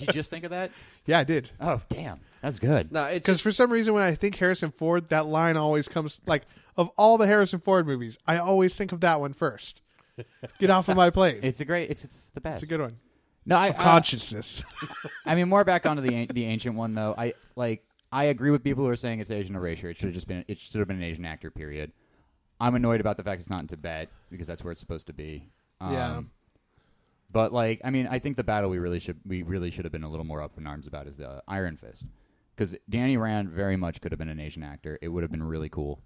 Speaker 3: you just think of that?
Speaker 1: yeah, I did.
Speaker 3: Oh, damn. That's good.
Speaker 2: No, it's
Speaker 1: Because
Speaker 2: just
Speaker 1: for some reason, when I think Harrison Ford, that line always comes like of all the Harrison Ford movies, I always think of that one first. Get off of my plane. It's
Speaker 3: It's a great. It's, it's the best.
Speaker 1: a good one.
Speaker 3: No, I uh,
Speaker 1: Consciousness.
Speaker 3: I mean more back onto the an- the ancient one though. I like I agree with people who are saying it's Asian erasure. It should have just been it should have been an Asian actor. Period. I'm annoyed about the fact it's not in Tibet because that's where it's supposed to be. Um,
Speaker 1: Yeah.
Speaker 3: But like, I mean, I think the battle we really should we really should have been a little more up in arms about is the Iron Fist because Danny Rand very much could have been an Asian actor. It would have been really cool,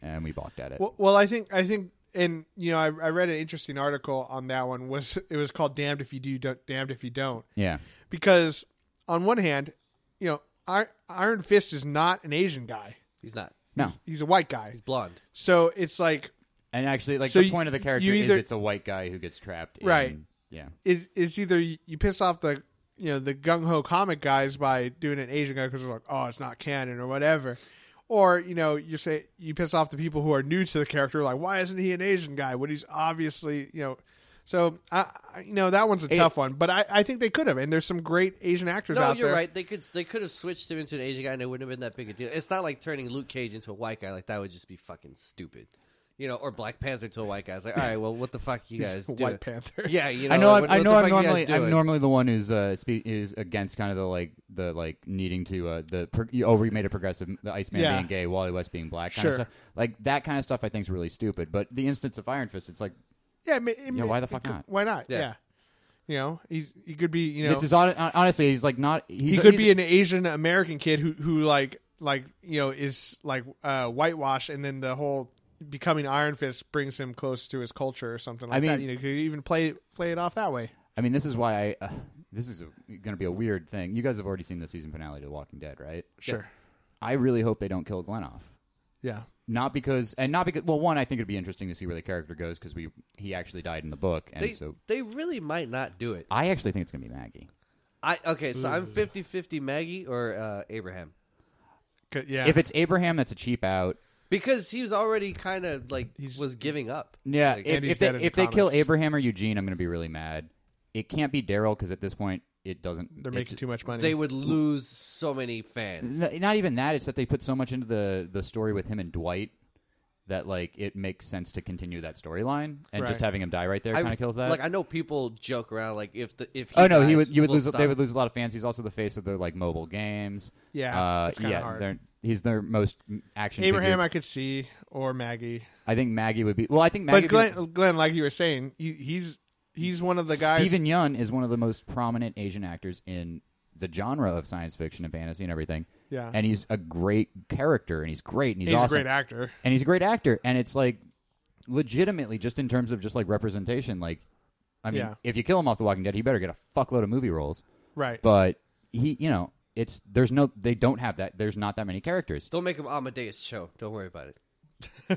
Speaker 3: and we balked at it.
Speaker 1: Well, well, I think I think, and you know, I, I read an interesting article on that one. Was it was called "Damned If You Do, Don't- Damned If You Don't,"
Speaker 3: yeah,
Speaker 1: because on one hand, you know, Ir- Iron Fist is not an Asian guy;
Speaker 2: he's not.
Speaker 3: no,
Speaker 1: he's a white guy.
Speaker 2: He's blonde.
Speaker 1: So it's like,
Speaker 3: and actually, like
Speaker 1: So
Speaker 3: the
Speaker 1: you-
Speaker 3: point of the character
Speaker 1: you
Speaker 3: is
Speaker 1: either-
Speaker 3: it's a white guy who gets trapped. in-
Speaker 1: Right.
Speaker 3: Yeah.
Speaker 1: it's, it's either you piss off the you know the gung ho comic guys by doing an Asian guy because they're like, oh, it's not canon or whatever. Or you know you say you piss off the people who are new to the character, like why isn't he an Asian guy? When he's obviously you know, so I, I you know that one's a tough one, but I, I think they could have, and there's some great Asian actors
Speaker 2: No,
Speaker 1: out
Speaker 2: you're
Speaker 1: there.
Speaker 2: right. They could they could have switched him into an Asian guy, and it wouldn't have been that big a deal. It's not like turning Luke Cage into a white guy. Like that would just be fucking stupid, you know. Or Black Panther into a white guy. It's like, all right, well, what the fuck you guys do?
Speaker 1: White Panther.
Speaker 2: Yeah, you know.
Speaker 3: I know.
Speaker 2: like,
Speaker 3: I'm,
Speaker 2: what-
Speaker 3: I
Speaker 2: what
Speaker 3: know.
Speaker 2: the
Speaker 3: I'm
Speaker 2: fuck you guys
Speaker 3: normally. I'm
Speaker 2: doing?
Speaker 3: normally the one who's uh, spe- is against kind of the like the like needing to uh, the pro- you- oh we made a progressive the Iceman
Speaker 1: Yeah.
Speaker 3: being gay, Wally West being black, kind
Speaker 1: Sure.
Speaker 3: of stuff. Like that kind of stuff. I think is really stupid. But the instance of Iron Fist, it's like
Speaker 1: Yeah, I mean, I mean,
Speaker 3: why the
Speaker 1: it
Speaker 3: fuck
Speaker 1: could-
Speaker 3: not?
Speaker 1: Why not? Yeah.
Speaker 2: Yeah.
Speaker 1: You know, he's he could be you know
Speaker 3: this is hon- honestly he's like not.
Speaker 1: he
Speaker 3: He's,
Speaker 1: could
Speaker 3: he's-
Speaker 1: be an Asian American kid who who like like you know is like uh whitewashed, and then the whole becoming Iron Fist brings him close to his culture or something like
Speaker 3: I mean-
Speaker 1: that. You know, could even play play it off that way.
Speaker 3: I mean, this is why I. Uh, this is going to be a weird thing. You guys have already seen the season finale to The Walking Dead, right?
Speaker 1: Sure.
Speaker 3: I really hope they don't kill Glenn off.
Speaker 1: Yeah.
Speaker 3: Not because, and not because. Well, one, I think it'd be interesting to see where the character goes because we he actually died in the book, and
Speaker 2: They,
Speaker 3: so
Speaker 2: they really might not do it.
Speaker 3: I actually think it's going to be Maggie.
Speaker 2: I okay, so I'm 50-50 Maggie or uh, Abraham
Speaker 1: Could- Yeah.
Speaker 3: If it's Abraham, that's a cheap out.
Speaker 2: because he was already kind of like was giving up.
Speaker 3: Yeah,
Speaker 2: Like,
Speaker 3: if,
Speaker 1: Andy's
Speaker 3: if they,
Speaker 1: dead in the
Speaker 3: if they kill
Speaker 1: comics.
Speaker 3: Abraham or Eugene, I'm going to be really mad. It can't be Daryl because at this point it doesn't.
Speaker 1: they're
Speaker 3: it
Speaker 1: making too
Speaker 3: ju-
Speaker 1: much money.
Speaker 2: they would lose so many fans.
Speaker 3: N- Not even that. It's that they put so much into the the story with him and Dwight that like it makes sense to continue that storyline and
Speaker 1: Right.
Speaker 3: just having him die right there kind of kills that.
Speaker 2: Like I know people joke around like if the if he
Speaker 3: oh no, he
Speaker 2: dies,
Speaker 3: would you would
Speaker 2: we'll
Speaker 3: lose.
Speaker 2: stop.
Speaker 3: They would lose a lot of fans. He's also the face of their like mobile games.
Speaker 1: Yeah,
Speaker 3: uh,
Speaker 1: it's kinda
Speaker 3: yeah.
Speaker 1: hard.
Speaker 3: They're, he's their most action.
Speaker 1: Abraham,
Speaker 3: figure.
Speaker 1: I could see, or Maggie,
Speaker 3: I, think Maggie would be. Well, I think Maggie.
Speaker 1: but
Speaker 3: would
Speaker 1: Glenn,
Speaker 3: be-
Speaker 1: Glenn, like you were saying, he, he's he's one of the guys.
Speaker 3: Stephen Yun is one of the most prominent Asian actors in the genre of science fiction and fantasy and everything.
Speaker 1: Yeah.
Speaker 3: and he's a great character, and he's great, and he's,
Speaker 1: he's
Speaker 3: awesome,
Speaker 1: a great actor.
Speaker 3: and he's a great actor. And it's like, legitimately, just in terms of just like representation, like, I mean,
Speaker 1: Yeah.
Speaker 3: if you kill him off The Walking Dead, he better get a fuckload of movie roles.
Speaker 1: Right.
Speaker 3: But he, you know, it's there's no they don't have that. There's not that many characters.
Speaker 2: Don't make him Amadeus show. Don't worry about it.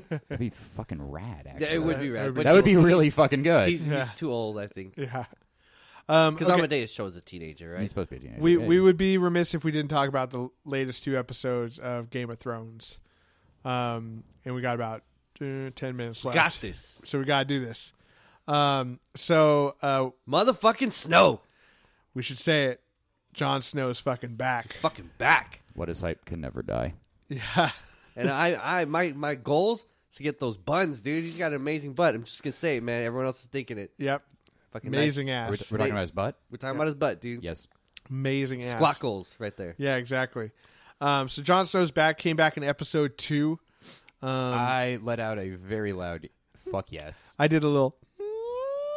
Speaker 3: That'd be fucking rad. Actually,
Speaker 2: Yeah, it would be rad. but
Speaker 3: That would
Speaker 2: he's-
Speaker 3: be really fucking good.
Speaker 2: He's,
Speaker 3: He's,
Speaker 2: he's too old, I think.
Speaker 1: yeah. Um,
Speaker 2: Because
Speaker 1: okay.
Speaker 2: Amadeus show is a teenager, right?
Speaker 3: supposed to be a teenager.
Speaker 1: We
Speaker 3: Yeah.
Speaker 1: we would be remiss if we didn't talk about the latest two episodes of Game of Thrones, um, and we got about uh, ten minutes left.
Speaker 2: Got this,
Speaker 1: So we got to do this. Um, so uh,
Speaker 2: motherfucking snow,
Speaker 1: we should say it. Jon Snow's fucking back.
Speaker 2: fucking back.
Speaker 3: what is hype can never die.
Speaker 1: Yeah,
Speaker 2: And I, I, my, my goals is to get those buns, dude. He's got an amazing butt. I'm just gonna say, it, man. Everyone else is thinking it.
Speaker 1: yep.
Speaker 2: Fucking nice.
Speaker 1: Amazing
Speaker 3: We're,
Speaker 1: ass.
Speaker 3: we're talking about his butt.
Speaker 2: We're talking about his butt, dude.
Speaker 3: Yes.
Speaker 1: Amazing ass.
Speaker 2: Squat goals right there.
Speaker 1: Yeah, exactly. Um, so Jon Snow's back. Came back in episode two.
Speaker 3: I let out a very loud fuck yes.
Speaker 1: I did a little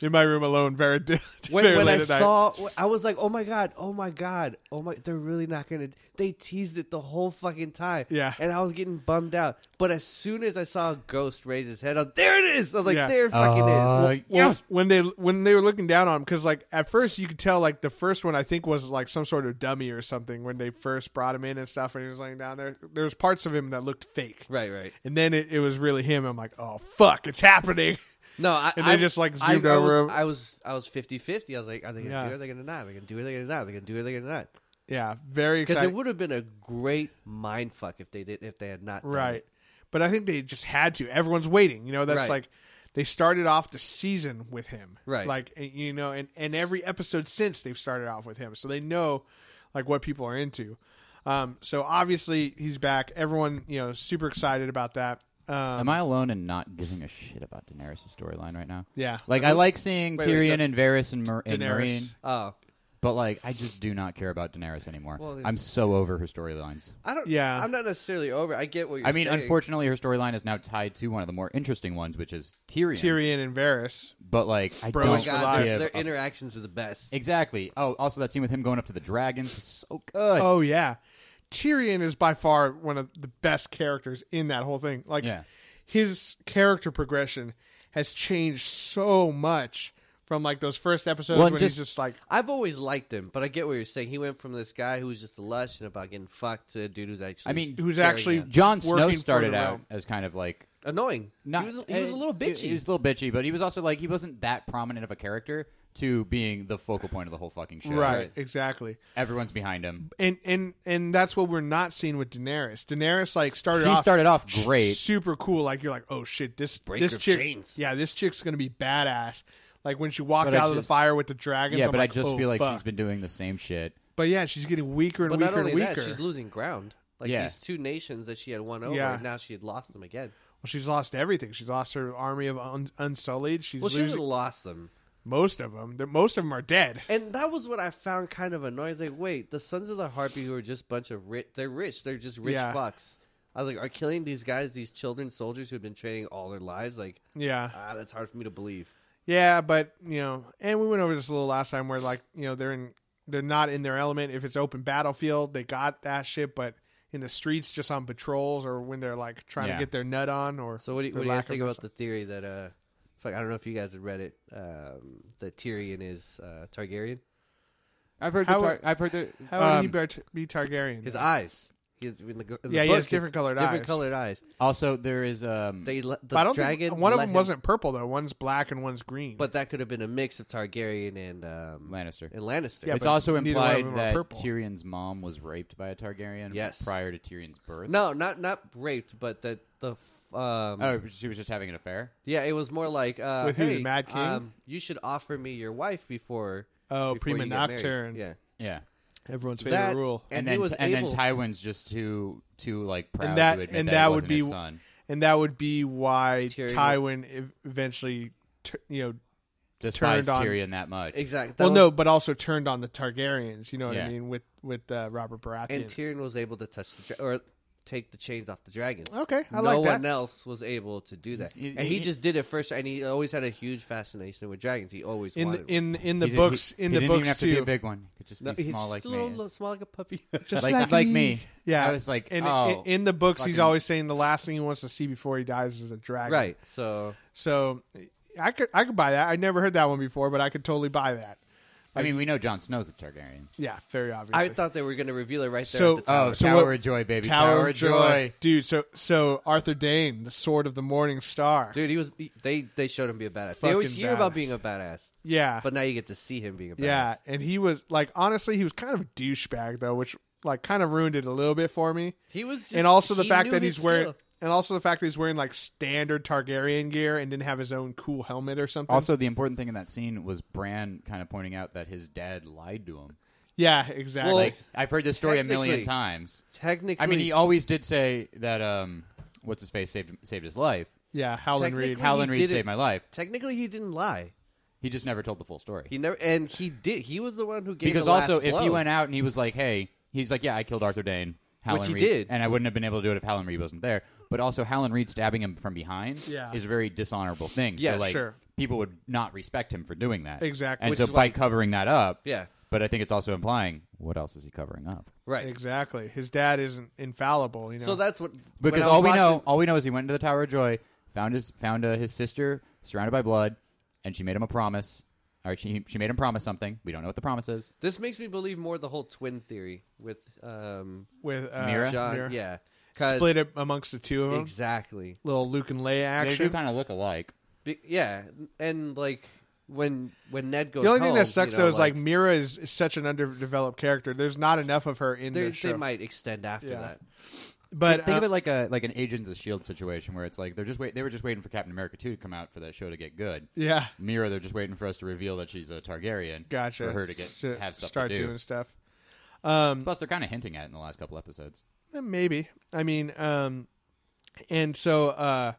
Speaker 1: in my room alone. Very, di-
Speaker 2: When,
Speaker 1: very
Speaker 2: when
Speaker 1: late
Speaker 2: I
Speaker 1: at night.
Speaker 2: saw, I was like, oh my god, oh my god, oh my. They're really not gonna. They teased it the whole fucking time.
Speaker 1: Yeah.
Speaker 2: And I was getting bummed out. But as soon as I saw a ghost raise his head, up, there it is. I was like,
Speaker 1: Yeah.
Speaker 2: there it fucking is.
Speaker 3: Uh,
Speaker 1: Well, when they when they were looking down on him, because like at first you could tell like the first one I think was like some sort of dummy or something when they first brought him in and stuff, and he was laying down there. There was parts of him that looked fake,
Speaker 2: Right, right.
Speaker 1: and then it, it was really him. I'm like, oh fuck, it's happening.
Speaker 2: No, I,
Speaker 1: And they
Speaker 2: I-
Speaker 1: just, like,
Speaker 2: I-
Speaker 1: zoomed
Speaker 2: I,
Speaker 1: over
Speaker 2: was,
Speaker 1: him.
Speaker 2: I was I was 50-50. I was like, are they gonna
Speaker 1: Yeah.
Speaker 2: do it? Are they gonna not? Are they gonna do it? Are they gonna not? Are they gonna do it? Are they gonna not?
Speaker 1: Yeah, very
Speaker 2: Because it
Speaker 1: exciting.
Speaker 2: would have been a great mind fuck if they did if they had not done
Speaker 1: right,
Speaker 2: it.
Speaker 1: but I think they just had to. Everyone's waiting. You know, that's
Speaker 2: Right.
Speaker 1: like they started off the season with him,
Speaker 2: Right.
Speaker 1: Like and, you know, and and every episode since they've started off with him, so they know. like what people are into. Um, so obviously he's back. Everyone, you know, is super excited about that. Um,
Speaker 3: Am I alone in not giving a shit about Daenerys' storyline right now?
Speaker 1: yeah,
Speaker 3: Like I like seeing
Speaker 2: Wait, wait,
Speaker 3: Tyrion and Varys and, Mar- and Marine,
Speaker 1: Daenerys.
Speaker 2: Oh,
Speaker 3: but like I just do not care about Daenerys anymore.
Speaker 2: Well, there's-
Speaker 3: I'm so over her storylines.
Speaker 2: I don't.
Speaker 1: Yeah.
Speaker 2: I'm not necessarily over. I get what you're.
Speaker 3: I mean,
Speaker 2: saying.
Speaker 3: unfortunately, her storyline is now tied to one of the more interesting ones, which is Tyrion.
Speaker 1: Tyrion and Varys.
Speaker 3: But like, I
Speaker 1: Bro,
Speaker 2: Oh my
Speaker 3: don't
Speaker 1: for
Speaker 2: God,
Speaker 1: life.
Speaker 2: their,
Speaker 3: give
Speaker 2: their
Speaker 3: a-
Speaker 2: interactions are the best.
Speaker 3: exactly. Oh, also that scene with him going up to the dragon was so good.
Speaker 1: Oh yeah, Tyrion is by far one of the best characters in that whole thing. Like
Speaker 3: Yeah.
Speaker 1: his character progression has changed so much from like those first episodes
Speaker 3: Well,
Speaker 1: when he's
Speaker 3: just-
Speaker 1: just like
Speaker 2: I've always liked him, but I get what you're saying. He went from this guy who was just lush and about getting fucked to a dude who's actually.
Speaker 3: I mean,
Speaker 1: who's
Speaker 2: Very
Speaker 1: actually
Speaker 2: good.
Speaker 3: Jon
Speaker 1: working
Speaker 3: Snow
Speaker 1: for the
Speaker 3: started out
Speaker 1: realm.
Speaker 3: as kind of like
Speaker 2: annoying.
Speaker 3: not. uh,
Speaker 2: he was, he was a little
Speaker 3: he-
Speaker 2: bitchy.
Speaker 3: He, was a little bitchy, but he was also like he wasn't that prominent of a character to being the focal point of the whole fucking show.
Speaker 1: right, exactly,
Speaker 3: Everyone's behind him.
Speaker 1: and and and that's what we're not seeing with Daenerys. Daenerys like started
Speaker 3: She
Speaker 1: off
Speaker 3: started off great.
Speaker 1: super cool. Like you're like, oh shit, this
Speaker 2: Breaker
Speaker 1: this chick,
Speaker 2: chains.
Speaker 1: yeah, this chick's gonna be badass. Like when she walked
Speaker 3: But I
Speaker 1: out of the
Speaker 3: just-
Speaker 1: fire with the dragons.
Speaker 3: yeah,
Speaker 1: I'm
Speaker 3: but
Speaker 1: like,
Speaker 3: I just
Speaker 1: oh,
Speaker 3: feel like
Speaker 1: fuck.
Speaker 3: she's been doing the same shit.
Speaker 1: But yeah, she's getting weaker and
Speaker 2: But
Speaker 1: weaker
Speaker 2: not only
Speaker 1: and weaker.
Speaker 2: that, she's losing ground. Like
Speaker 3: Yeah.
Speaker 2: these two nations that she had won over,
Speaker 1: Yeah.
Speaker 2: and now she had lost them again.
Speaker 1: Well, she's lost everything. She's lost her army of un- unsullied. She's
Speaker 2: Well, she
Speaker 1: losing
Speaker 2: hasn't lost them,
Speaker 1: most of them. They're, most of them are dead.
Speaker 2: and that was what I found kind of annoying. It's like, wait, the Sons of the Harpy, who are just bunch of rich, they're rich, they're just rich
Speaker 1: Yeah.
Speaker 2: fucks. I was like, are killing these guys, these children soldiers who have been training all their lives? Like,
Speaker 1: Yeah,
Speaker 2: ah, that's hard for me to believe.
Speaker 1: yeah, but you know, and we went over this a little last time where like you know they're in they're not in their element. If it's open battlefield, they got that shit, but. In the streets, just on patrols, or when they're like trying
Speaker 3: Yeah.
Speaker 1: to get their nut on, or
Speaker 2: So what do you,
Speaker 1: their
Speaker 2: what do you guys
Speaker 1: lack of
Speaker 2: think
Speaker 1: nut
Speaker 2: about the theory that uh, fuck, I don't know if you guys have read it, um, that Tyrion is uh, Targaryen?
Speaker 3: I've heard.
Speaker 1: How-
Speaker 3: the tar- I've heard the.
Speaker 1: How would he
Speaker 3: um,
Speaker 1: be, be Targaryen?
Speaker 2: His eyes. He, in the, in the
Speaker 1: Yeah, he
Speaker 2: book,
Speaker 1: has
Speaker 2: it's
Speaker 1: different colored
Speaker 2: different
Speaker 1: eyes.
Speaker 2: colored eyes.
Speaker 3: also, there is um.
Speaker 2: They let the
Speaker 1: But I don't
Speaker 2: dragon.
Speaker 1: think one of
Speaker 2: let
Speaker 1: them
Speaker 2: him-
Speaker 1: wasn't purple though. One's black and one's green.
Speaker 2: But that could have been a mix of Targaryen and um,
Speaker 3: Lannister.
Speaker 2: And Lannister.
Speaker 1: Yeah,
Speaker 3: it's
Speaker 1: but
Speaker 3: also
Speaker 1: neither one of
Speaker 3: implied
Speaker 1: them are
Speaker 3: that
Speaker 1: purple.
Speaker 3: Tyrion's mom was raped by a Targaryen
Speaker 2: Yes.
Speaker 3: prior to Tyrion's birth.
Speaker 2: no, not not raped, but that the. f- Um,
Speaker 3: Oh, she was just having an affair.
Speaker 2: Yeah, it was more like uh,
Speaker 1: With who, the
Speaker 2: hey,
Speaker 1: Mad King?
Speaker 2: Um, you should offer me your wife before.
Speaker 1: oh,
Speaker 2: before you
Speaker 1: prima
Speaker 2: get married."
Speaker 1: nocturne.
Speaker 2: Yeah,
Speaker 3: Yeah,
Speaker 1: everyone's favorite
Speaker 2: that
Speaker 1: rule.
Speaker 2: and,
Speaker 3: and,
Speaker 2: he
Speaker 3: then
Speaker 2: was
Speaker 3: and
Speaker 2: able.
Speaker 3: then Tywin's just too too like proud
Speaker 1: and that
Speaker 3: to admit
Speaker 1: and
Speaker 3: that,
Speaker 1: that,
Speaker 3: it
Speaker 1: would
Speaker 3: wasn't
Speaker 1: be
Speaker 3: his son.
Speaker 1: and that would be why
Speaker 2: Tyrion-
Speaker 1: Tywin ev- eventually, tu- you know,
Speaker 3: Despised
Speaker 1: turned on-
Speaker 3: Tyrion that much.
Speaker 2: exactly.
Speaker 1: well, no, but also turned on the Targaryens. You know what I
Speaker 3: Yeah.
Speaker 1: mean with with uh, Robert Baratheon.
Speaker 2: and Tyrion was able to touch the dra- or take the chains off the dragons.
Speaker 1: okay, I
Speaker 2: no
Speaker 1: like
Speaker 2: one
Speaker 1: that.
Speaker 2: else was able to do that,
Speaker 3: He-
Speaker 2: and he,
Speaker 3: he-
Speaker 2: just did it first. And he always had a huge fascination with dragons. He always
Speaker 1: In the,
Speaker 2: wanted.
Speaker 1: in in the
Speaker 3: He did-
Speaker 1: books,
Speaker 3: he-
Speaker 1: in
Speaker 3: he
Speaker 1: the
Speaker 3: didn't
Speaker 1: books
Speaker 3: even have
Speaker 1: too.
Speaker 3: to be a big one. He could just be
Speaker 2: one. No, he's
Speaker 3: small like
Speaker 2: just a
Speaker 3: me.
Speaker 2: little, little small like a puppy.
Speaker 3: like, like, me.
Speaker 1: Yeah,
Speaker 3: I was like,
Speaker 1: in,
Speaker 3: oh,
Speaker 1: in, in the books, he's
Speaker 3: fucking-
Speaker 1: always saying the last thing he wants to see before he dies is a dragon.
Speaker 2: right. So
Speaker 1: So I could I could buy that. I never heard that one before, but I could totally buy that.
Speaker 3: I mean, we know Jon Snow's a Targaryen.
Speaker 1: Yeah, very obvious.
Speaker 2: I thought they were going to reveal it right there.
Speaker 1: So- uh,
Speaker 2: at the
Speaker 3: Oh,
Speaker 2: tower.
Speaker 1: so
Speaker 3: Tower
Speaker 1: what-
Speaker 3: of Joy, baby,
Speaker 1: Tower, of Joy.
Speaker 3: Joy.
Speaker 1: dude. So so Arthur Dane, the Sword of the Morning Star,
Speaker 2: dude, he was. he- they they showed him be a badass. They always
Speaker 1: Fucking
Speaker 2: hear about
Speaker 1: badass.
Speaker 2: being a badass,
Speaker 1: Yeah,
Speaker 2: but now you get to see him being a badass.
Speaker 1: yeah, and he was like, honestly, he was kind of a douchebag though, which like kind of ruined it a little bit for me.
Speaker 2: he was. Just,
Speaker 1: and also the
Speaker 2: he
Speaker 1: fact
Speaker 2: knew
Speaker 1: that
Speaker 2: his
Speaker 1: he's wearing,
Speaker 2: skill.
Speaker 1: and also the fact that he's wearing like standard Targaryen gear and didn't have his own cool helmet or something.
Speaker 3: Also, the important thing in that scene was Bran kind of pointing out that his dad lied to him.
Speaker 1: yeah, exactly.
Speaker 2: Well,
Speaker 3: Like I've heard this story a million
Speaker 2: technically-
Speaker 3: times.
Speaker 2: Technically,
Speaker 3: I mean, he always did say that. Um, what's his face saved saved his life.
Speaker 1: yeah, Howland Reed.
Speaker 2: Technically-
Speaker 3: Howland Reed
Speaker 2: did it-
Speaker 3: saved my life.
Speaker 2: technically he didn't lie.
Speaker 3: He just never told the full story.
Speaker 2: He never, and he did. He was the one who gave.
Speaker 3: because
Speaker 2: the last
Speaker 3: also, if he
Speaker 2: blow.
Speaker 3: went out and he was like, "Hey," he's like, "Yeah, I killed Arthur Dane," Howland
Speaker 2: he
Speaker 3: Reed,
Speaker 2: did.
Speaker 3: and I wouldn't have been able to do it if Howland Reed wasn't there. But also, Howland Reed stabbing him from behind
Speaker 1: Yeah.
Speaker 3: is a very dishonorable thing.
Speaker 2: Yeah,
Speaker 3: so, like,
Speaker 1: sure.
Speaker 3: People would not respect him for doing that.
Speaker 1: Exactly.
Speaker 3: And
Speaker 1: Which
Speaker 3: so,
Speaker 2: is
Speaker 3: by
Speaker 2: why-
Speaker 3: covering that up,
Speaker 2: Yeah.
Speaker 3: But I think it's also implying what else is he covering up?
Speaker 2: right,
Speaker 1: Exactly. His dad isn't infallible. You know.
Speaker 2: so that's what when
Speaker 3: Because
Speaker 2: I was
Speaker 3: all we
Speaker 2: watching-
Speaker 3: know, all we know is he went into the Tower of Joy, found his found uh, his sister surrounded by blood, and she made him a promise. Or she she made him promise something. We don't know what the promise is.
Speaker 2: This makes me believe more the whole twin theory with um,
Speaker 1: with uh,
Speaker 3: Mira?
Speaker 2: John.
Speaker 1: Mira.
Speaker 2: Yeah, 'Cause-
Speaker 1: Split it amongst the two of them.
Speaker 2: exactly.
Speaker 1: Little Luke and Leia
Speaker 3: They do
Speaker 1: action.
Speaker 3: kind of look alike.
Speaker 2: Be- yeah, and like when when Ned goes.
Speaker 1: The only thing
Speaker 2: home,
Speaker 1: that sucks
Speaker 2: you know,
Speaker 1: though is like, Mira is, is such an underdeveloped character. There's not enough of her in
Speaker 2: they,
Speaker 1: the
Speaker 2: they
Speaker 1: show.
Speaker 2: might extend after
Speaker 1: Yeah.
Speaker 2: that.
Speaker 1: But
Speaker 3: Think
Speaker 1: uh,
Speaker 3: of it like a like an Agents of Shield E situation where it's like they're just wait they were just waiting for Captain America two to come out for that show to get good.
Speaker 1: yeah,
Speaker 3: Mira, they're just waiting for us to reveal that she's a Targaryen.
Speaker 1: gotcha.
Speaker 3: For her to get
Speaker 1: Shit,
Speaker 3: have stuff
Speaker 1: start
Speaker 3: to do.
Speaker 1: doing stuff. Um,
Speaker 3: Plus, they're kind of hinting at it in the last couple episodes.
Speaker 1: Eh, Maybe. I mean, um, and so uh,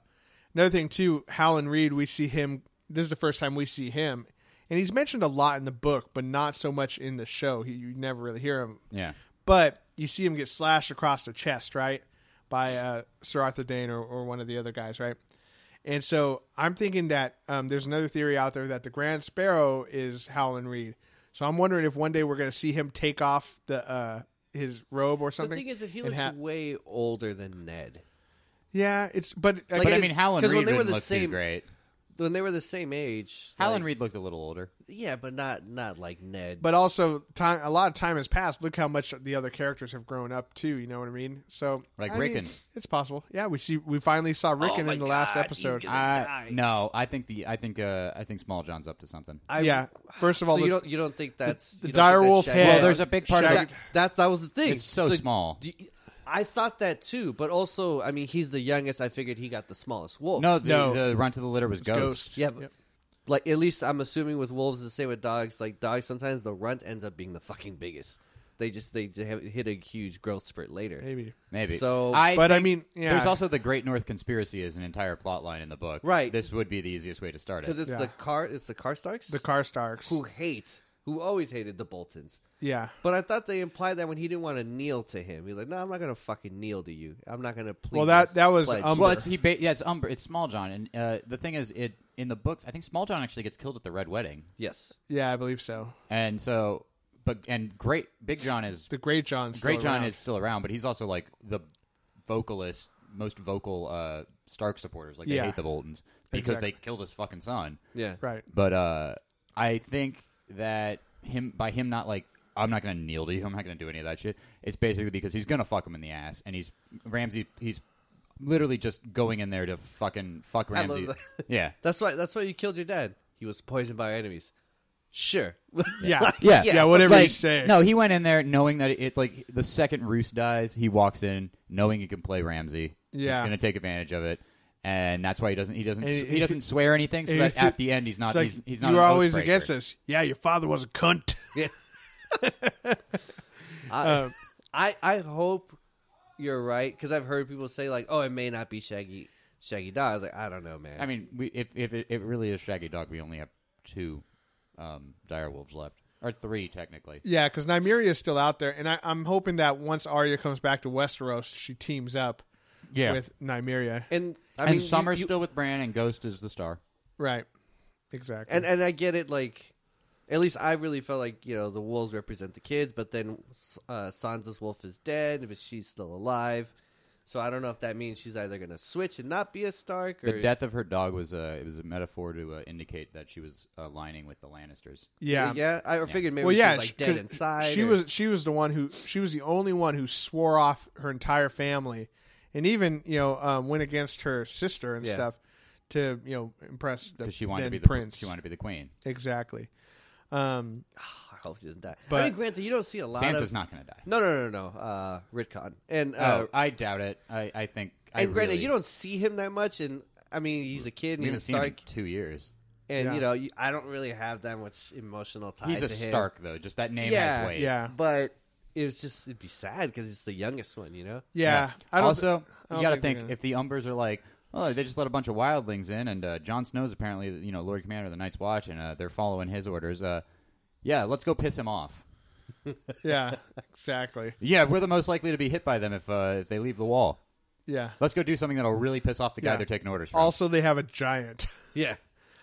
Speaker 1: another thing too, Howland Reed, we see him. This is the first time we see him, and he's mentioned a lot in the book, but not so much in the show. He, you never really hear him,
Speaker 3: Yeah.
Speaker 1: but you see him get slashed across the chest, right, by uh, Sir Arthur Dane or, or one of the other guys, right. And so I'm thinking that um, there's another theory out there that the Grand Sparrow is Howland Reed. So I'm wondering if one day we're going to see him take off the uh, his robe or
Speaker 2: The
Speaker 1: something.
Speaker 2: thing is that he
Speaker 1: and
Speaker 2: looks
Speaker 1: ha-
Speaker 2: way older than Ned.
Speaker 1: yeah, it's but
Speaker 3: But I
Speaker 2: it's-
Speaker 3: mean, Howland
Speaker 2: 'cause
Speaker 3: Reed
Speaker 2: when they were
Speaker 3: didn't
Speaker 2: the
Speaker 3: look too
Speaker 2: same-
Speaker 3: great.
Speaker 2: When they were the same age,
Speaker 3: Howland
Speaker 2: like-
Speaker 3: Reed looked a little older.
Speaker 2: yeah, but not not like Ned.
Speaker 1: but also time a lot of time has passed. Look how much the other characters have grown up too. You know what I mean? So
Speaker 3: Like
Speaker 1: I mean,
Speaker 3: Rickon.
Speaker 1: it's possible. Yeah, we see we finally saw Rickon in
Speaker 2: Oh my
Speaker 1: the last
Speaker 2: God, he's
Speaker 1: episode.
Speaker 2: gonna-
Speaker 3: I,
Speaker 2: die.
Speaker 3: no, I think the I think uh, I think Small John's up to something.
Speaker 2: I,
Speaker 1: yeah, first of all,
Speaker 2: so
Speaker 1: the-
Speaker 2: you don't you don't think that's
Speaker 1: the
Speaker 2: you don't think
Speaker 1: direwolf
Speaker 2: that's
Speaker 1: head-
Speaker 2: Shaggy?
Speaker 3: Well, there's a big part of
Speaker 1: Shaggy-
Speaker 3: it.
Speaker 2: That- that's that was the thing.
Speaker 3: It's so small.
Speaker 2: do you- I thought that too, but also, I mean, he's the youngest. I figured he got the smallest wolf.
Speaker 3: No, the,
Speaker 1: No.
Speaker 3: the run to the litter was Ghost.
Speaker 1: Ghost.
Speaker 2: yeah, but, like at least I'm assuming with wolves it's the same with dogs. Like dogs, sometimes the runt ends up being the fucking biggest. They just they j- have- hit a huge growth spurt later.
Speaker 1: maybe.
Speaker 3: Maybe.
Speaker 2: So-
Speaker 1: But I
Speaker 3: think
Speaker 1: mean, yeah.
Speaker 3: there's also the Great North Conspiracy is an entire plot line in the book.
Speaker 2: Right.
Speaker 3: This would be the easiest way to start
Speaker 2: because
Speaker 3: it.
Speaker 2: it's
Speaker 1: Yeah.
Speaker 2: the car. It's the Karstarks
Speaker 1: the Karstarks.
Speaker 2: who hate, who always hated the Boltons.
Speaker 1: Yeah,
Speaker 2: But I thought they implied that when he didn't want to kneel to him, he's like, "No, I'm not gonna fucking kneel to you. I'm not gonna plead."
Speaker 1: Well, that-
Speaker 2: this
Speaker 1: that was,
Speaker 2: pledge."
Speaker 1: um,
Speaker 3: Well, it's he. Ba- yeah, it's Umber. It's Small John, and uh, the thing is, it in the books. I think Small John actually gets killed at the Red Wedding,
Speaker 2: yes,
Speaker 1: yeah, I believe so.
Speaker 3: and so, but and Great Big John is
Speaker 1: The Great John's still
Speaker 3: Great John
Speaker 1: around.
Speaker 3: is still around, but he's also like the vocalist, most vocal uh, Stark supporters. Like they
Speaker 1: Yeah.
Speaker 3: hate the Boltons because
Speaker 1: Exactly.
Speaker 3: they killed his fucking son.
Speaker 2: yeah,
Speaker 1: right.
Speaker 3: But uh, I think that him by him not like I'm not gonna kneel to you. I'm not gonna do any of that shit. It's basically because he's gonna fuck him in the ass, and he's Ramsey. He's literally just going in there to fucking fuck
Speaker 2: I love
Speaker 3: Ramsey.
Speaker 2: that.
Speaker 3: Yeah.
Speaker 2: That's why. That's why you killed your dad. He was poisoned by enemies. Sure.
Speaker 1: Yeah,
Speaker 3: Yeah.
Speaker 1: yeah. Whatever
Speaker 3: Like,
Speaker 1: you say.
Speaker 3: No, he went in there knowing that it like the second Roos dies, he walks in knowing he can play Ramsey.
Speaker 1: Yeah.
Speaker 3: he's gonna take advantage of it, and that's why he doesn't. He doesn't.
Speaker 1: And
Speaker 3: he,
Speaker 1: he-
Speaker 3: doesn't swear anything, so
Speaker 1: he-
Speaker 3: that at the end he's not.
Speaker 1: It's like,
Speaker 3: he's, he's not.
Speaker 1: you
Speaker 3: an
Speaker 1: were
Speaker 3: oath
Speaker 1: always
Speaker 3: breaker.
Speaker 1: against us. Yeah, your father was a cunt.
Speaker 2: I, I I hope you're right because I've heard people say like, "Oh, it may not be Shaggy Shaggy Dog." I was like, I don't know, man.
Speaker 3: I mean, we, if if it, it really is Shaggy Dog, we only have two um, dire wolves left, or three technically.
Speaker 1: Yeah, because Nymeria is still out there, and I, I'm hoping that once Arya comes back to Westeros, she teams up
Speaker 3: Yeah,
Speaker 1: with Nymeria.
Speaker 2: and I
Speaker 3: and
Speaker 2: mean, you-
Speaker 3: Summer's
Speaker 2: you-
Speaker 3: still with Bran, and Ghost is the star.
Speaker 1: Right. Exactly.
Speaker 2: and and I get it. Like, at least I really felt like you know the wolves represent the kids, but then uh, Sansa's wolf is dead, but she's still alive. So I don't know if that means she's either going to switch and not be a Stark, or
Speaker 3: The death of her dog was a it was a metaphor to uh, indicate that she was aligning with the Lannisters.
Speaker 1: yeah.
Speaker 2: yeah. I figured maybe
Speaker 1: Well, yeah,
Speaker 2: she was
Speaker 1: she-
Speaker 2: like dead
Speaker 1: 'cause
Speaker 2: inside.
Speaker 1: She
Speaker 2: or-
Speaker 1: was she was the one who she was the only one who swore off her entire family, and even you know um, went against her sister and
Speaker 2: Yeah.
Speaker 1: stuff to you know impress the
Speaker 3: 'Cause she wanted
Speaker 1: then
Speaker 3: to be the
Speaker 1: prince.
Speaker 3: She wanted to be the queen.
Speaker 1: exactly. Um,
Speaker 2: I hope she doesn't die.
Speaker 1: But-
Speaker 2: I mean, granted, you don't see a lot
Speaker 3: Sansa's
Speaker 2: of
Speaker 3: not going to die.
Speaker 2: no, no, no, no, no. Uh, Ritcon and uh,
Speaker 3: oh, I doubt it. I, I think. I
Speaker 2: and granted,
Speaker 3: really-
Speaker 2: you don't see him that much, and I mean, he's a kid, and
Speaker 3: We
Speaker 2: he's a
Speaker 3: haven't seen him in
Speaker 2: Stark,
Speaker 3: two years.
Speaker 2: and
Speaker 1: Yeah.
Speaker 2: you know, you, I don't really have that much emotional tie.
Speaker 3: He's a
Speaker 2: to him.
Speaker 3: Stark though. Just that name
Speaker 2: yeah,
Speaker 3: has weight.
Speaker 1: Yeah.
Speaker 2: But it was just it'd be sad because it's the youngest one, you know.
Speaker 1: yeah. I don't
Speaker 3: also,
Speaker 1: I don't
Speaker 3: you got
Speaker 1: think they're
Speaker 3: to think
Speaker 1: gonna-
Speaker 3: if the Umbers are like, oh, they just let a bunch of wildlings in, and uh, Jon Snow's apparently, you know, Lord Commander of the Night's Watch, and uh, they're following his orders. Uh, yeah, let's go piss him off.
Speaker 1: yeah. Exactly.
Speaker 3: Yeah, we're the most likely to be hit by them if uh, if they leave the wall.
Speaker 1: Yeah.
Speaker 3: Let's go do something that'll really piss off the guy
Speaker 1: Yeah.
Speaker 3: they're taking orders from.
Speaker 1: Also, they have a giant.
Speaker 2: Yeah.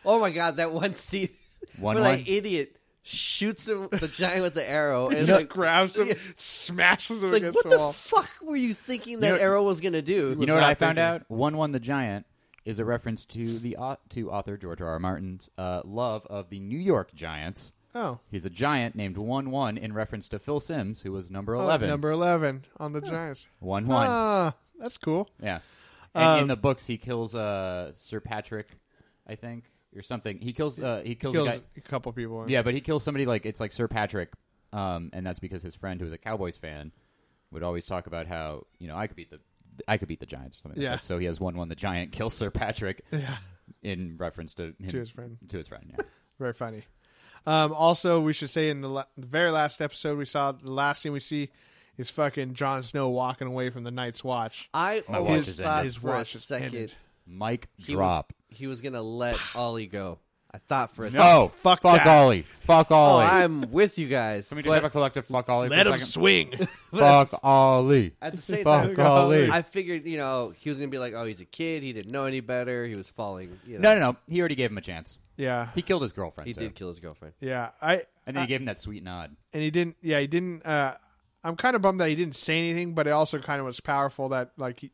Speaker 2: Oh my god, that one scene
Speaker 3: One
Speaker 2: where
Speaker 3: one?
Speaker 2: that idiot shoots him the giant with the arrow, and
Speaker 1: He
Speaker 2: it's
Speaker 1: just
Speaker 2: like,
Speaker 1: grabs him,
Speaker 2: Yeah.
Speaker 1: smashes him
Speaker 2: it's like
Speaker 1: against
Speaker 2: what
Speaker 1: the
Speaker 2: the
Speaker 1: wall.
Speaker 2: fuck were you thinking that
Speaker 3: know-
Speaker 2: arrow was gonna do?
Speaker 3: you know what
Speaker 1: not
Speaker 3: I found
Speaker 1: thinking.
Speaker 3: out? One One the Giant is a reference to the au- to author George R. R. Martin's uh, love of the New York Giants.
Speaker 1: oh.
Speaker 3: He's a giant named One One in reference to Phil Sims, who was number
Speaker 1: Oh,
Speaker 3: eleven.
Speaker 1: Number eleven on the Giants.
Speaker 3: One One.
Speaker 1: Ah, that's cool.
Speaker 3: Yeah. And in the books, he kills uh, Sir Patrick, I think, or something. He kills. Uh, he kills. a
Speaker 1: Kills
Speaker 3: guy-
Speaker 1: a couple people.
Speaker 3: yeah, but he kills somebody like it's like Sir Patrick, um, and that's because his friend, who was a Cowboys fan, would always talk about how you know I could beat the. I could beat the Giants or something.
Speaker 1: Yeah.
Speaker 3: Like that. So he has one one. The Giant kills Sir Patrick
Speaker 1: Yeah.
Speaker 3: in reference to him,
Speaker 1: To his friend.
Speaker 3: To his friend. Yeah.
Speaker 1: Very funny. Um, also, we should say in the, la- the very last episode we saw, the last thing we see is fucking Jon Snow walking away from the Night's Watch.
Speaker 2: I
Speaker 3: My watch
Speaker 2: always
Speaker 3: is
Speaker 2: thought
Speaker 3: ended.
Speaker 1: His
Speaker 2: for a
Speaker 1: watch is
Speaker 2: second
Speaker 1: ended.
Speaker 3: Mike
Speaker 2: he
Speaker 3: drop.
Speaker 2: was he was gonna let Ollie go. I thought for a second.
Speaker 3: No, fuck, fuck
Speaker 1: that.
Speaker 3: Ollie. Fuck
Speaker 2: Oh,
Speaker 3: Ollie.
Speaker 2: I'm with you guys.
Speaker 3: Can we just
Speaker 2: but
Speaker 3: have a collective fuck Ollie?
Speaker 1: Let
Speaker 3: for
Speaker 1: him
Speaker 3: a second?
Speaker 1: swing.
Speaker 3: Fuck Ollie.
Speaker 2: at the same
Speaker 3: fuck
Speaker 2: time,
Speaker 3: Ollie.
Speaker 2: I figured you know he was gonna be like, oh, he's a kid. He didn't know any better. He was falling. You know,
Speaker 3: No, no, no. He already gave him a chance.
Speaker 1: yeah,
Speaker 3: He killed his girlfriend.
Speaker 2: he
Speaker 3: too.
Speaker 2: did Uh, kill his girlfriend.
Speaker 1: yeah. I
Speaker 3: and then he gave him that sweet nod.
Speaker 1: and he didn't. Yeah, he didn't. Uh, I'm kind of bummed that he didn't say anything, but it also kind of was powerful that like he,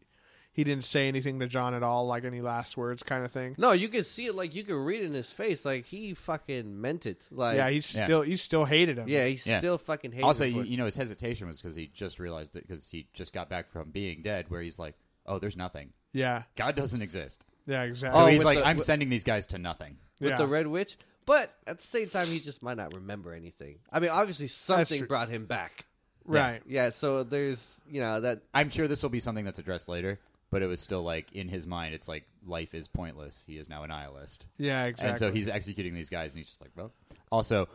Speaker 1: he didn't say anything to John at all, like any last words kind of thing.
Speaker 2: No, you could see it. Like you could read in his face. Like he fucking meant it. Like
Speaker 1: yeah, he's
Speaker 3: Yeah.
Speaker 1: still he still hated him.
Speaker 2: yeah, he
Speaker 3: Yeah.
Speaker 2: still fucking hated.
Speaker 3: Also,
Speaker 2: him for
Speaker 3: you,
Speaker 2: it.
Speaker 3: you know, his hesitation was because he just realized that because he just got back from being dead, where he's like, "Oh, there's nothing.
Speaker 1: yeah,
Speaker 3: God doesn't exist."
Speaker 1: yeah, exactly.
Speaker 3: So
Speaker 2: Oh,
Speaker 3: he's
Speaker 2: with
Speaker 3: like,
Speaker 2: the-
Speaker 3: "I'm
Speaker 2: with-
Speaker 3: sending these guys to nothing."
Speaker 2: with
Speaker 1: yeah.
Speaker 2: the Red Witch. But at the same time, he just might not remember anything. I mean, obviously something
Speaker 1: true.
Speaker 2: brought him back.
Speaker 1: right.
Speaker 2: Yeah, so there's you know that
Speaker 3: I'm sure this will be something that's addressed later, but it was still like in his mind, it's like life is pointless. He is now a nihilist,
Speaker 1: Yeah, exactly.
Speaker 3: and so he's executing these guys, and he's just like, "Well." Also,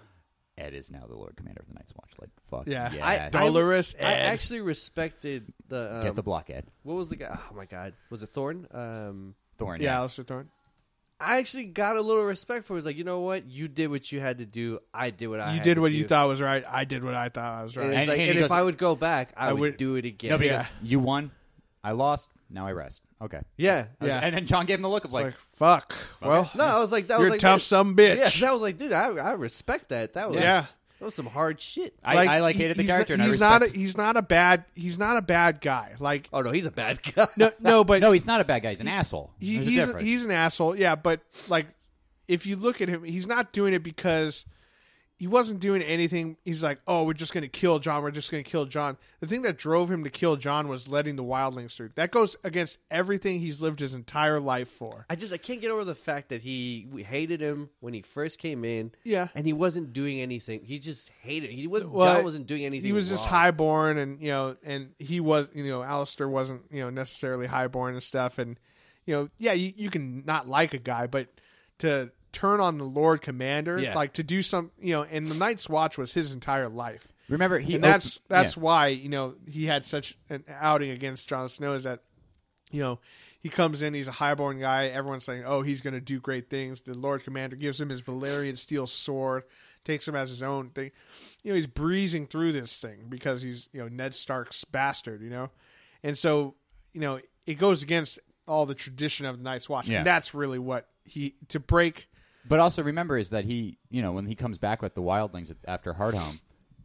Speaker 3: Ed is now the Lord Commander of the Night's Watch. Like, fuck
Speaker 1: Yeah.
Speaker 3: yes.
Speaker 2: I,
Speaker 1: Dolorous
Speaker 2: I, I
Speaker 1: Ed.
Speaker 2: actually respected the, um,
Speaker 3: get the block, Ed
Speaker 2: what was the guy? Oh my god, was it Thorn? Um,
Speaker 3: Thorn.
Speaker 1: yeah,
Speaker 3: Yeah,
Speaker 1: Alistair Thorne.
Speaker 2: I actually got a little respect for. It. it was like you know what, you did what you had to do. I did what I
Speaker 1: You
Speaker 2: had
Speaker 1: did
Speaker 2: to
Speaker 1: what
Speaker 2: do.
Speaker 1: you thought was right. I did what I thought was
Speaker 2: And,
Speaker 1: right.
Speaker 2: it's
Speaker 3: And-
Speaker 2: like,
Speaker 3: and he
Speaker 2: and if
Speaker 3: goes-
Speaker 2: I would go back, I, would,
Speaker 1: would-
Speaker 2: do it again.
Speaker 3: No, because
Speaker 2: yeah,
Speaker 1: Yeah.
Speaker 3: you won. I lost. Now I rest. Okay.
Speaker 2: yeah,
Speaker 1: Yeah.
Speaker 3: And then John gave him the look of
Speaker 1: like,
Speaker 3: like
Speaker 1: fuck. Well,
Speaker 2: No, I was like that
Speaker 1: you're
Speaker 2: was like
Speaker 1: a tough
Speaker 2: that-
Speaker 1: some bitch.
Speaker 2: Yeah, that was like, dude, I, I respect that. That was
Speaker 1: Yeah.
Speaker 2: that was some hard shit.
Speaker 3: I, I like
Speaker 1: he-
Speaker 3: hated the
Speaker 1: he's
Speaker 3: character.
Speaker 1: Not,
Speaker 3: and I
Speaker 1: he's not. A,
Speaker 3: respect-
Speaker 1: he's not a bad. He's not a bad guy. Like
Speaker 2: oh no, he's a bad guy.
Speaker 1: no, no, but
Speaker 3: no, he's not a bad guy. He's an asshole.
Speaker 1: he,
Speaker 3: There's a
Speaker 1: he's
Speaker 3: difference.
Speaker 1: he's an asshole. Yeah, but like if you look at him, he's not doing it because he wasn't doing anything. He's like, oh, we're just gonna kill John. We're just gonna kill John. The thing that drove him to kill John was letting the wildlings through. That goes against everything he's lived his entire life for.
Speaker 2: I just I can't get over the fact that he we hated him when he first came in.
Speaker 1: Yeah.
Speaker 2: and he wasn't doing anything. He just hated. He wasn't.
Speaker 1: Well,
Speaker 2: John wasn't doing anything.
Speaker 1: He was just
Speaker 2: wrong.
Speaker 1: highborn, and you know, and he was, you know, Alistair wasn't, you know, necessarily highborn and stuff. And you know, yeah, you, you can not like a guy, but to turn on the Lord Commander,
Speaker 2: Yeah.
Speaker 1: like to do some, you know, and the Night's Watch was his entire life,
Speaker 3: Remember, he
Speaker 1: and that's
Speaker 3: op-
Speaker 1: that's
Speaker 3: yeah.
Speaker 1: why you know he had such an outing against Jon Snow is that you know. He comes in, he's a highborn guy. Everyone's saying, oh, he's going to do great things. The Lord Commander gives him his Valerian steel sword, takes him as his own thing you know he's breezing through this thing because he's you know Ned Stark's bastard, you know, and so you know it goes against all the tradition of the Night's Watch,
Speaker 3: Yeah.
Speaker 1: and that's really what he to break.
Speaker 3: But also remember is that he, you know, when he comes back with the wildlings at- after Hardhome,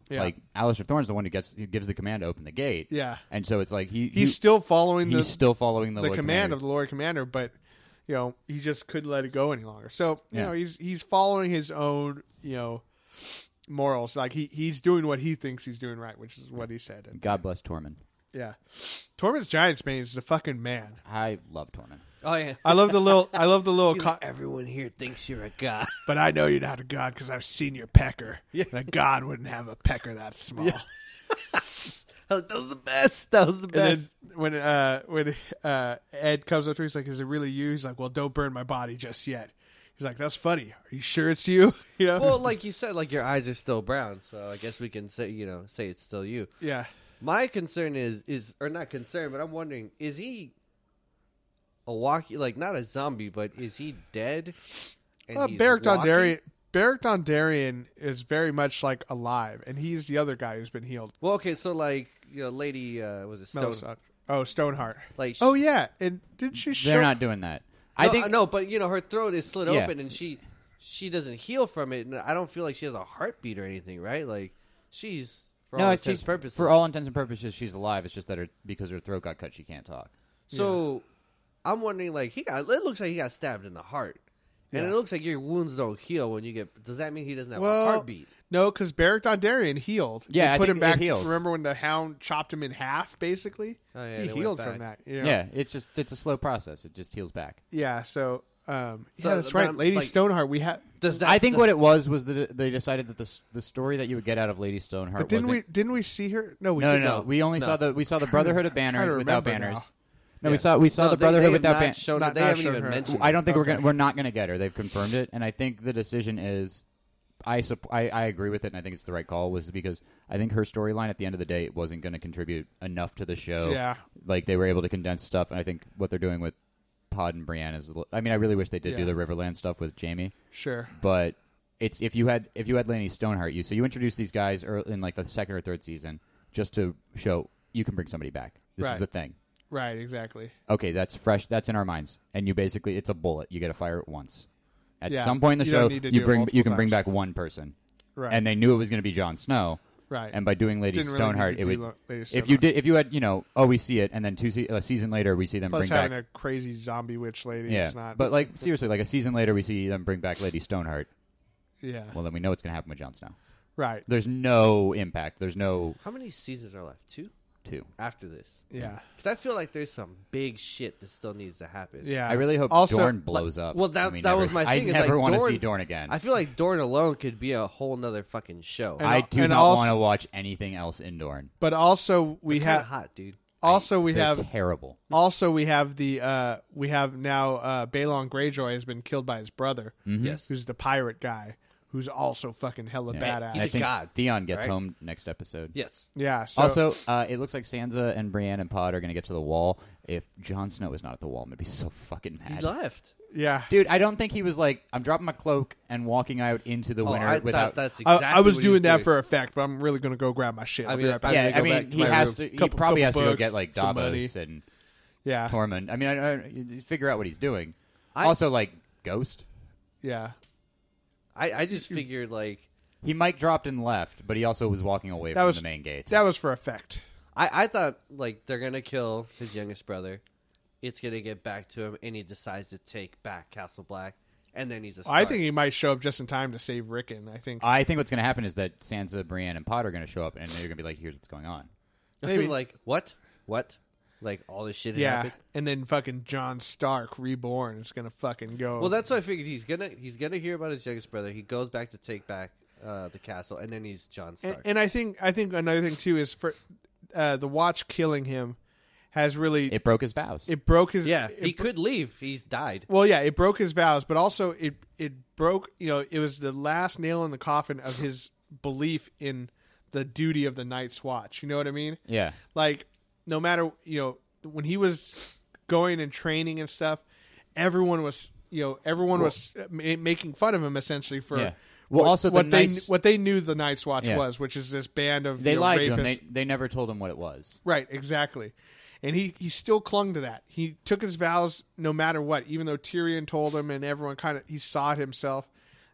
Speaker 1: Yeah.
Speaker 3: like Alistair Thorne's the one who gets who gives the command to open the gate.
Speaker 1: Yeah.
Speaker 3: and so it's like he
Speaker 1: He's
Speaker 3: he-
Speaker 1: still following the
Speaker 3: he's still following the,
Speaker 1: the
Speaker 3: Lord
Speaker 1: command
Speaker 3: Commander.
Speaker 1: of the Lord Commander, but you know he just couldn't let it go any longer. So you
Speaker 3: Yeah.
Speaker 1: know he's he's following his own you know morals, like he he's doing what he thinks he's doing right, which is what he said. And,
Speaker 3: God bless Tormund.
Speaker 1: yeah, Tormund's giant Spain is the fucking man.
Speaker 3: I love Tormund.
Speaker 2: Oh yeah.
Speaker 1: I love the little I love the little
Speaker 2: He's
Speaker 1: co-
Speaker 2: like, Everyone here thinks you're a god.
Speaker 1: but I know you're not a god because I've seen your pecker. Yeah. A god wouldn't have a pecker that small.
Speaker 2: that was the best. That was the
Speaker 1: And
Speaker 2: best.
Speaker 1: then when uh, when uh, Ed comes up to me, he's like, "Is it really you?" He's like, "Well, don't burn my body just yet." He's like, "That's funny. Are you sure it's you?" You know?
Speaker 2: well, like you said, like your eyes are still brown, so I guess we can say you know say it's still you.
Speaker 1: yeah,
Speaker 2: My concern is is or not concern, but I'm wondering is he a walkie like not a zombie, but is he dead? And
Speaker 1: uh,
Speaker 2: he's
Speaker 1: Beric
Speaker 2: walking?
Speaker 1: Dondarrion. Beric Dondarrion is very much like alive, and he's the other guy who's been healed.
Speaker 2: Well, okay, so like you know, lady uh, was it Stone?
Speaker 1: Melisandre. Oh, Stoneheart.
Speaker 2: Like
Speaker 1: oh yeah, and did she?
Speaker 3: They're
Speaker 1: show-
Speaker 3: not doing that.
Speaker 2: No,
Speaker 3: I think
Speaker 2: no, but you know her throat is slit
Speaker 3: Yeah.
Speaker 2: open, and she she doesn't heal from it, and I don't feel like she has a heartbeat or anything, right? Like she's for all
Speaker 3: no.
Speaker 2: intents
Speaker 3: She's
Speaker 2: and purposes.
Speaker 3: for all intents and purposes, she's alive. It's just that her because her throat got cut, she can't talk.
Speaker 2: so I'm wondering, like he got it looks like he got stabbed in the heart, and
Speaker 1: Yeah.
Speaker 2: it looks like your wounds don't heal when you get. Does that mean he doesn't have
Speaker 1: Well,
Speaker 2: a heartbeat?
Speaker 1: No, because Beric Dondarrion healed.
Speaker 3: Yeah,
Speaker 1: They
Speaker 3: I
Speaker 1: put
Speaker 3: think
Speaker 1: him back.
Speaker 3: it heals.
Speaker 1: remember when the Hound chopped him in half? Basically,
Speaker 2: Oh, yeah,
Speaker 1: he
Speaker 2: they went
Speaker 1: healed from
Speaker 2: back.
Speaker 1: that. you know?
Speaker 3: yeah, it's just it's a slow process. It just heals back.
Speaker 1: yeah. So, um,
Speaker 2: So
Speaker 1: yeah, that's right,
Speaker 2: that-
Speaker 1: Lady
Speaker 2: like-
Speaker 1: Stoneheart. We had,
Speaker 2: Does that?
Speaker 3: I think
Speaker 2: does-
Speaker 3: what it was was that they decided that the s- the story that you would get out of Lady Stoneheart.
Speaker 1: but didn't
Speaker 3: wasn't,
Speaker 1: we? Didn't we see her? No, we
Speaker 3: No, no,
Speaker 1: didn't.
Speaker 3: no. We only saw the we saw the Brotherhood of
Speaker 1: I'm trying to
Speaker 3: Banner without
Speaker 1: remember
Speaker 3: banners.
Speaker 1: now.
Speaker 3: No, we saw we saw
Speaker 2: no,
Speaker 3: the
Speaker 2: they-
Speaker 3: Brotherhood
Speaker 2: they have
Speaker 3: without
Speaker 2: not
Speaker 3: banners.
Speaker 2: shown-
Speaker 1: Not-
Speaker 2: they
Speaker 1: not
Speaker 2: haven't
Speaker 1: shown
Speaker 2: even
Speaker 1: her.
Speaker 2: mentioned.
Speaker 3: I don't think we're
Speaker 1: Okay.
Speaker 3: gonna, we're not going to get her. They've confirmed it, and I think the decision is. I, supp- I I agree with it, and I think it's the right call. Was because I think her storyline at the end of the day it wasn't going to contribute enough to the show.
Speaker 1: Yeah.
Speaker 3: like they were able to condense stuff, and I think what they're doing with Pod and Brienne is. a li- I mean, I really wish they did do
Speaker 1: Yeah.
Speaker 3: the Riverland stuff with Jamie,
Speaker 1: Sure.
Speaker 3: but it's if you had if you had Lanny Stoneheart, you so you introduce these guys ear- in like the second or third season just to show you can bring somebody back. This
Speaker 1: Right.
Speaker 3: is a thing.
Speaker 1: Right. Exactly.
Speaker 3: Okay, that's fresh. That's in our minds, and you basically it's a bullet. You got to fire it once. At
Speaker 1: Yeah,
Speaker 3: some point in the
Speaker 1: you
Speaker 3: show,
Speaker 1: don't need to
Speaker 3: you
Speaker 1: do it
Speaker 3: bring you
Speaker 1: multiple
Speaker 3: can bring
Speaker 1: times.
Speaker 3: back one person,
Speaker 1: Right.
Speaker 3: and they knew it was going to be Jon Snow.
Speaker 1: Right.
Speaker 3: And by doing Lady
Speaker 1: Didn't really need
Speaker 3: Stoneheart,
Speaker 1: to
Speaker 3: it
Speaker 1: do
Speaker 3: would.
Speaker 1: Lo- Lady
Speaker 3: If you
Speaker 1: Stoneheart.
Speaker 3: did, if you had, you know, oh, we see it, and then two se- a season later, we see them
Speaker 1: Plus
Speaker 3: bring back.
Speaker 1: having a crazy zombie witch lady.
Speaker 3: yeah,
Speaker 1: Is not,
Speaker 3: but like seriously, like a season later, we see them bring back Lady Stoneheart.
Speaker 1: yeah.
Speaker 3: Well, then we know what's going to happen with Jon Snow.
Speaker 1: right.
Speaker 3: There's no impact. There's no
Speaker 2: How many seasons are left? Two
Speaker 3: two.
Speaker 2: after this?
Speaker 1: Yeah.
Speaker 2: Because I feel like there's some big shit that still needs to happen.
Speaker 1: Yeah.
Speaker 3: I really hope
Speaker 1: also,
Speaker 3: Dorn blows up.
Speaker 2: Well, that
Speaker 3: and we
Speaker 2: that
Speaker 3: never-
Speaker 2: was my
Speaker 3: I
Speaker 2: thing. is
Speaker 3: never
Speaker 2: like
Speaker 3: want to
Speaker 2: Dorne-
Speaker 3: see Dorn again.
Speaker 2: I feel like Dorn alone could be a whole nother fucking show.
Speaker 1: And
Speaker 3: I
Speaker 1: al-
Speaker 3: do
Speaker 1: and
Speaker 3: not
Speaker 1: also-
Speaker 3: want to watch anything else in Dorn.
Speaker 1: But also we
Speaker 2: Kinda
Speaker 1: have.
Speaker 2: hot, dude.
Speaker 1: Also we
Speaker 3: They're
Speaker 1: have.
Speaker 3: terrible.
Speaker 1: Also we have the. uh We have now. uh Balon Greyjoy has been killed by his brother,
Speaker 3: Mm-hmm.
Speaker 2: Yes.
Speaker 1: Mm-hmm. who's the pirate guy, who's also fucking hella badass.
Speaker 3: And I
Speaker 2: He's a
Speaker 3: think
Speaker 2: god,
Speaker 3: Theon gets
Speaker 2: right?
Speaker 3: home next episode.
Speaker 2: Yes.
Speaker 1: yeah. So,
Speaker 3: also, uh, it looks like Sansa and Brienne and Pod are going to get to the wall. If Jon Snow is not at the wall, I'm going to be so fucking
Speaker 2: He
Speaker 3: mad.
Speaker 2: left.
Speaker 1: yeah.
Speaker 3: Dude, I don't think he was like, I'm dropping my cloak and walking out into the
Speaker 2: Oh,
Speaker 3: winter
Speaker 2: I thought
Speaker 3: without.
Speaker 2: that's
Speaker 1: I-
Speaker 2: exactly
Speaker 1: I, was
Speaker 2: what he
Speaker 1: doing that
Speaker 2: doing.
Speaker 1: for effect, but I'm really gonna go grab my shit. I'll be
Speaker 2: mean,
Speaker 1: right back.
Speaker 2: I
Speaker 3: yeah,
Speaker 2: gotta
Speaker 3: I
Speaker 2: go
Speaker 3: mean,
Speaker 2: back to
Speaker 3: he
Speaker 2: my
Speaker 3: has
Speaker 2: room.
Speaker 3: to. He
Speaker 1: Couple-
Speaker 3: probably
Speaker 1: couple
Speaker 3: has to go
Speaker 1: books,
Speaker 3: get like
Speaker 1: some
Speaker 3: Davos and
Speaker 1: yeah,
Speaker 3: Tormund. I mean, I, I figure out what he's doing.
Speaker 2: I-
Speaker 3: also, like Ghost,
Speaker 1: yeah.
Speaker 2: I, I just figured like
Speaker 3: he mic dropped and left, but he also was walking away
Speaker 1: That
Speaker 3: from
Speaker 1: was
Speaker 3: the main gates.
Speaker 1: That was for effect.
Speaker 2: I, I thought like they're gonna kill his youngest brother. It's gonna get back to him, and he decides to take back Castle Black, and then he's
Speaker 1: I
Speaker 2: a. Stark.
Speaker 1: think he might show up just in time to save Rickon. I think
Speaker 3: I think what's going to happen is that Sansa, Brienne, and Pod are going to show up, and they're going to be like, "Here's what's going on."
Speaker 1: maybe.
Speaker 2: like what what like all this shit.
Speaker 1: yeah,
Speaker 2: Yeah. Happened.
Speaker 1: and then fucking John Stark reborn is gonna fucking go.
Speaker 2: Well, that's what I figured. He's gonna he's gonna hear about his youngest brother. He goes back to take back uh, the castle, and then he's John Stark.
Speaker 1: and, and I think I think another thing too is for uh, the Watch killing him has really it,
Speaker 3: It broke his vows.
Speaker 1: broke his
Speaker 2: yeah,
Speaker 1: it
Speaker 2: he could leave. He's died.
Speaker 1: Well, yeah, it broke his vows, but also it it broke. You know, it was the last nail in the coffin of his belief in the duty of the Night's Watch. You know what I mean?
Speaker 3: yeah,
Speaker 1: Like, no matter you know when he was going and training and stuff, everyone was you know everyone was ma- making fun of him essentially for.
Speaker 3: Yeah. Well,
Speaker 1: what-
Speaker 3: also the
Speaker 1: what they
Speaker 3: Night's-
Speaker 1: what they knew the Night's Watch
Speaker 3: Yeah.
Speaker 1: was, which is this band of
Speaker 3: they
Speaker 1: you know,
Speaker 3: lied
Speaker 1: rapists.
Speaker 3: to him. They, they never told him what it was.
Speaker 1: Right, exactly. And he, he still clung to that. He took his vows no matter what, even though Tyrion told him and everyone kind of, he saw it himself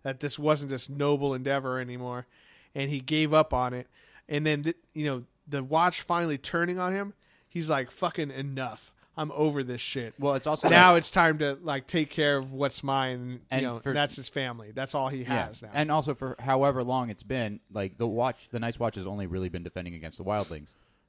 Speaker 1: that this wasn't this noble endeavor anymore. And he gave up on it. And then, th- you know, the watch finally turning on him, he's like, fucking enough. I'm over this shit.
Speaker 3: Well, it's also
Speaker 1: now it's time to like take care of what's mine.
Speaker 3: And
Speaker 1: you know,
Speaker 3: for-
Speaker 1: that's his family. That's all he
Speaker 3: yeah.
Speaker 1: has now.
Speaker 3: and also for however long it's been, like the watch, the Night's Watch has only really been defending against the wildlings.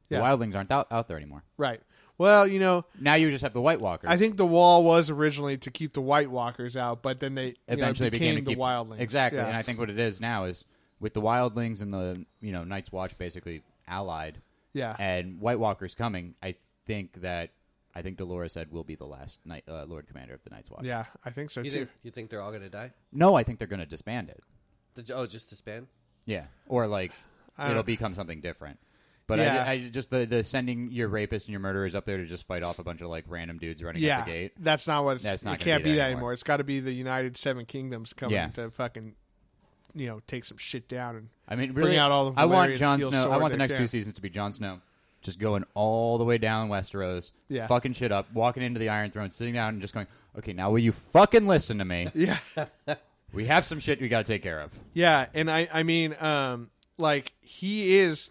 Speaker 3: The
Speaker 1: Yeah.
Speaker 3: wildlings aren't out, out there anymore.
Speaker 1: right. Well, you know,
Speaker 3: Now you just have the White Walkers.
Speaker 1: I think the wall was originally to keep the White Walkers out, but then they you know, it
Speaker 3: eventually
Speaker 1: became,
Speaker 3: became to
Speaker 1: the
Speaker 3: keep-
Speaker 1: Wildlings.
Speaker 3: Exactly,
Speaker 1: Yeah.
Speaker 3: and I think what it is now is with the wildlings and the you know Night's Watch basically allied.
Speaker 1: Yeah.
Speaker 3: and White Walkers coming. I think that I think Dolores said will be the last night, uh, Lord Commander of the Night's Watch.
Speaker 1: yeah, I think so
Speaker 2: You
Speaker 1: too.
Speaker 2: think you think they're all gonna die?
Speaker 3: No, I think they're going to disband it.
Speaker 2: The, oh, just to span.
Speaker 3: Yeah, or like it'll become something different. But I-
Speaker 1: Yeah.
Speaker 3: I, just the, the sending your rapist and your murderers up there to just fight off a bunch of like random dudes running
Speaker 1: Yeah,
Speaker 3: up the gate.
Speaker 1: that's not what. It's,
Speaker 3: That's not
Speaker 1: it
Speaker 3: gonna
Speaker 1: can't
Speaker 3: be
Speaker 1: be,
Speaker 3: that
Speaker 1: that
Speaker 3: anymore.
Speaker 1: anymore. It's got to be the United Seven Kingdoms coming
Speaker 3: Yeah.
Speaker 1: to fucking, you know, take some shit down and
Speaker 3: I mean,
Speaker 1: bring
Speaker 3: really,
Speaker 1: out all the.
Speaker 3: I want
Speaker 1: Valyrian
Speaker 3: Jon
Speaker 1: steel
Speaker 3: Snow. I
Speaker 1: sword
Speaker 3: want the
Speaker 1: they
Speaker 3: next two
Speaker 1: can.
Speaker 3: seasons to be Jon Snow, just going all the way down Westeros,
Speaker 1: Yeah.
Speaker 3: fucking shit up, walking into the Iron Throne, sitting down, and just going, "Okay, now will you fucking listen to me?
Speaker 1: Yeah,
Speaker 3: We have some shit we got to take care of."
Speaker 1: yeah, and I, I mean, um, like he is,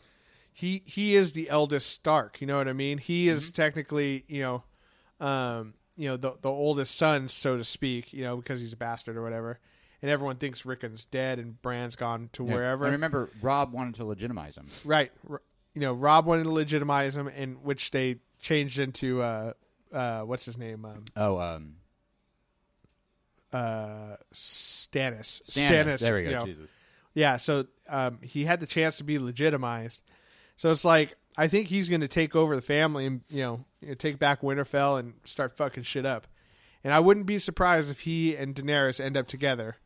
Speaker 1: he he is the eldest Stark. You know what I mean? He
Speaker 3: Mm-hmm.
Speaker 1: is technically, you know, um, you know, the the oldest son, so to speak, you know, because he's a bastard or whatever. And everyone thinks Rickon's dead and Bran's gone to wherever.
Speaker 3: I remember Rob wanted to legitimize him.
Speaker 1: right. R- You know, Rob wanted to legitimize him, and which they changed into uh, uh, what's his name? Um,
Speaker 3: Oh, um,
Speaker 1: uh, Stannis.
Speaker 3: Stannis. There we go.
Speaker 1: you know.
Speaker 3: Jesus.
Speaker 1: Yeah. So um, he had the chance to be legitimized. So it's like I think he's going to take over the family and you know, you know, take back Winterfell and start fucking shit up. And I wouldn't be surprised if he and Daenerys end up together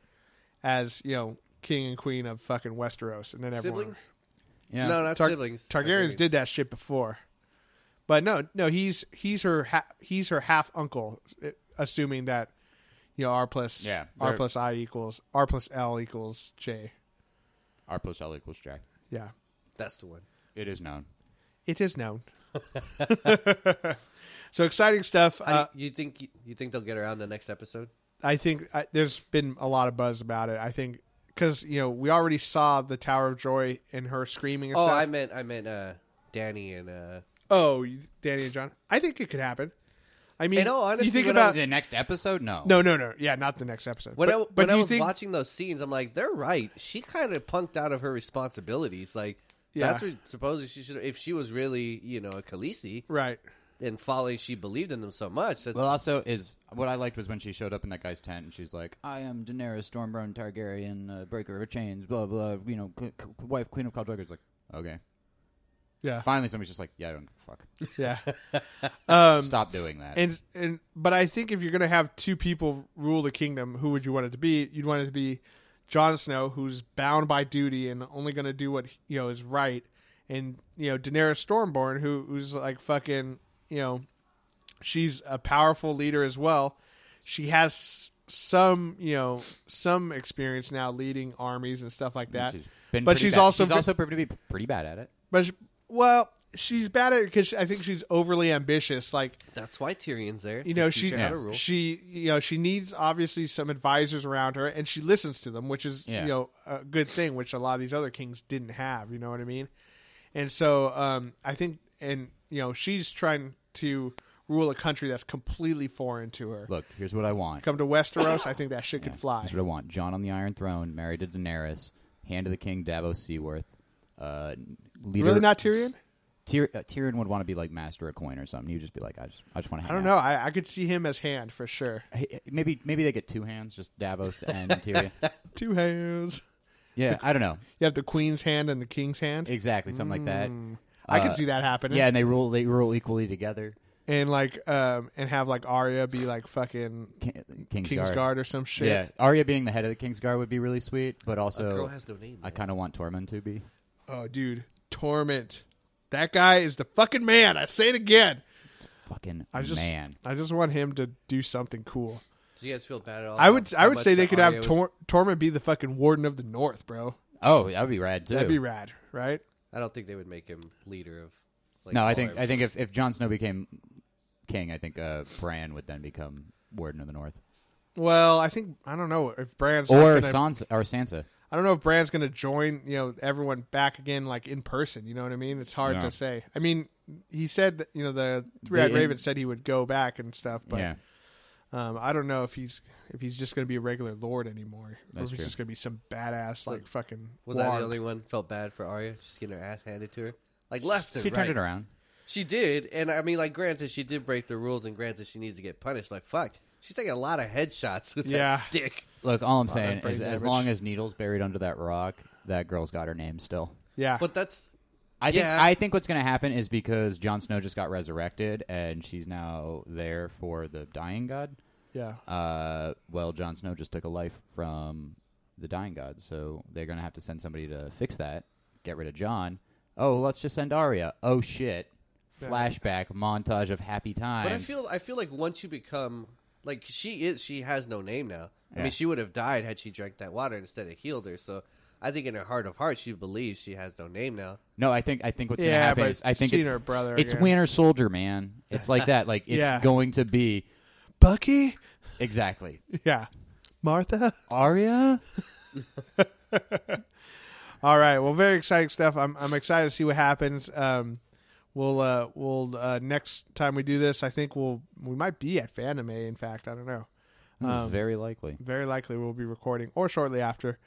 Speaker 1: as you know king and queen of fucking Westeros, and then everyone.
Speaker 2: Siblings?
Speaker 3: Yeah.
Speaker 2: No, not
Speaker 1: Tar-
Speaker 2: siblings.
Speaker 1: Targaryens did that shit before, but no, no, he's he's her ha- he's her half uncle, eh, assuming that you know R plus
Speaker 3: Yeah,
Speaker 1: R
Speaker 3: they're-
Speaker 1: plus I equals R plus L equals J.
Speaker 3: R plus L equals J.
Speaker 1: Yeah,
Speaker 2: That's the one.
Speaker 3: It is known.
Speaker 1: it is known. so exciting stuff.
Speaker 2: How
Speaker 1: Uh,
Speaker 2: do you, you think you, you think they'll get around the next episode?
Speaker 1: I think I, there's been a lot of buzz about it. I think because you know we already saw the Tower of Joy and her screaming. And
Speaker 2: Oh,
Speaker 1: stuff.
Speaker 2: I meant I meant uh, Danny and uh,
Speaker 1: oh, you- Danny and John. I think it could happen. I mean,
Speaker 2: In all honesty,
Speaker 1: you think
Speaker 2: when I
Speaker 1: about
Speaker 2: was
Speaker 3: The next episode? No.
Speaker 1: no, no, no, yeah, not the next episode.
Speaker 2: when
Speaker 1: but,
Speaker 2: I
Speaker 1: but
Speaker 2: when I
Speaker 1: you
Speaker 2: was
Speaker 1: think
Speaker 2: watching those scenes, I'm like, they're right. She kind of punked out of her responsibilities. Like
Speaker 1: Yeah.
Speaker 2: that's what supposedly she should. If she was really you know a Khaleesi
Speaker 1: right?
Speaker 2: and following, she believed in them so much. That's
Speaker 3: Well, also is what I liked was when she showed up in that guy's tent and she's like, "I am Daenerys Stormborn Targaryen, uh, breaker of chains, blah blah. You know, c- c- wife, queen of Khal Drogo." It's like, okay.
Speaker 1: Yeah,
Speaker 3: Finally, somebody's just like, "Yeah, I don't give a fuck.
Speaker 1: yeah.
Speaker 3: Stop doing that."
Speaker 1: And and but I think if you're gonna have two people rule the kingdom, who would you want it to be? You'd want it to be Jon Snow, who's bound by duty and only gonna do what you know is right, and you know Daenerys Stormborn, who who's like fucking you know, she's a powerful leader as well. She has s- some you know some experience now leading armies and stuff like that.
Speaker 3: She's been
Speaker 1: but
Speaker 3: pretty
Speaker 1: she's
Speaker 3: bad.
Speaker 1: also
Speaker 3: she's
Speaker 1: ve-
Speaker 3: also proven to be pretty bad at it.
Speaker 1: but she- well. She's bad at it because I think she's overly ambitious. Like
Speaker 2: that's why Tyrion's there.
Speaker 1: you
Speaker 2: to
Speaker 1: know
Speaker 2: teach
Speaker 1: she
Speaker 2: her how to rule.
Speaker 1: she you know she needs obviously some advisors around her and she listens to them which is
Speaker 3: Yeah.
Speaker 1: you know a good thing which a lot of these other kings didn't have you know what i mean and so um i think and you know she's trying to rule a country that's completely foreign to her
Speaker 3: Look, here's what I want.
Speaker 1: come to westeros i think that shit could fly
Speaker 3: Here's what I want: John on the Iron Throne, married to Daenerys, hand of the king, Davos Seaworth. Uh, leader,
Speaker 1: really not tyrion
Speaker 3: Tyr- uh, Tyrion would want to be like master of coin or something. He would just be like, I just, I just want to.
Speaker 1: i don't know I, I could see him as hand for sure
Speaker 3: Hey, Maybe, maybe they get two hands, just Davos and Tyrion.
Speaker 1: two hands
Speaker 3: yeah, I don't know
Speaker 1: you have the queen's hand and the king's hand
Speaker 3: exactly, something like that.
Speaker 1: Hmm. i could
Speaker 3: Uh,
Speaker 1: see that happening
Speaker 3: Yeah, and they rule, they rule equally together.
Speaker 1: and like um and have like Arya be like fucking
Speaker 3: King, King's,
Speaker 1: Kingsguard or some shit.
Speaker 3: Yeah, Arya being the head of the King's Guard would be really sweet, but also
Speaker 2: girl has no name,
Speaker 3: I kind of want Tormund to be.
Speaker 1: Oh, dude, Torment. That guy is the fucking man. I say it again.
Speaker 3: Fucking
Speaker 1: I just,
Speaker 3: man.
Speaker 1: I just want him to do something cool.
Speaker 2: Do you guys feel bad
Speaker 3: Oh,
Speaker 2: at all?
Speaker 1: I would,
Speaker 2: how-
Speaker 1: I
Speaker 2: how
Speaker 1: would
Speaker 2: much
Speaker 1: say they
Speaker 2: that
Speaker 1: could
Speaker 2: Arya
Speaker 1: have
Speaker 2: was-
Speaker 1: Tor- Torment be the fucking warden of the North, bro.
Speaker 3: Oh, that would be rad too.
Speaker 1: That'd be rad, right?
Speaker 2: I don't think they would make him leader of. Like,
Speaker 3: no, I
Speaker 2: all
Speaker 3: think
Speaker 2: our-
Speaker 3: oh, I think if if Jon Snow became king, I think uh, Bran would then become warden of the North,
Speaker 1: Well, I think I don't know if Bran's not
Speaker 3: or
Speaker 1: gonna-
Speaker 3: Sansa, or Sansa.
Speaker 1: I don't know if Bran's going to join, you know, everyone back again like in person. You know what I mean? It's hard
Speaker 3: No.
Speaker 1: to say. I mean, he said that, you know the Red
Speaker 3: in-
Speaker 1: Raven said he would go back and stuff, but
Speaker 3: yeah,
Speaker 1: Um, I don't know if he's if he's just going to be a regular lord anymore, or if
Speaker 3: That's
Speaker 1: he's
Speaker 3: true.
Speaker 1: just going to be some badass like fucking.
Speaker 2: was that
Speaker 1: warg.
Speaker 2: the only one felt bad for Arya? Just getting her ass handed to her, like left and
Speaker 3: she
Speaker 2: right.
Speaker 3: turned it around.
Speaker 2: She did, and I mean, like, granted, she did break the rules, and granted, she needs to get punished. Like, fuck, she's taking a lot of headshots with
Speaker 1: Yeah.
Speaker 2: that stick.
Speaker 3: Look, all I'm saying
Speaker 1: brain
Speaker 3: is, as
Speaker 1: damage.
Speaker 3: long as Needle's buried under that rock, that girl's got her name still.
Speaker 1: Yeah,
Speaker 2: But that's
Speaker 3: I think
Speaker 2: Yeah.
Speaker 3: I think what's going to happen is because Jon Snow just got resurrected and she's now there for the dying god.
Speaker 1: yeah,
Speaker 3: Uh, well, Jon Snow just took a life from the dying god, so they're going to have to send somebody to fix that. Get rid of Jon. Oh, let's just send Arya. Oh shit! Flashback montage of happy times.
Speaker 2: but I feel I feel like once you become like she is, she has no name now. I
Speaker 3: Yeah.
Speaker 2: mean, she would have died had she drank that water instead of healed her. So I think in her heart of hearts, she believes she has no name now.
Speaker 3: no. I think I think what's going
Speaker 1: Yeah,
Speaker 3: to happen
Speaker 1: but
Speaker 3: is I think
Speaker 1: seeing
Speaker 3: it's
Speaker 1: her brother
Speaker 3: It's
Speaker 1: again.
Speaker 3: Winter Soldier, man. It's like that. Like it's
Speaker 1: Yeah.
Speaker 3: going to be
Speaker 1: Bucky.
Speaker 3: exactly
Speaker 1: Yeah, Martha.
Speaker 3: Arya.
Speaker 1: All right. Well, very exciting stuff. I'm I'm excited to see what happens. Um, we'll uh we'll uh next time we do this, I think we'll we might be at Fanime. In fact, I don't know. Um,
Speaker 3: Very likely.
Speaker 1: Very likely we'll be recording or shortly after.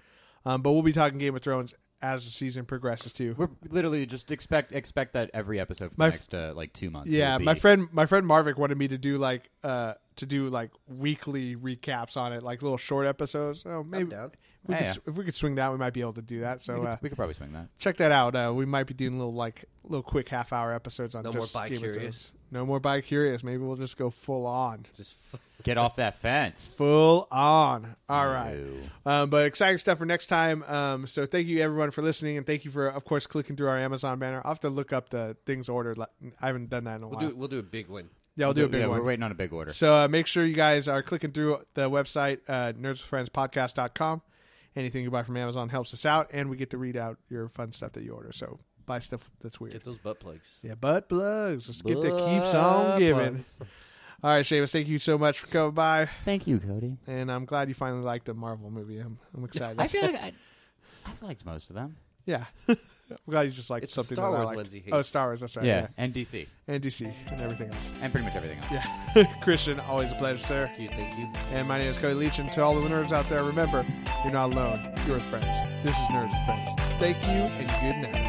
Speaker 1: Um, but we'll be talking Game of Thrones as the season progresses too.
Speaker 3: We're literally just expect expect that every episode for
Speaker 1: My
Speaker 3: the
Speaker 1: f-
Speaker 3: next uh, like two months.
Speaker 1: Yeah,
Speaker 3: will be-
Speaker 1: my friend, my friend Marvick wanted me to do like uh to do like weekly recaps on it, like little short episodes. So maybe
Speaker 2: down.
Speaker 1: we
Speaker 3: Yeah,
Speaker 1: could,
Speaker 3: yeah.
Speaker 1: s- if we could swing that, we might be able to do that. So
Speaker 3: We could,
Speaker 1: uh,
Speaker 3: we could probably swing that.
Speaker 1: check that out. Uh, we might be doing little like little quick half hour episodes on
Speaker 2: No more
Speaker 1: just Game of
Speaker 2: bi-curious.
Speaker 1: Thrones. No more bi curious. Maybe we'll just go full on.
Speaker 2: Just
Speaker 3: Get off that fence.
Speaker 1: Full on. All right.
Speaker 3: Ew.
Speaker 1: Um, but exciting stuff for next time. Um, so thank you everyone for listening, and thank you for, of course, clicking through our Amazon banner. I'll have to look up the things ordered. Like, I haven't done that in a
Speaker 2: we'll
Speaker 1: while.
Speaker 2: do we'll do a big one.
Speaker 1: yeah, I'll do a big
Speaker 3: yeah,
Speaker 1: one.
Speaker 3: We're waiting on a big order.
Speaker 1: So uh, make sure you guys are clicking through the website, uh, nerdswithfriendspodcast.com. Anything you buy from Amazon helps us out, and we get to read out your fun stuff that you order. So buy stuff that's weird.
Speaker 2: Get those butt plugs.
Speaker 1: Yeah, butt plugs. Let's get that keeps on giving. All right, Seamus, thank you so much for coming by,
Speaker 3: Thank you, Cody.
Speaker 1: and I'm glad you finally liked a Marvel movie. I'm, I'm excited.
Speaker 3: I feel like I, I've liked most of them.
Speaker 1: yeah. I'm glad you just liked
Speaker 2: It's the
Speaker 1: something
Speaker 2: Star
Speaker 1: that I
Speaker 2: Wars
Speaker 1: liked.
Speaker 2: ones he hates.
Speaker 1: Oh, Star Wars. That's right.
Speaker 3: yeah,
Speaker 1: Yeah.
Speaker 3: and DC,
Speaker 1: And DC and everything else.
Speaker 3: and pretty much everything else.
Speaker 1: Yeah. Christian, always a pleasure, sir.
Speaker 2: Do you think you?
Speaker 1: And my name is Cody Leach. And to all the nerds out there, remember, you're not alone. You're with friends. This is Nerds with Friends. Thank you and good night.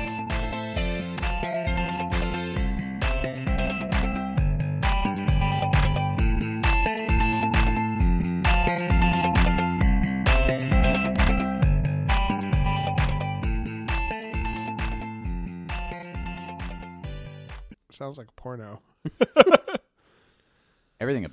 Speaker 1: Sounds like porno.
Speaker 3: Everything about.